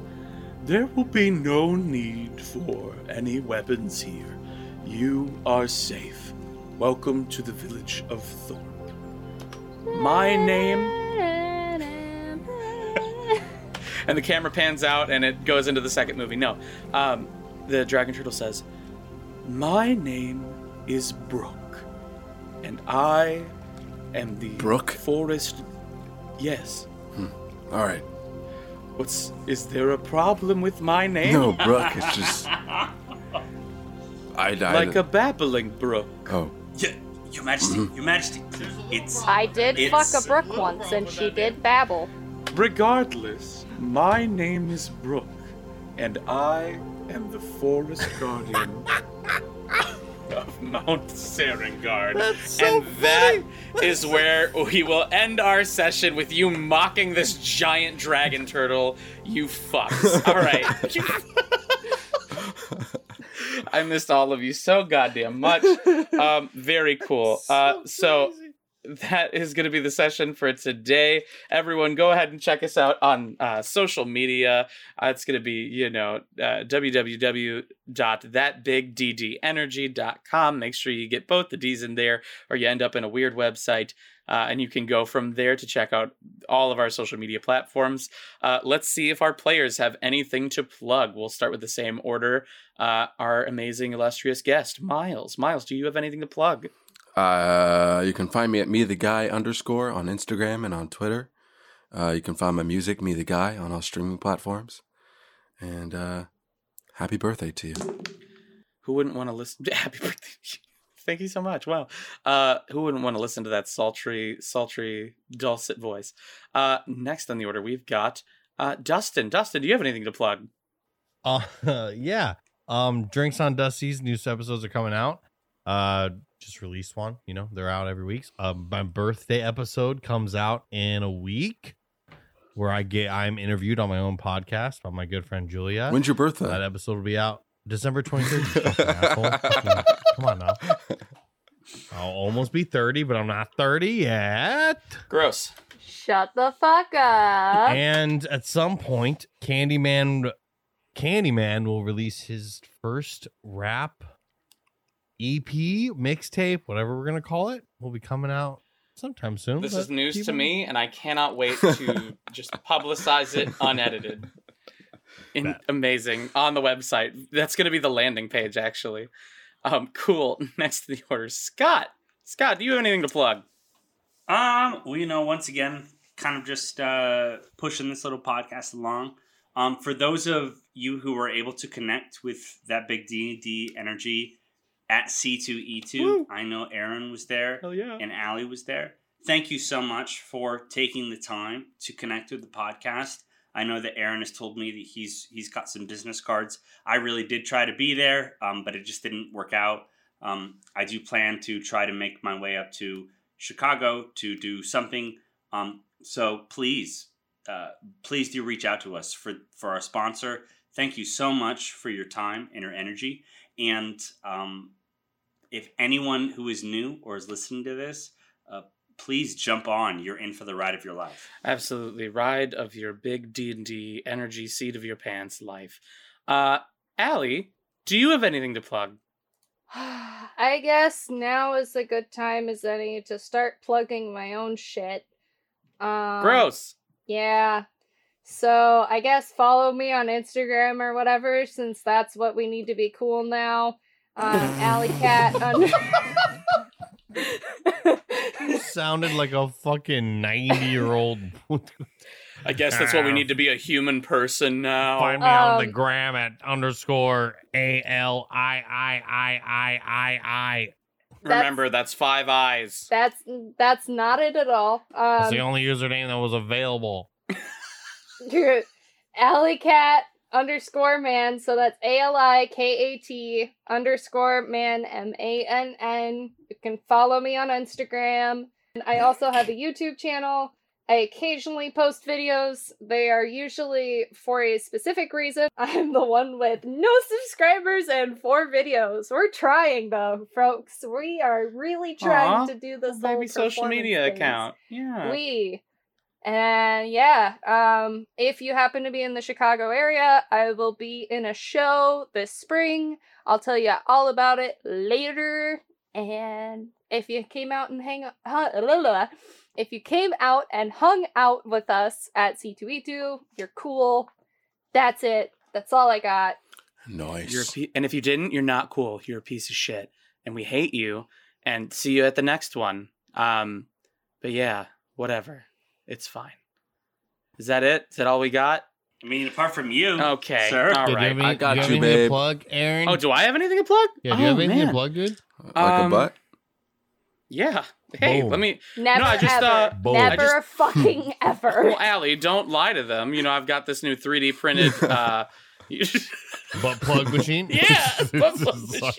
Speaker 8: There will be no need for any weapons here. You are safe. Welcome to the village of Thorpe.
Speaker 6: My name. And the camera pans out, and it goes into the second movie. No, um, the dragon turtle says,
Speaker 8: My name is Brooke, and I am the
Speaker 5: Brooke?
Speaker 8: Forest. Yes.
Speaker 5: Hmm. All right.
Speaker 8: What's is there a problem with my name?
Speaker 5: No, Brooke, it's just. I died.
Speaker 8: Like a babbling brook.
Speaker 5: Oh.
Speaker 4: Y- Your Majesty, Your Majesty, it's
Speaker 3: I did
Speaker 4: It's-
Speaker 3: fuck a brook once, and she did babble.
Speaker 8: Regardless, my name is Brooke, and I am the forest guardian.
Speaker 6: Mount Serengard. and that is where we will end our session with you mocking this giant dragon turtle. You fucks. All right. I missed all of you so goddamn much. Um, very cool. Uh, so that is going to be the session for today. Everyone, go ahead and check us out on uh, social media. Uh, it's going to be, you know, uh, www.thatbigddenergy.com. Make sure you get both the D's in there, or you end up in a weird website. Uh, and you can go from there to check out all of our social media platforms. Uh, let's see if our players have anything to plug. We'll start with the same order. Uh, our amazing, illustrious guest, Miles. Miles, do you have anything to plug?
Speaker 5: Uh, you can find me at me the guy underscore on Instagram and on Twitter. Uh, you can find my music, Me the Guy, on all streaming platforms. And uh, happy birthday to you.
Speaker 6: who wouldn't want to listen happy birthday thank you so much wow uh who wouldn't want to listen to that sultry sultry dulcet voice uh next on the order we've got uh dustin dustin do you have anything to plug
Speaker 2: Uh, yeah. Um, Drinks on Dusty's new episodes are coming out. Uh, just released one. You know, they're out every week. Um, my birthday episode comes out in a week, where I get I'm interviewed on my own podcast by my good friend Julia.
Speaker 5: When's your birthday?
Speaker 2: that episode will be out December 23rd. Fucking asshole. Fucking- Come on now. I'll almost be 30, but I'm not 30 yet.
Speaker 6: gross
Speaker 3: Shut the fuck up.
Speaker 2: And at some point, Candyman Candyman will release his first rap EP mixtape, whatever we're gonna call it, will be coming out sometime soon.
Speaker 6: this
Speaker 2: but
Speaker 6: is news
Speaker 2: keep
Speaker 6: to
Speaker 2: an-
Speaker 6: me and i cannot wait to just publicize it unedited In-
Speaker 2: Bet.
Speaker 6: amazing on the website that's going to be the landing page actually um cool next to the order scott scott do you have anything to plug
Speaker 4: Um, well, you know, once again, kind of just uh, pushing this little podcast along. Um, for those of you who were able to connect with that big D D energy at C2E2, I know Aaron was there
Speaker 6: hell yeah
Speaker 4: and Allie was there. Thank you so much for taking the time to connect with the podcast. I know that Aaron has told me that he's he's got some business cards. I really did try to be there, um, but it just didn't work out. Um, I do plan to try to make my way up to Chicago to do something. Um, so please, uh, please do reach out to us for for our sponsor. Thank you so much for your time and your energy. And um, if anyone who is new or is listening to this, uh, please jump on. You're in for the ride of your life.
Speaker 6: Absolutely. Ride of your big D&D energy seat of your pants life. Uh
Speaker 1: Allie, do you have anything to plug?
Speaker 3: I guess now is a good time as any to start plugging my own shit.
Speaker 6: Uh,
Speaker 3: Um,
Speaker 1: Gross.
Speaker 3: Yeah. So I guess follow me on Instagram or whatever, since that's what we need to be cool now. Um, Alley Cat. under-
Speaker 2: You sounded like a fucking 90 year old.
Speaker 6: I guess that's what we need to be a human person now.
Speaker 2: Find me on the
Speaker 3: Um,
Speaker 2: gram at underscore A L I I I I I I.
Speaker 3: That's-
Speaker 6: Remember, that's five eyes.
Speaker 3: that's that's not it at all.
Speaker 2: That's the
Speaker 3: Um,
Speaker 2: only username that was available.
Speaker 3: Alley Cat underscore man. So that's A L I K A T underscore man M A N N. You can follow me on Instagram. And I also have a YouTube channel. I occasionally post videos. They are usually for a specific reason. I'm the one with no subscribers and four videos. We're trying though, folks. We are really trying
Speaker 1: Aw,
Speaker 3: to do this whole
Speaker 6: Baby social
Speaker 3: performance
Speaker 6: media
Speaker 3: thing.
Speaker 6: account. Yeah.
Speaker 3: We. And yeah, um, if you happen to be in the Chicago area, I will be in a show this spring. I'll tell you all about it later. And if you came out and hang, huh, la, la, la. if you came out and hung out with us at C2E2, you're cool. That's it. That's all I got.
Speaker 5: Nice.
Speaker 1: You're a pe- and if you didn't, you're not cool. You're a piece of shit, and we hate you. And see you at the next one. Um, but yeah, whatever. It's fine. Is that it? Is that all we got?
Speaker 4: I mean, apart from
Speaker 6: Oh,
Speaker 4: you.
Speaker 1: Okay.
Speaker 4: Sir?
Speaker 1: All
Speaker 2: Did you
Speaker 1: right.
Speaker 2: have any-
Speaker 5: I got
Speaker 2: do you, have
Speaker 5: you,
Speaker 2: anything to
Speaker 5: babe.
Speaker 2: plug, Aaron?
Speaker 1: Oh, do I have anything to plug?
Speaker 2: yeah, do you
Speaker 1: Oh,
Speaker 2: have anything
Speaker 1: man.
Speaker 2: to plug, dude?
Speaker 5: like
Speaker 1: Um,
Speaker 5: a butt.
Speaker 1: Yeah. Hey,
Speaker 2: Boom.
Speaker 1: let me.
Speaker 3: Never
Speaker 1: I just,
Speaker 3: ever,
Speaker 1: uh,
Speaker 2: Bold. I
Speaker 3: never
Speaker 1: just-
Speaker 3: fucking ever.
Speaker 1: Well, Allie, don't lie to them. You know, I've got this new 3D printed. Uh,
Speaker 2: Butt plug machine?
Speaker 6: Yeah, butt plug
Speaker 2: Sorry.